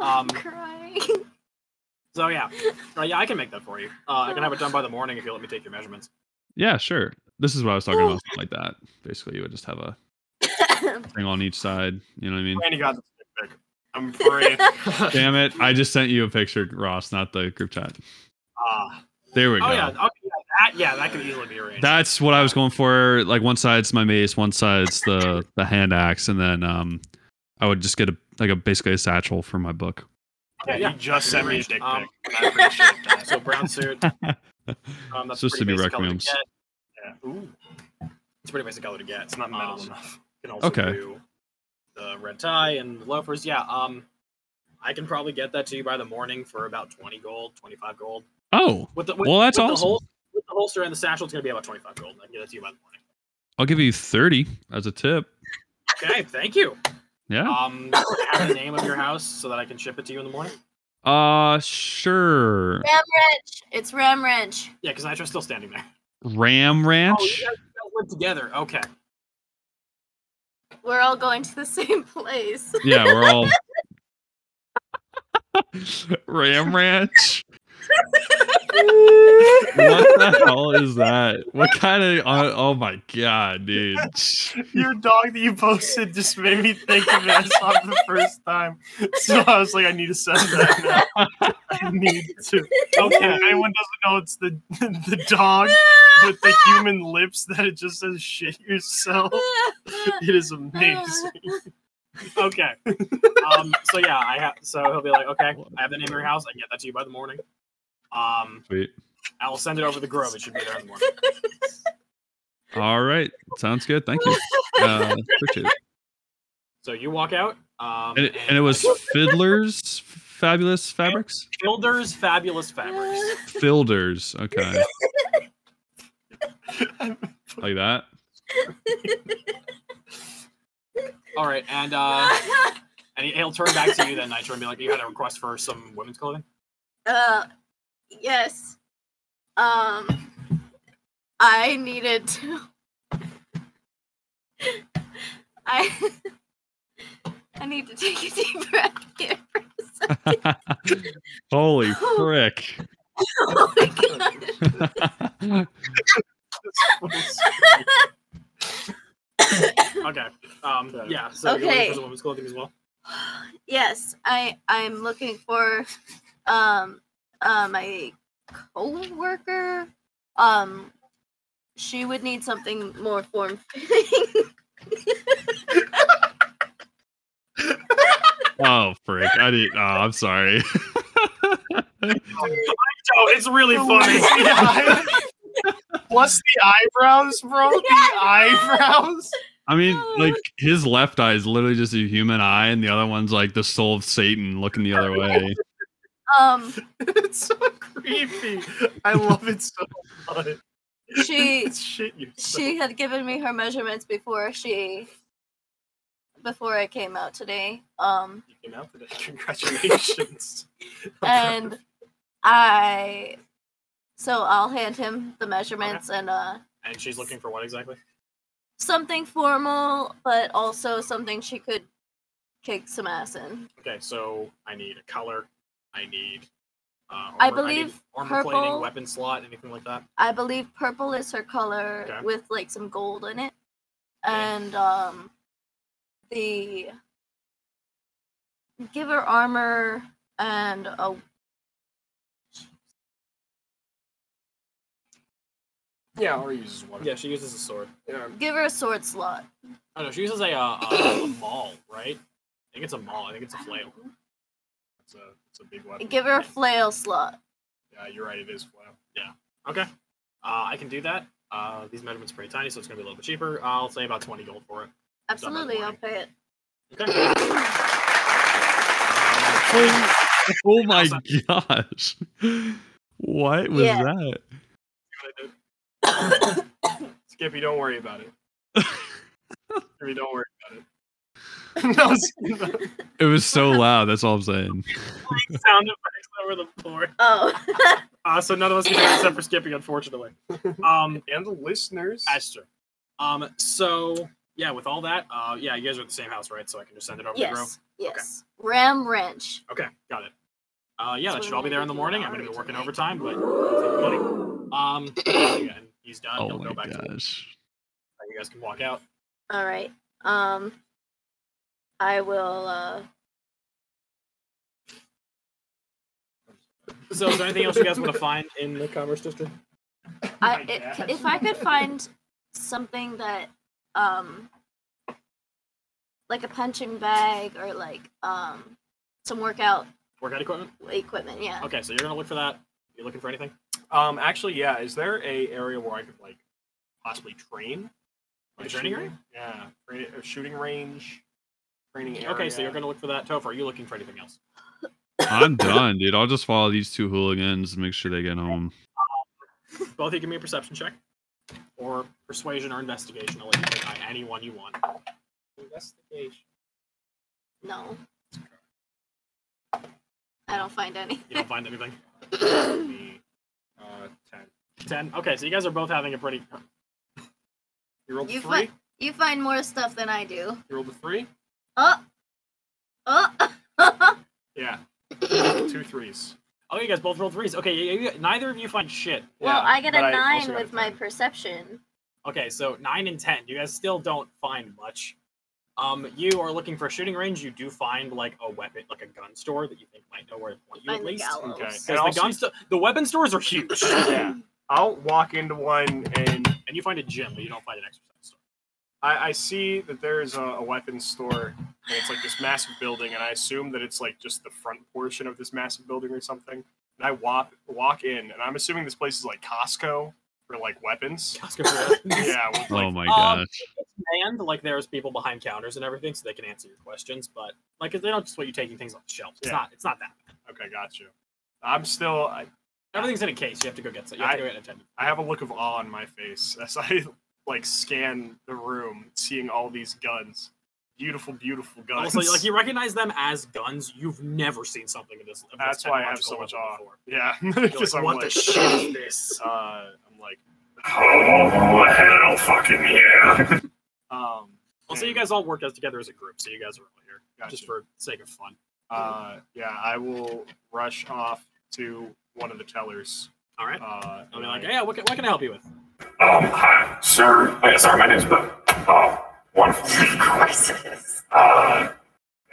Um,
crying.
so yeah, Uh, yeah, I can make that for you. Uh, I can have it done by the morning if you let me take your measurements.
yeah sure this is what i was talking about something like that basically you would just have a thing on each side you know what i mean
Randy got the stick pick. I'm afraid.
Damn it! I just sent you a picture, Ross, not the group chat.
Ah,
There we
Oh
go.
yeah, okay, yeah, that yeah, that could easily be arranged.
That's what I was going for. Like one side's my mace, one side's the the hand axe, and then um, I would just get a like a basically a satchel for my book.
yeah,
yeah.
you just sent me a dick pic.
Um,
and I appreciate that.
so brown suit. Um,
It's
that's
supposed
pretty
to be
basic color
requiems.
get.
Yeah. Ooh,
It's a pretty basic color to get.
it's not metal
Um,
enough.
You can also
Okay.
do the red tie and loafers. Yeah, um, I can probably get that to you by the morning for about twenty gold, twenty five gold.
Oh,
With the with,
well, that's
with the
awesome.
hol- with the holster and the satchel, it's gonna be about twenty five gold. I can get that to you by the morning.
I'll give you thirty as a tip.
Okay, thank you.
Yeah.
Um, have the name of your house so that I can ship it to you in the morning. Ah.
Uh, sure.
Ram wrench. It's ram wrench.
Yeah, because Nitro's still standing there.
Ram
Oh, you
Ranch.
guys live together. Okay.
We're all going to the same place.
Yeah, we're all Ram Ranch. what the hell is that? What kind of? Oh, oh my god, dude!
Your dog that you posted just made me think of it. I saw it the first time, so I was like, I need to send that. Now. I need to. Okay, if anyone doesn't know it's the the dog with the human lips that it just says shit yourself. It is amazing.
Okay. um, so yeah, I have. So he'll be like, okay, I have the name of your house. I can get that to you by the morning. Um,
Sweet.
I will send it over the Grove. It should be there in the morning.
All right, sounds good. Thank you. Uh, appreciate it.
So you walk out. Um,
And it, and it was Fiddler's Fabulous Fabrics.
Builder's Fabulous Fabrics.
Filders. Okay. Like that.
All right, and uh, and he, he'll turn back to you then, Nitro, and be like, you had a request for some women's clothing.
Uh, yes. Um, I needed to. I. I need to take a deep breath here. for a sec.
Holy frick!
Oh my god.
Okay. Um,
Okay.
yeah. So you're looking
Okay.
for some women's clothing as well.
yes, I I'm looking for um uh my coworker. Um she would need something more form fitting.
Oh frick! I didn't. Oh, I'm sorry.
Oh, it's really funny.
Plus the eyebrows, bro. The eyebrows.
I mean, like his left eye is literally just a human eye, and the other one's like the soul of Satan looking the other way.
um
It's so creepy. I love it so much.
she
It's shit yourself.
she had given me her measurements before she before I came out today. Um
You came out today. Congratulations.
and I so I'll hand him the measurements and uh
And she's looking for what exactly?
something formal, but also something she could kick some ass in.
Okay, so I need a color. I need. Uh, armor,
I
need
believe
armor plating,
purple-
weapon slot, anything like that.
I believe purple is her color
Okay.
with like some gold in it,
Okay.
and um, the give her armor and a.
yeah, or uses one.
Yeah, she uses a sword.
Give her a sword slot.
Oh no, she uses a uh, uh, a maul, right? I think it's a maul. I think it's a flail. It's a, it's a big weapon.
Give her a flail slot.
Yeah, you're right. It is flail. Yeah. Okay. Uh, I can do that. Uh, these measurements are pretty tiny, so it's going to be a little bit cheaper. I'll say about 20 gold for it.
Absolutely, I'll pay it.
Okay.
Oh, oh my gosh. What was
Yeah.
that?
Skippy, don't worry about it. Skippy, don't worry about it. no, it's-
It was so loud. That's all I'm saying.
Sound effects over the floor.
Oh.
Uh, so none of us can do it except for Skippy, unfortunately. Um,
and the listeners.
that's true. Um, so yeah, with all that, uh, yeah, you guys are at the same house, right? So I can just send it over to Gro.
yes. Yes. Ram wrench.
Okay, got it. Uh, yeah, that
So
should all be there in the
we're
morning.
gonna
I'm gonna
do
be
it
working
tonight.
overtime, but money. Um, yeah, and he's done.
Oh
He'll go
my
back. To,
gosh.
you guys can walk out.
All right. Um, I will. Uh,
So, is there anything else you guys want to find in the commerce district?
I if, if I could find something that um, like a punching bag or like um, some workout
Workout equipment.
equipment. Yeah.
Okay, so you're gonna look for that. You're looking for anything?
Um, actually, yeah. Is there a area where I could like possibly train?
Like a training
shooting-
area?
Yeah, tra- a shooting range, training area.
Okay, so you're gonna look for that. Topher, are you looking for anything else?
I'm done, dude. I'll just follow these two hooligans and make sure they get home.
Both of you give me a perception check, or persuasion or investigation. I'll let you pick on anyone you want.
investigation.
No. I don't find any.
You don't find anything.
Uh, ten.
Ten. Okay, so you guys are both having a pretty.
You rolled a
You
three.
find you find more stuff than I do.
You rolled a three.
Oh. Oh.
Yeah, two threes.
Oh, you guys both rolled threes. Okay, you, you, neither of you find shit.
Well,
Yeah,
I get a
but I
nine
also got a
with my
10.
perception.
Okay, so nine and ten. You guys still don't find much. Um, you are looking for a shooting range. You do find like a weapon, like a gun store that you think might know where to point you
Find
at
the
least.
gallows.
Okay. And
Because the
also-
gun sto- the weapon stores are huge,
yeah, I'll walk into one and
and you find a gym, but you don't find an exercise store.
I, I see that there is a, a weapons store and it's like this massive building, and I assume that it's like just the front portion of this massive building or something. And I walk walk in, and I'm assuming this place is like Costco for like weapons.
Costco for weapons.
Yeah, with, like,
Oh my
um,
gosh.
it's manned. Like there's people behind counters and everything, so they can answer your questions. But like they don't just want you taking things off the shelves. It's
Yeah.
not. It's not that.
okay, got you. I'm still. I,
Everything's in a case. You have to go get. So you have to go get an attendant.
I have a look of awe on my face as I like scan the room, seeing all these guns, beautiful, beautiful guns.
Also, like you recognize them as guns. You've never seen something of this. Of this
That's why I have
technological
so much
level
awe.
before.
yeah,
You're like,
because I'm
what the
like,
shit is this?
uh, I'm like,
Oh, hell fucking yeah.
um.
Also, you
and-
guys all work as together as a group, so you guys are all here
Gotcha.
just for sake of fun.
Uh, yeah, I will rush off to one of the tellers.
All right.
Uh,
I'll be like, yeah, what can, what can I help you with?
Um, hi, sir. Wait, sorry, my name's Bo. Oh, wonderful.
Of course it is.
Uh,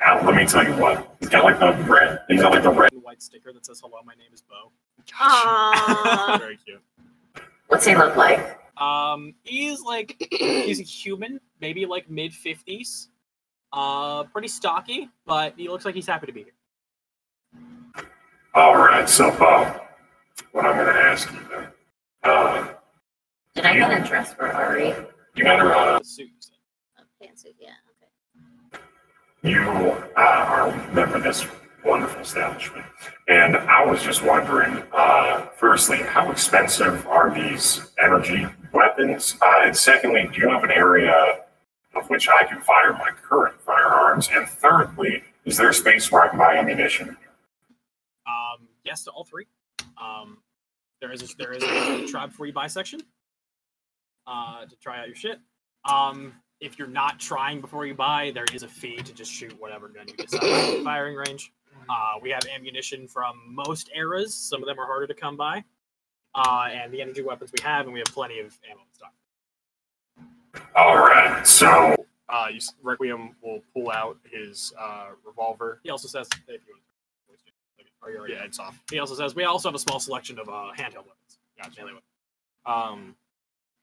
now, let me tell you what. He's got like the red. He's got like the red.
The white sticker that says, hello, my name is Bo. ah!"
Aww.
very cute.
What's he look like?
Um, he's like, he's a human, maybe like mid 50s. Uh, pretty stocky, but he looks like he's happy to be here.
All right, so Bob, what I'm gonna ask you then, uh,
Did I get a dress for Ari?
you gotta, uh,
The suit, you said.
Pantsuit, yeah. Okay.
you uh, are a member of this wonderful establishment, and I was just wondering, uh, firstly, how expensive are these energy weapons, uh, and secondly, do you have an area of which I can fire my current firearms, and thirdly, is there space where I can buy ammunition?
Um, yes to all three. Um, there is a, there is a tribe free buy section uh, to try out your shit. Um, if you're not trying before you buy, there is a fee to just shoot whatever gun you decide at the firing range. Uh, we have ammunition from most eras. Some of them are harder to come by. Uh, and the energy weapons we have, and we have plenty of ammo in stock.
All right, so
Uh, you, s- Requiem will pull out his uh, revolver.
He also says, if you want to, are you already-
Yeah, it's off.
He also says, we also have a small selection of uh, handheld weapons.
Gotcha.
melee weapons.
Um,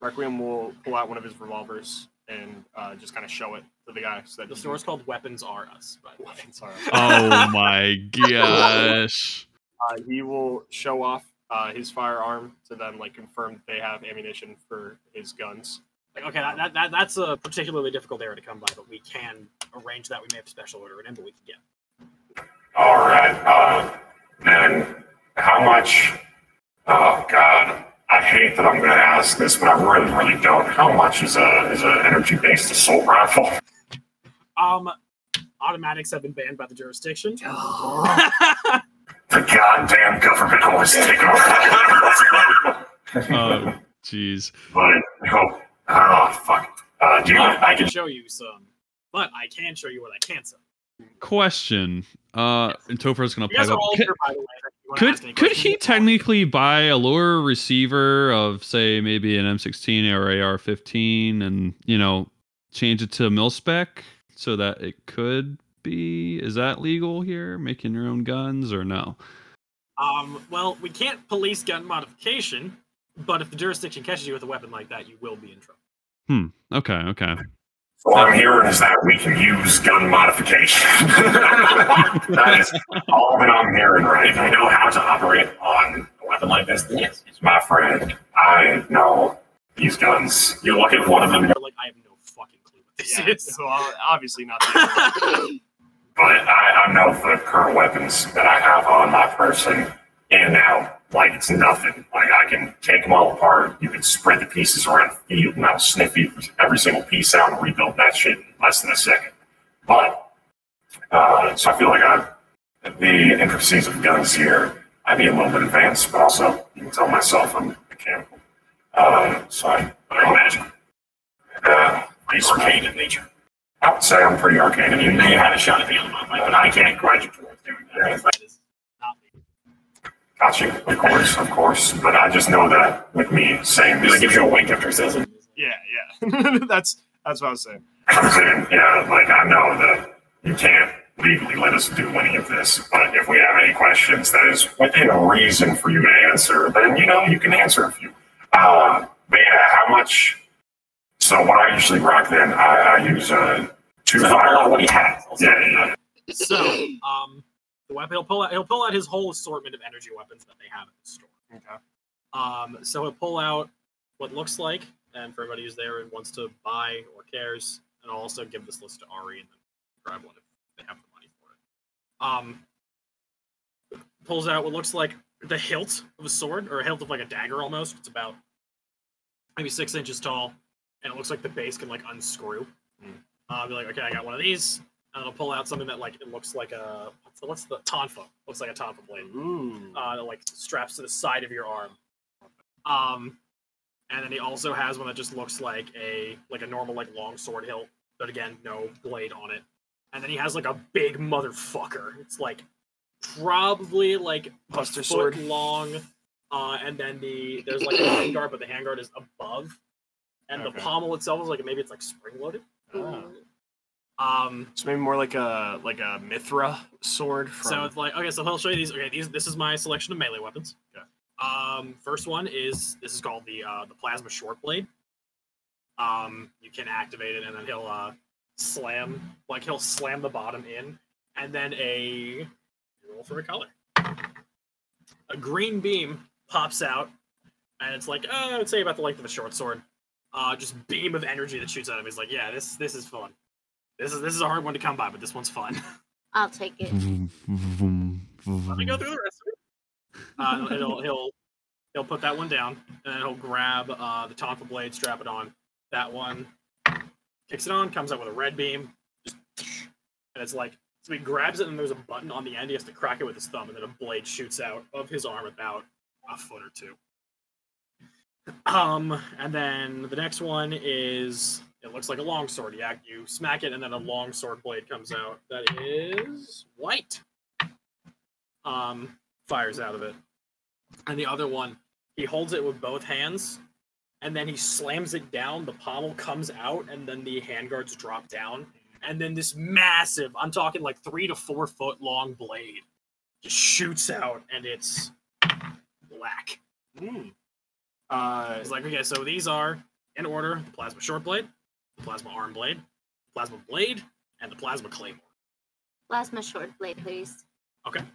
Requiem will pull out one of his revolvers and uh, just kind of show it to the guy so that
The
he-
store's called Weapons R Us. But
weapons are.
Oh my gosh.
Uh, he will show off uh, his firearm to them, like confirm that they have ammunition for his guns.
like, okay, that, that, that that's a particularly difficult area to come by, but we can arrange that. We may have to special order it in, but we can get. it.
All right. Uh, then how much? Oh God, I hate that I'm going to ask this, but I really, really don't. How much is a is an energy based assault rifle?
Um, automatics have been banned by the jurisdiction.
The goddamn government always take over.
Oh jeez.
but oh, oh fuck. Uh, do you, I
I can
can
show you some, but I can show you what I can sell.
Question. Uh and Topher's gonna
You guys
pipe
are
up.
all
Could,
here, by the way. if you wanna ask any
could could
questions.
he technically buy a lower receiver of say maybe an M sixteen or AR fifteen and you know change it to mil spec so that it could be is that legal here? Making your own guns or no?
Um, well, we can't police gun modification, but if the jurisdiction catches you with a weapon like that, you will be in trouble.
Okay, okay.
What I'm hearing is that we can use gun modification. that is all that I'm hearing, right? If I know how to operate on a weapon like this, then yes, it's my friend. I know these guns. You look at one of them,
You're like, I have no fucking clue what this
Yeah,
is.
well, obviously not. The
but I, I know the current weapons that I have on my person and now. Like, it's nothing. Like, I can take them all apart. You can spread the pieces around the field, and I'll sniff you- every single piece out and rebuild that shit in less than a second. But, uh, so I feel like I, the intricacies of guns here, I'd be a little bit advanced, but also, you can tell myself I'm mechanical. Uh, so I, but I imagine. Uh, it's arcane in nature. I would say I'm pretty arcane. I mean, you may have had a shot at the end of my life, but I can't grudge you for doing that.
That is not me.
Gotcha. Of course, of course. But I just know that with me saying this, it gives you a wink after it says it.
yeah, yeah. that's that's what I was saying.
I'm saying, yeah, like I know that you can't legally let us do any of this, but if we have any questions that is within a reason for you to answer, then you know you can answer a few. Uh, but yeah, how much? So what I usually rock then, I, I use a two fire. What he has? Yeah, yeah, yeah.
So, um, the weapon he'll pull out he'll pull out his whole assortment of energy weapons that they have at the store.
Okay.
Um, so he'll pull out what looks like, and for everybody who's there and wants to buy or cares, and I'll also give this list to Ari and then grab one if they have the money for it. Um, pulls out what looks like the hilt of a sword, or a hilt of like a dagger almost. It's about maybe six inches tall, and it looks like the base can like unscrew.
Mm.
Uh, I'll be like, okay, I got one of these, and it'll pull out something that like it looks like a what's the, what's the tonfa? Looks like a tonfa blade
Ooh.
uh, that, like straps to the side of your arm. Um, and then he also has one that just looks like a like a normal like long sword hilt, but again, no blade on it. And then he has like a big motherfucker. It's like probably like a
Buster
foot
sword.
long. Uh, and then the there's like a handguard, but the handguard is above, and
Okay.
the pommel itself is like maybe it's like spring loaded.
Ah.
Um,
So maybe more like a like a Mithra sword. From,
So it's like okay, so he'll show you these. Okay, these this is my selection of melee weapons.
Yeah.
Um, first one is this is called the uh, the plasma short blade. Um, you can activate it, and then he'll uh, slam like he'll slam the bottom in, and then a roll for a color. A green beam pops out, and it's like uh, I would say about the length of a short sword. Uh, just beam of energy that shoots at him. He's like, yeah, this this is fun. This is this is a hard one to come by, but this one's fun.
I'll take it.
Let me go through the rest of it. Uh, he'll, he'll he'll put that one down, and then he'll grab uh, the tonfa blade, strap it on. That one kicks it on, comes out with a red beam, just and it's like so he grabs it, and there's a button on the end. He has to crack it with his thumb, and then a blade shoots out of his arm about a foot or two. Um, and then the next one is it looks like a long sword. You, act, you smack it, and then a long sword blade comes out. That is white um, fires out of it. And the other one, he holds it with both hands, and then he slams it down. The pommel comes out, and then the handguards drop down. And then this massive, I'm talking like three to four foot long blade, just shoots out, and it's black. Uh,
Mm. Uh,
It's like, okay, so these are in order the plasma short blade, the plasma arm blade, plasma blade, and the plasma claymore.
Plasma short blade, please.
Oh,
Can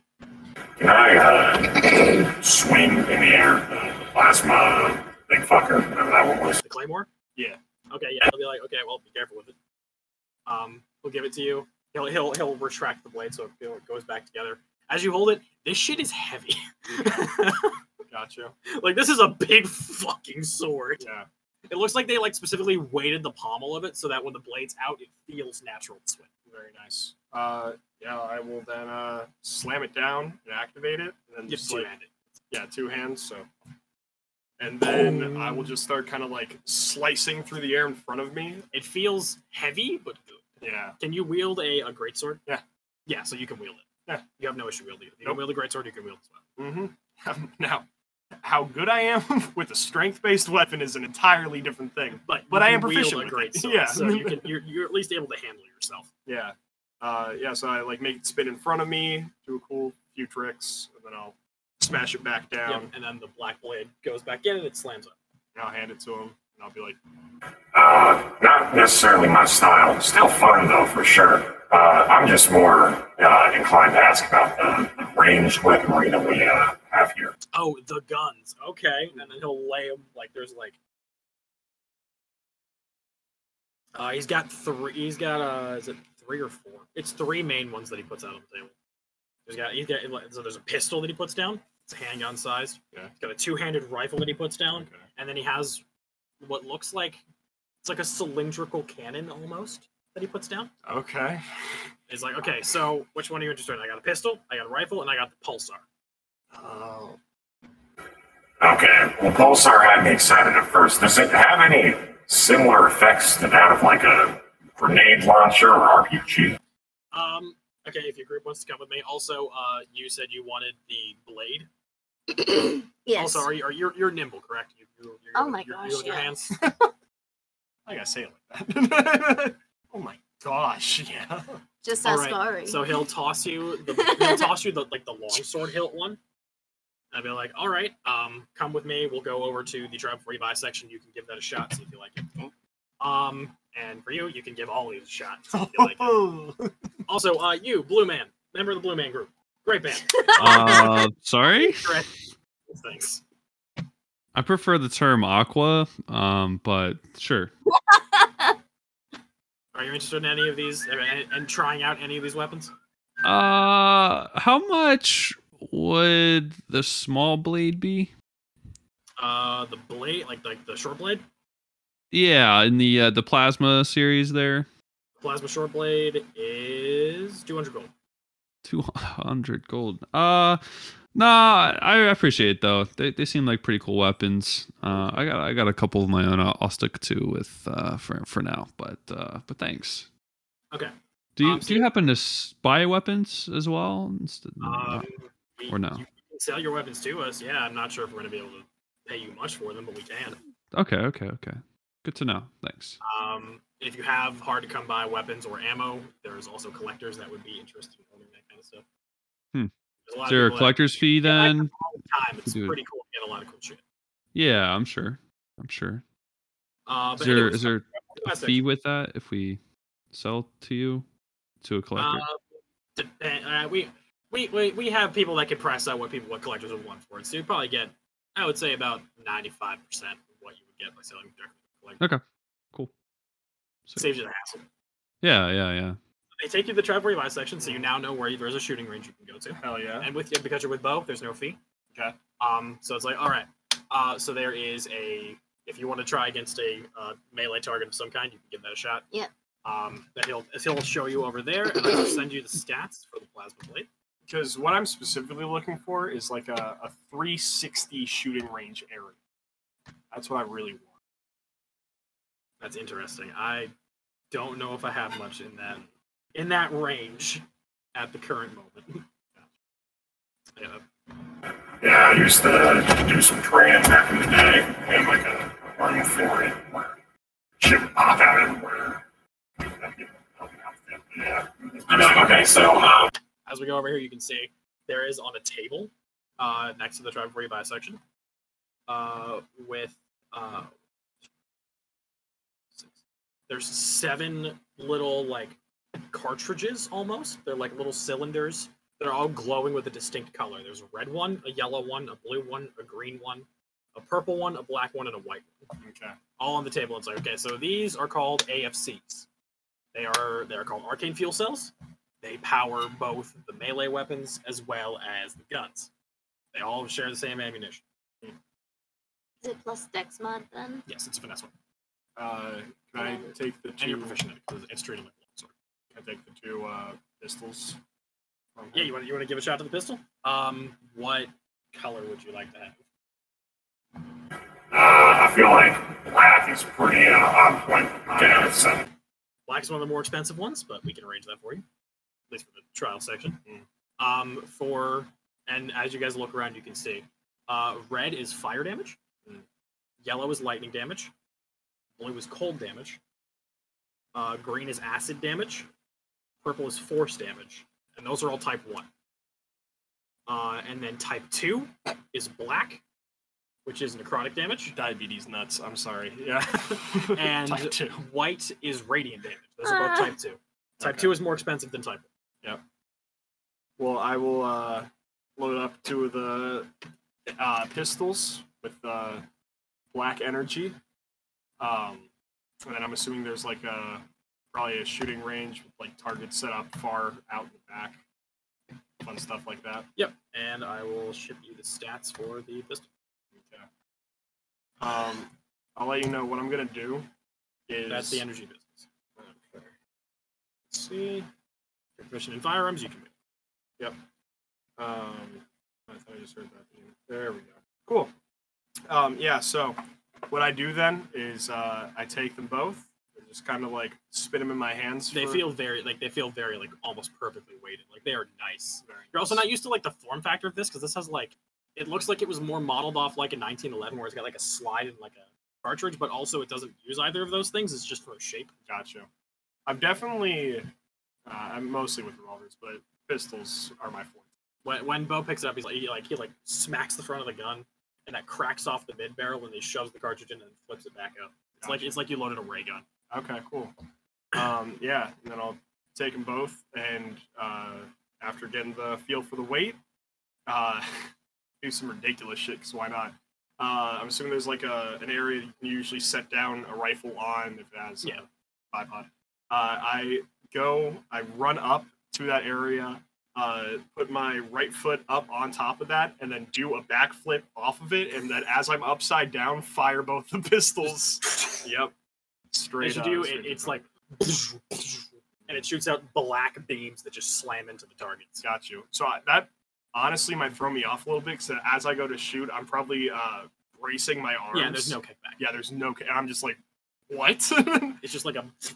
I uh, swing in the air? Uh, plasma, big fucker, whatever that one was.
The claymore?
Yeah.
Okay, yeah. He'll be like, okay, well, be careful with it. Um, he'll give it to you. He'll he'll he'll retract the blade so it feel- it goes back together. As you hold it, this shit is heavy.
Gotcha.
like this is a big fucking sword.
Yeah.
It looks like they like specifically weighted the pommel of it so that when the blade's out, it feels natural to swing.
Very nice. Uh, yeah, I will then uh, slam it down and activate it, and then
You
just like
two-handed.
yeah, two hands. So, and then I will just start kind of like slicing through the air in front of me.
It feels heavy but good.
Yeah,
Can you wield a, a great sword?
Yeah.
Yeah, so you can wield it.
Yeah.
You have no issue wielding it. If you
Nope.
can wield a great sword, you can wield it as well.
Mm-hmm. Now, how good I am with a strength-based weapon is an entirely different thing.
But
But
you
I
can
am proficient
wield a
with
great
it.
sword,
Yeah.
So you can you're, you're at least able to handle it yourself.
Yeah, uh, yeah. So I like make it spin in front of me, do a cool few tricks, and then I'll smash it back down.
Yep, And then the black blade goes back in and it slams up.
And I'll hand it to him, and I'll be like,
Uh, not necessarily my style. Still fun though, for sure. Uh, I'm just more uh, inclined to ask about the ranged weaponry that we uh, have here.
Oh, the guns. Okay. And then he'll lay them like there's like. Uh, he's got three. He's got uh, is it three or four? It's three main ones that he puts out on the table. He's got he's got like, so there's a pistol that he puts down. It's handgun sized.
Okay.
He's got a two-handed rifle that he puts down,
okay,
and then he has what looks like it's like a cylindrical cannon almost that he puts down.
okay.
It's like okay, so which one are you interested in? I got a pistol, I got a rifle, and I got the pulsar.
Oh,
Okay, well, Pulsar had me excited at first. Does it have any similar effects to that of like a grenade launcher or RPG?
Um. Okay, if your group wants to come with me, also, uh, you said you wanted the blade.
Yes.
Also, are you are you you're nimble, correct? You, you, you're,
Oh my
you're,
gosh,
You're with your
yeah.
hands.
I gotta say it like that. oh my gosh, yeah.
Just
All
ask
right,
Ari.
So he'll toss you the he'll toss you the like the longsword hilt one. I'd be like, all right, um, come with me. We'll go over to the tribe free buy section. You can give that a shot, see if you like it. Um, and for you, you can give all these a shot. See if you like it. Also, uh, you Blue Man, member of the Blue Man group, great band.
Uh, sorry,
Thanks.
I prefer the term aqua, um, but sure.
Are you interested in any of these and, and trying out any of these weapons?
Uh, how much would the small blade be?
Uh, the blade, like like the short blade,
Yeah, in the uh, the plasma series, there
plasma short blade is two hundred gold.
two hundred gold. Uh, nah, I appreciate it though. They they seem like pretty cool weapons. Uh, I got I got a couple of my own. I'll, I'll stick to with uh for for now. But uh, but thanks.
Okay.
Do you
Um, so
do you
you-
happen to spy weapons as well? Instead,
Um, we-
Or no.
You can sell your weapons to us. Yeah, I'm not sure if we're gonna be able to pay you much for them, but we can.
okay, okay, okay. Good to know. Thanks.
Um, if you have hard to come by weapons or ammo, there's also collectors that would be interested in owning that kind of stuff.
Hmm.
There's a
Is
lot of
there a
people that-
collector's fee
Yeah, I
then?
come all the time. It's
Dude.
pretty cool to get a lot of cool shit.
Yeah, I'm sure. I'm sure.
Uh,
Is
but
there
anyways,
is there a
that's it.
fee with that if we sell to you to a collector?
Uh, depend, uh, we, we we we have people that can price out what people what collectors would want for it. So you probably get, I would say, about ninety five percent of what you would get by selling directly to collectors.
cool. Sweet.
Saves you the hassle.
Yeah, yeah, yeah.
They take you to the Trevor buy section, so you now know where there's a shooting range you can go to.
Hell yeah.
And with you because you're with Bo, there's no fee.
Okay.
Um. So it's like, all right. Uh. So there is a if you want to try against a uh, melee target of some kind, you can give that a shot.
Yeah.
Um. That he'll he'll show you over there, and I'll send you the stats for the plasma blade.
Because what I'm specifically looking for is like a, a 360 shooting range area. That's what I really want.
That's interesting. I don't know if I have much in that in that range at the current moment. yeah.
Yeah, I used to do some training back in the day. We had like a run for it where shit would pop out everywhere. Yeah. I'd be like, okay, so uh,
As we go over here, you can see there is on a table uh, next to the drive for you buy section uh, with uh, There's seven little like cartridges almost. They're like little cylinders. They're all glowing with a distinct color. There's a red one, a yellow one, a blue one, a green one, a purple one, a black one, and a white one.
Okay.
All on the table. It's like, okay, so these are called AFCs. They are they are called arcane fuel cells. They power both the melee weapons as well as the guns. They all share the same ammunition.
Is it plus Dex mod then?
Yes, it's a finesse one.
Uh, can I take the
And you're
two?
proficient at it because it's treated like a longsword.
Can I take the two uh, pistols? from
Yeah,
him?
you want you want to give a shot to the pistol? Um, what color would you like to have?
Uh, I feel like black is pretty uh, on point. Yeah, it's, uh,
Black's one of the more expensive ones, but we can arrange that for you, at least for the trial section.
Mm.
Um, for and as you guys look around, you can see uh, red is fire damage,
Mm.
yellow is lightning damage, blue is cold damage, uh, green is acid damage, purple is force damage, and those are all type one. Uh, and then type two is black, which is necrotic damage
Diabetes nuts. I'm sorry. Yeah.
and
Type two.
white is radiant damage. Those are both
Ah.
type two. Type
Okay.
two is more expensive than type
Well, I will uh, load up two of the uh, pistols with uh, black energy. Um, and then I'm assuming there's like a probably a shooting range with like targets set up far out in the back. Fun stuff like that.
Yep. And I will ship you the stats for the pistol.
Okay. Um, I'll let you know what I'm gonna do. Is
That's the energy business. Okay. Let's see. If you're proficient in firearms, you can make.
Um, I thought I just heard that. Thing. There we go. Cool. Um, yeah. So what I do then is uh, I take them both and just kind of like spin them in my hands.
They
for-
feel very like they feel very like almost perfectly weighted. Like they are nice.
Very
You're also
nice.
not used to like the form factor of this because this has like it looks like it was more modeled off like a 1911 where it's got like a slide and like a cartridge, but also it doesn't use either of those things. It's just for a shape.
Gotcha. I'm definitely. Uh, I'm mostly with revolvers, but pistols are my forte.
when when Bo picks it up, he's like he like he like smacks the front of the gun, and that cracks off the mid barrel, and he shoves the cartridge in and then flips it back up. It's like it's like you loaded a ray gun.
Okay, cool. Um, yeah, and then I'll take them both, and uh, after getting the feel for the weight, uh, do some ridiculous shit. Cause why not? Uh, I'm assuming there's like a an area you can usually set down a rifle on if it has
Yeah.
a bipod. Uh, I go, I run up to that area, uh, put my right foot up on top of that, and then do a backflip off of it, and then as I'm upside down, fire both the pistols. yep, straight.
As you
uh,
do,
straight
it,
to
it's
the-
like and it shoots out black beams that just slam into the targets.
Got you. So I, that honestly might throw me off a little bit because as I go to shoot, I'm probably uh, bracing my arms.
Yeah, and there's no kickback.
Yeah, there's no. And I'm just like, what?
It's just like a oh,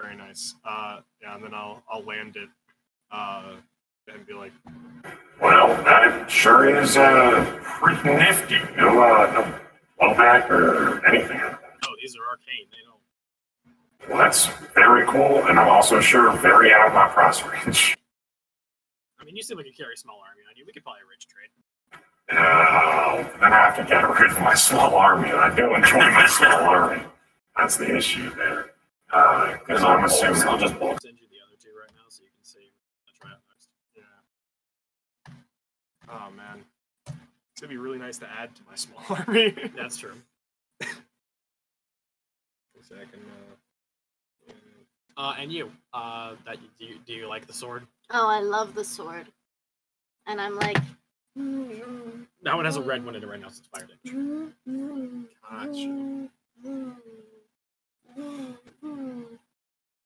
Very nice. Uh, yeah, and then I'll I'll land it uh, and be like,
well, that sure is uh, pretty nifty. No, uh, no blowback or anything.
oh these are arcane. They don't.
Well, that's very cool, and I'm also sure very out of my price range.
I mean, you seem like you carry a small army on you. We could probably arrange a trade.
Uh, then I have to get rid of my small army, and I do enjoy my small army. That's the issue there. Because I'm assuming I'll just
I'll send you the other two right now so you can see. I'll try out next.
yeah. Oh man, it's gonna be really nice to add to my small army.
That's true.
so I can. Uh,
Uh, and you, uh, that do you, do you like the sword?
Oh, I love the sword. And I'm like, mm,
That one has a red one in it right now, so it's fire damage.
mm, mm,
gotcha.
mm, mm, mm.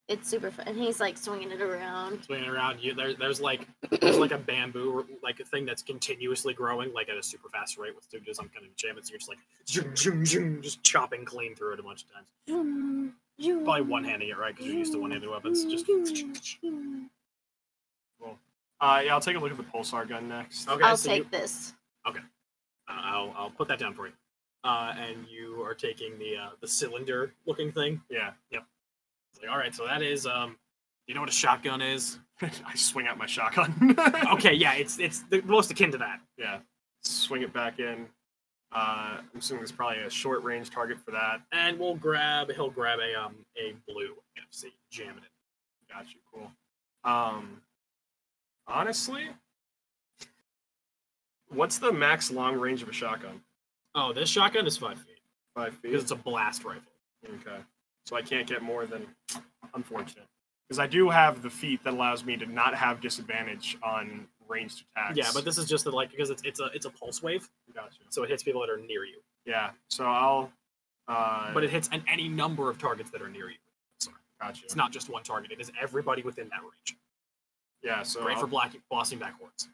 it's super fun. And he's like swinging it around.
swinging around you there, there's like there's like a bamboo like a thing that's continuously growing like at a super fast rate with dude does some kind of enchantment so you're just like zoom, zoom, zoom, just chopping clean through it a bunch of times probably one handing it right because you're used to one handed weapons just
Uh, yeah, I'll take a look at the pulsar gun next.
okay
I'll
so
take
you, uh,
this.
I'll, I'll put that down for you uh, and you are taking the uh, the cylinder looking thing
Yeah,
It's like, all right so that is um you know what a shotgun is
I swing out my shotgun.
okay yeah it's it's the most akin to that
Yeah. Swing it back in. Uh, I'm assuming there's probably a short range target for that.
and we'll grab. He'll grab a um a blue
FC, jamming it. Got you. Cool. Um, honestly, what's the max long range of a shotgun?
Oh, this shotgun is five feet
Five feet.
because it's a blast rifle.
Okay. So I can't get more than unfortunate. Because I do have the feat that allows me to not have disadvantage on ranged attacks.
Yeah, but this is just the, like because it's it's a it's a pulse wave,
Gotcha.
so it hits people that are near you,
Yeah. So I'll. Uh,
but it hits an, any number of targets that are near you.
gotcha.
It's not just one target; it is everybody within that range.
yeah. So
Great
I'll,
for black, bossing back hordes.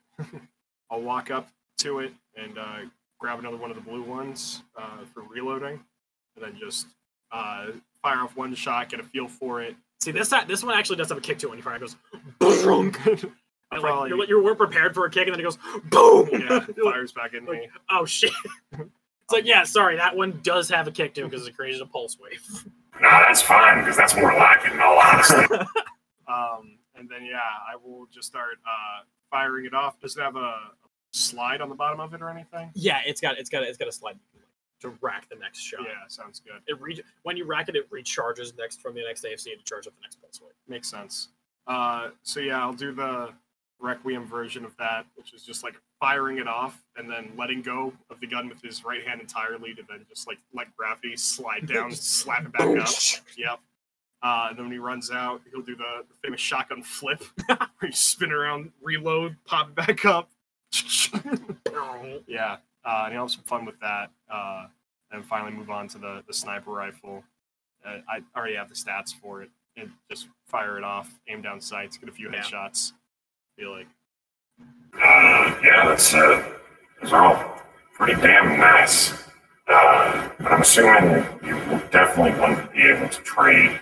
I'll walk up to it and uh, grab another one of the blue ones uh, for reloading, and then just uh, fire off one shot, get a feel for it.
See this side- this one actually does have a kick to it when you fire. It goes
I'll
boom. And, like,
probably
you're, you were prepared for a kick, and then it goes boom.
yeah,
You're like,
fires back in me.
oh shit! It's like yeah, sorry, that one does have a kick to it because it created a pulse wave.
No, that's fine because that's more like it. In all honesty,
Um, and then yeah, I will just start uh, firing it off. Does it have a slide on the bottom of it or anything?
Yeah, it's got it's got it's got a slide to rack the next shot.
Yeah, sounds good.
It re- when you rack it, it recharges next from the next AFC to charge up the next pulse wave.
Makes sense. Uh, so yeah, I'll do the requiem version of that, which is just like firing it off and then letting go of the gun with his right hand entirely to then just like let gravity slide down, slap it back up. Yep. Uh, and then when he runs out, he'll do the, the famous shotgun flip, where you spin around, reload, pop it back up. yeah, uh, and he'll have some fun with that, uh, and finally move on to the, the sniper rifle. Uh, I already have the stats for it, and just fire it off, aim down sights, get a few
Yeah.
headshots. Be like,
uh, yeah, that's uh, those are all pretty damn nice. Uh, but I'm assuming you will definitely want to be able to trade.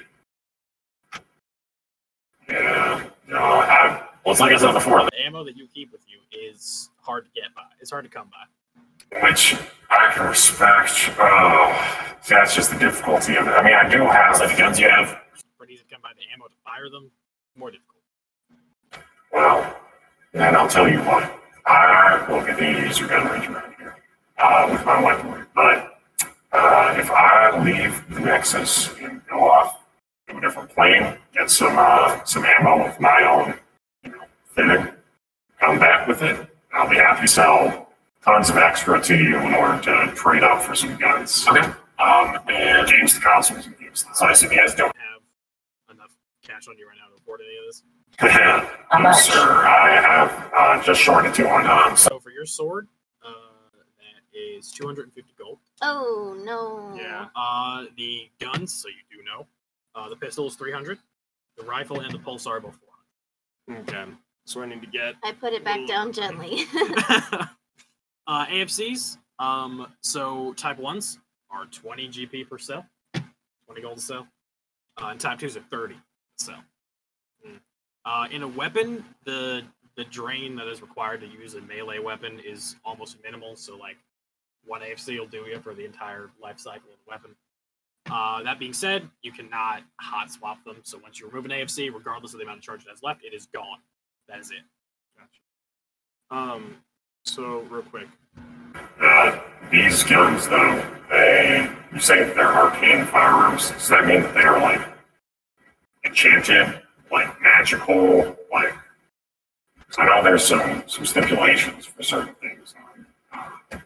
Yeah, no, I, well, it's like I said before,
The ammo that you keep with you is hard to get by. It's hard to come by.
which I can respect. Oh, see, that's just the difficulty of it. I mean, I do have like the guns you have.
Pretty easy to come by. The ammo to fire them more difficult.
Well, then I'll tell you what. I will continue to use your gun range around here uh, with my weaponry. But uh, if I leave the Nexus and go off to a different plane, get some uh, some ammo of my own, you know, then come back with it, I'll be happy to sell tons of extra to you in order to trade up for some guns. Okay. Um, and James the console is useless. I assume you guys don't.
You have enough cash on you right now to afford any of this.
I'm
no,
not-
sir. I have uh, just short of 200. I'm
So for your sword, uh, that is 250 gold.
Oh no.
yeah,
Uh, the guns, so you do know. Uh, the pistol is 300. The rifle and the pulsar are both
okay. So I need to get
I put it back down gently.
400. uh, AFCs, um, so type 1s are 20 GP per cell, 20 gold a cell. Uh, and type 2s are 30 a cell. Uh, in a weapon, the the drain that is required to use a melee weapon is almost minimal, so like one AFC will do you for the entire life cycle of the weapon. Uh, that being said, you cannot hot swap them. So once you remove an AFC, regardless of the amount of charge it has left, it is gone. That is it.
um. So real quick,
Uh, these guns, though, they you say that they're arcane firearms. Does that mean that they are like enchanted, like magical, like? 'cause I know there's some some stipulations for certain things on uh,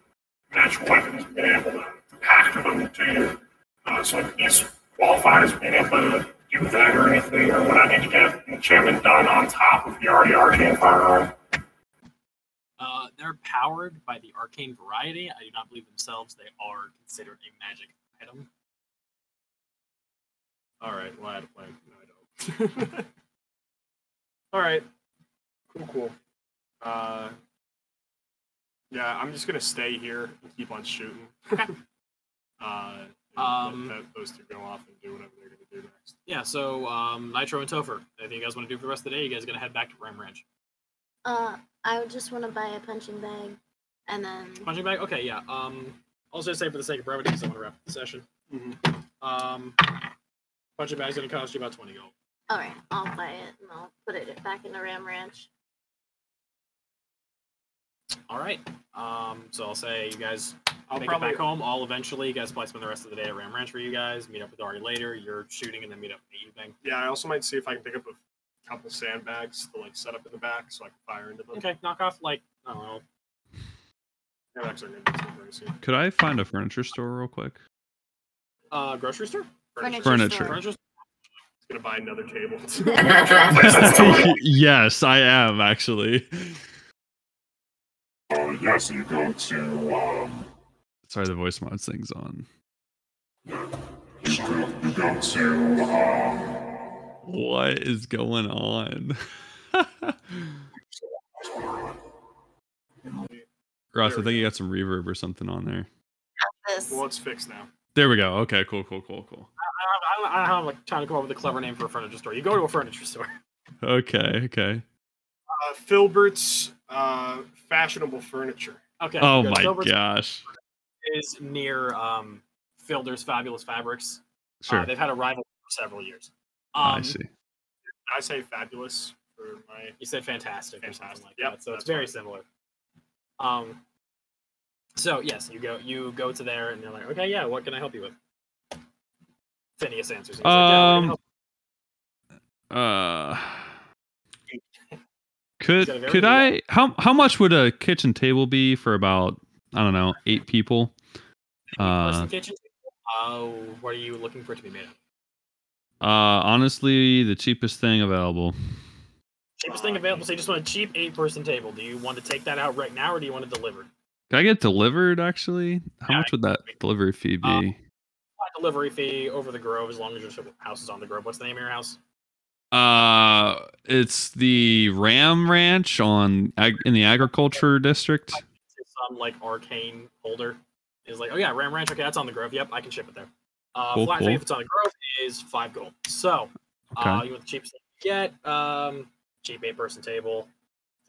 magical weapons being able to hack them to. Uh, so like, these qualified as being able to do that or anything, or would I need to get enchantment done on top of the already arcane firearm?
Uh, they're powered by the arcane variety. I do not believe themselves. They are considered a magic item.
All right. Well, I had a plan. No, I don't. All right. Cool, cool. Uh, yeah, I'm just gonna stay here and keep on shooting. uh, and
Um,
let that- those two go off and do whatever they're gonna do next.
Yeah, so um, Nitro and Topher, anything you guys want to do for the rest of the day? You guys going to head back to Ram Ranch?
uh, I would just want to buy a punching bag, and then
Punching bag? Okay, yeah. Um, also, say for the sake of brevity, because I want to wrap up the session.
Mm-hmm.
Um, punching bag's going to cost you about 20 gold.
all right, I'll buy it and I'll put it back in the Ram Ranch.
All right. Um, so I'll say you guys. I'll make
probably-
it back home. I'll eventually. You guys probably spend the rest of the day at Ram Ranch for you guys. Meet up with Ari later. You're shooting, and then meet up in the evening.
Yeah, I also might see if I can pick up a couple sandbags to like set up in the back so I can fire into them.
Okay. Knock off like I don't know.
Sandbags are gonna be something very soon.
Could I find a furniture store real quick?
Uh, grocery store.
Furniture.
Furniture.
store.
Furniture.
Just gonna buy another table.
yes, I am actually.
Uh, yeah, so you go to, um,
Sorry, the voice mods thing's on.
you go, you go to, um,
What is going on? Ross, I think you got some reverb or something on there.
This.
Well, it's fixed now.
There we go. Okay, cool, cool, cool, cool.
I don't, I don't, I don't have like time to come up with a clever name for a furniture store. You go to a furniture store.
Okay, okay.
Uh, Filbert's uh, fashionable furniture.
Okay.
Oh
good.
my
Silver's
gosh.
Is near um, Fielder's Fabulous Fabrics. Uh,
Sure.
they've had a rival for several years. Um,
I see.
I say fabulous for my.
You said fantastic, or something
Fantastic.
like
Yep,
that. So it's
that's
very
fine.
similar. Um. So yes, you go you go to there and they're like, okay, yeah, what can I help you with? Phineas answers. and he's like, "Yeah, what
Um,
can I help
Uh, could
got a very
could
good
I? How how much would a kitchen table be for about I don't know eight people?
you with?
Uh,
Person kitchen. Uh, what are you looking for it to be made of?
uh, honestly, the cheapest thing available.
Cheapest
Oh,
thing available. So you just want a cheap eight-person table. Do you want to take that out right now, or do you want it delivered?
Could I get delivered? Actually, how
Yeah,
much would that delivery fee be?
Um, Flat delivery fee over the Grove, as long as your house is on the Grove. What's the name of your house?
uh, it's the Ram Ranch on ag- in the agriculture district.
Some like arcane holder is like, oh yeah, Ram Ranch. Okay, that's on the Grove. Yep, I can ship it there. Uh,
Cool,
flat
cool.
fee if it's on the Grove is five gold. So
Okay.
uh, you want the cheapest thing you get? Um, cheap eight-person table.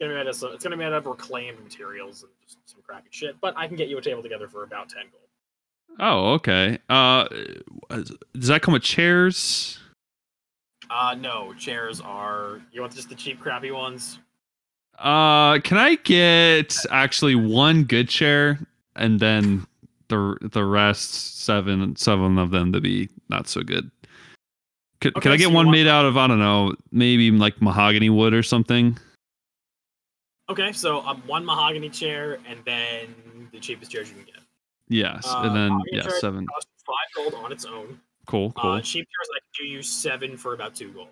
It's gonna be out of some, it's gonna be out of reclaimed materials and just some crappy shit. But I can get you a table together for about ten gold.
oh, okay. Uh, does that come with chairs?
Uh, no, chairs are. You want just the cheap, crappy ones?
Uh, can I get actually one good chair and then the the rest seven seven of them to be not so good? Could, could
Okay,
I get
so you
one
want-
made out of I don't know maybe like mahogany wood or something?
Okay, so um, one mahogany chair and then the cheapest chairs you can get.
Yes,
Uh,
and then
mahogany
yeah
chair-
seven.
Costs five gold on its own.
Cool, cool.
Uh, cheap chairs I can do you seven for about two gold.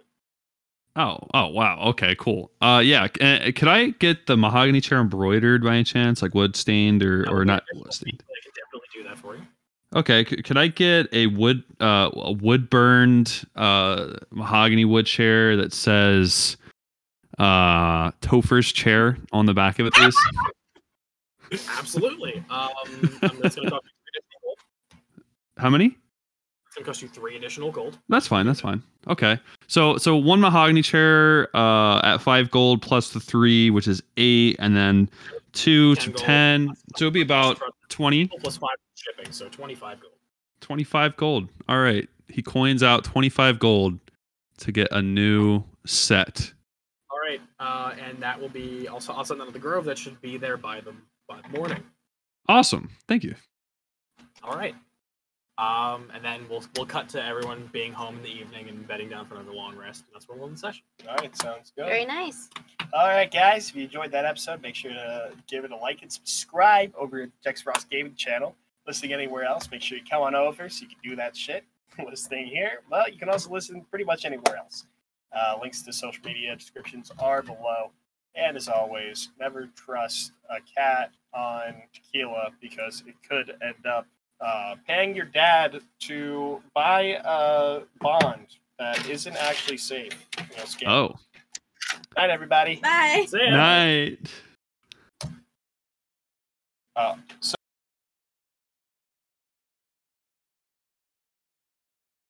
oh, oh wow. Okay, cool. Uh, yeah. c- uh, Could I get the mahogany chair embroidered by any chance, like wood stained or
No,
or not
there's no
wood
fee,
stained?
but I can definitely do that for you.
Okay, c- could I get a wood uh a wood burned uh mahogany wood chair that says uh Topher's chair on the back of it please?
Absolutely. Um, I'm just gonna cost you three additional gold.
How many?
It's gonna cost you three additional gold.
That's fine, that's fine. Okay. So so one mahogany chair uh at 5 gold plus the 3 which is 8 and then 2
10
to
gold.
10 so it'll be about
Plus
20
plus five shipping, so twenty-five gold.
25 gold. All right. He coins out 25 gold to get a new set.
All right, uh, and that will be. I'll, I'll send that to the Grove. That should be there by the by the morning.
Awesome. Thank you.
All right. Um, and then we'll we'll cut to everyone being home in the evening and bedding down for another long rest. And that's where we'll end the session.
All right, sounds good.
Very nice.
All right, guys, if you enjoyed that episode, make sure to give it a like and subscribe over at Dex Ross Gaming channel. Listening anywhere else, make sure you come on over so you can do that shit. Listening here, well, you can also listen pretty much anywhere else. Uh, links to social media descriptions are below. And as always, never trust a cat on tequila because it could end up uh, paying your dad to buy a bond that isn't actually safe. You know, scam.
Oh.
Night, everybody.
Bye.
See ya.
Night.
So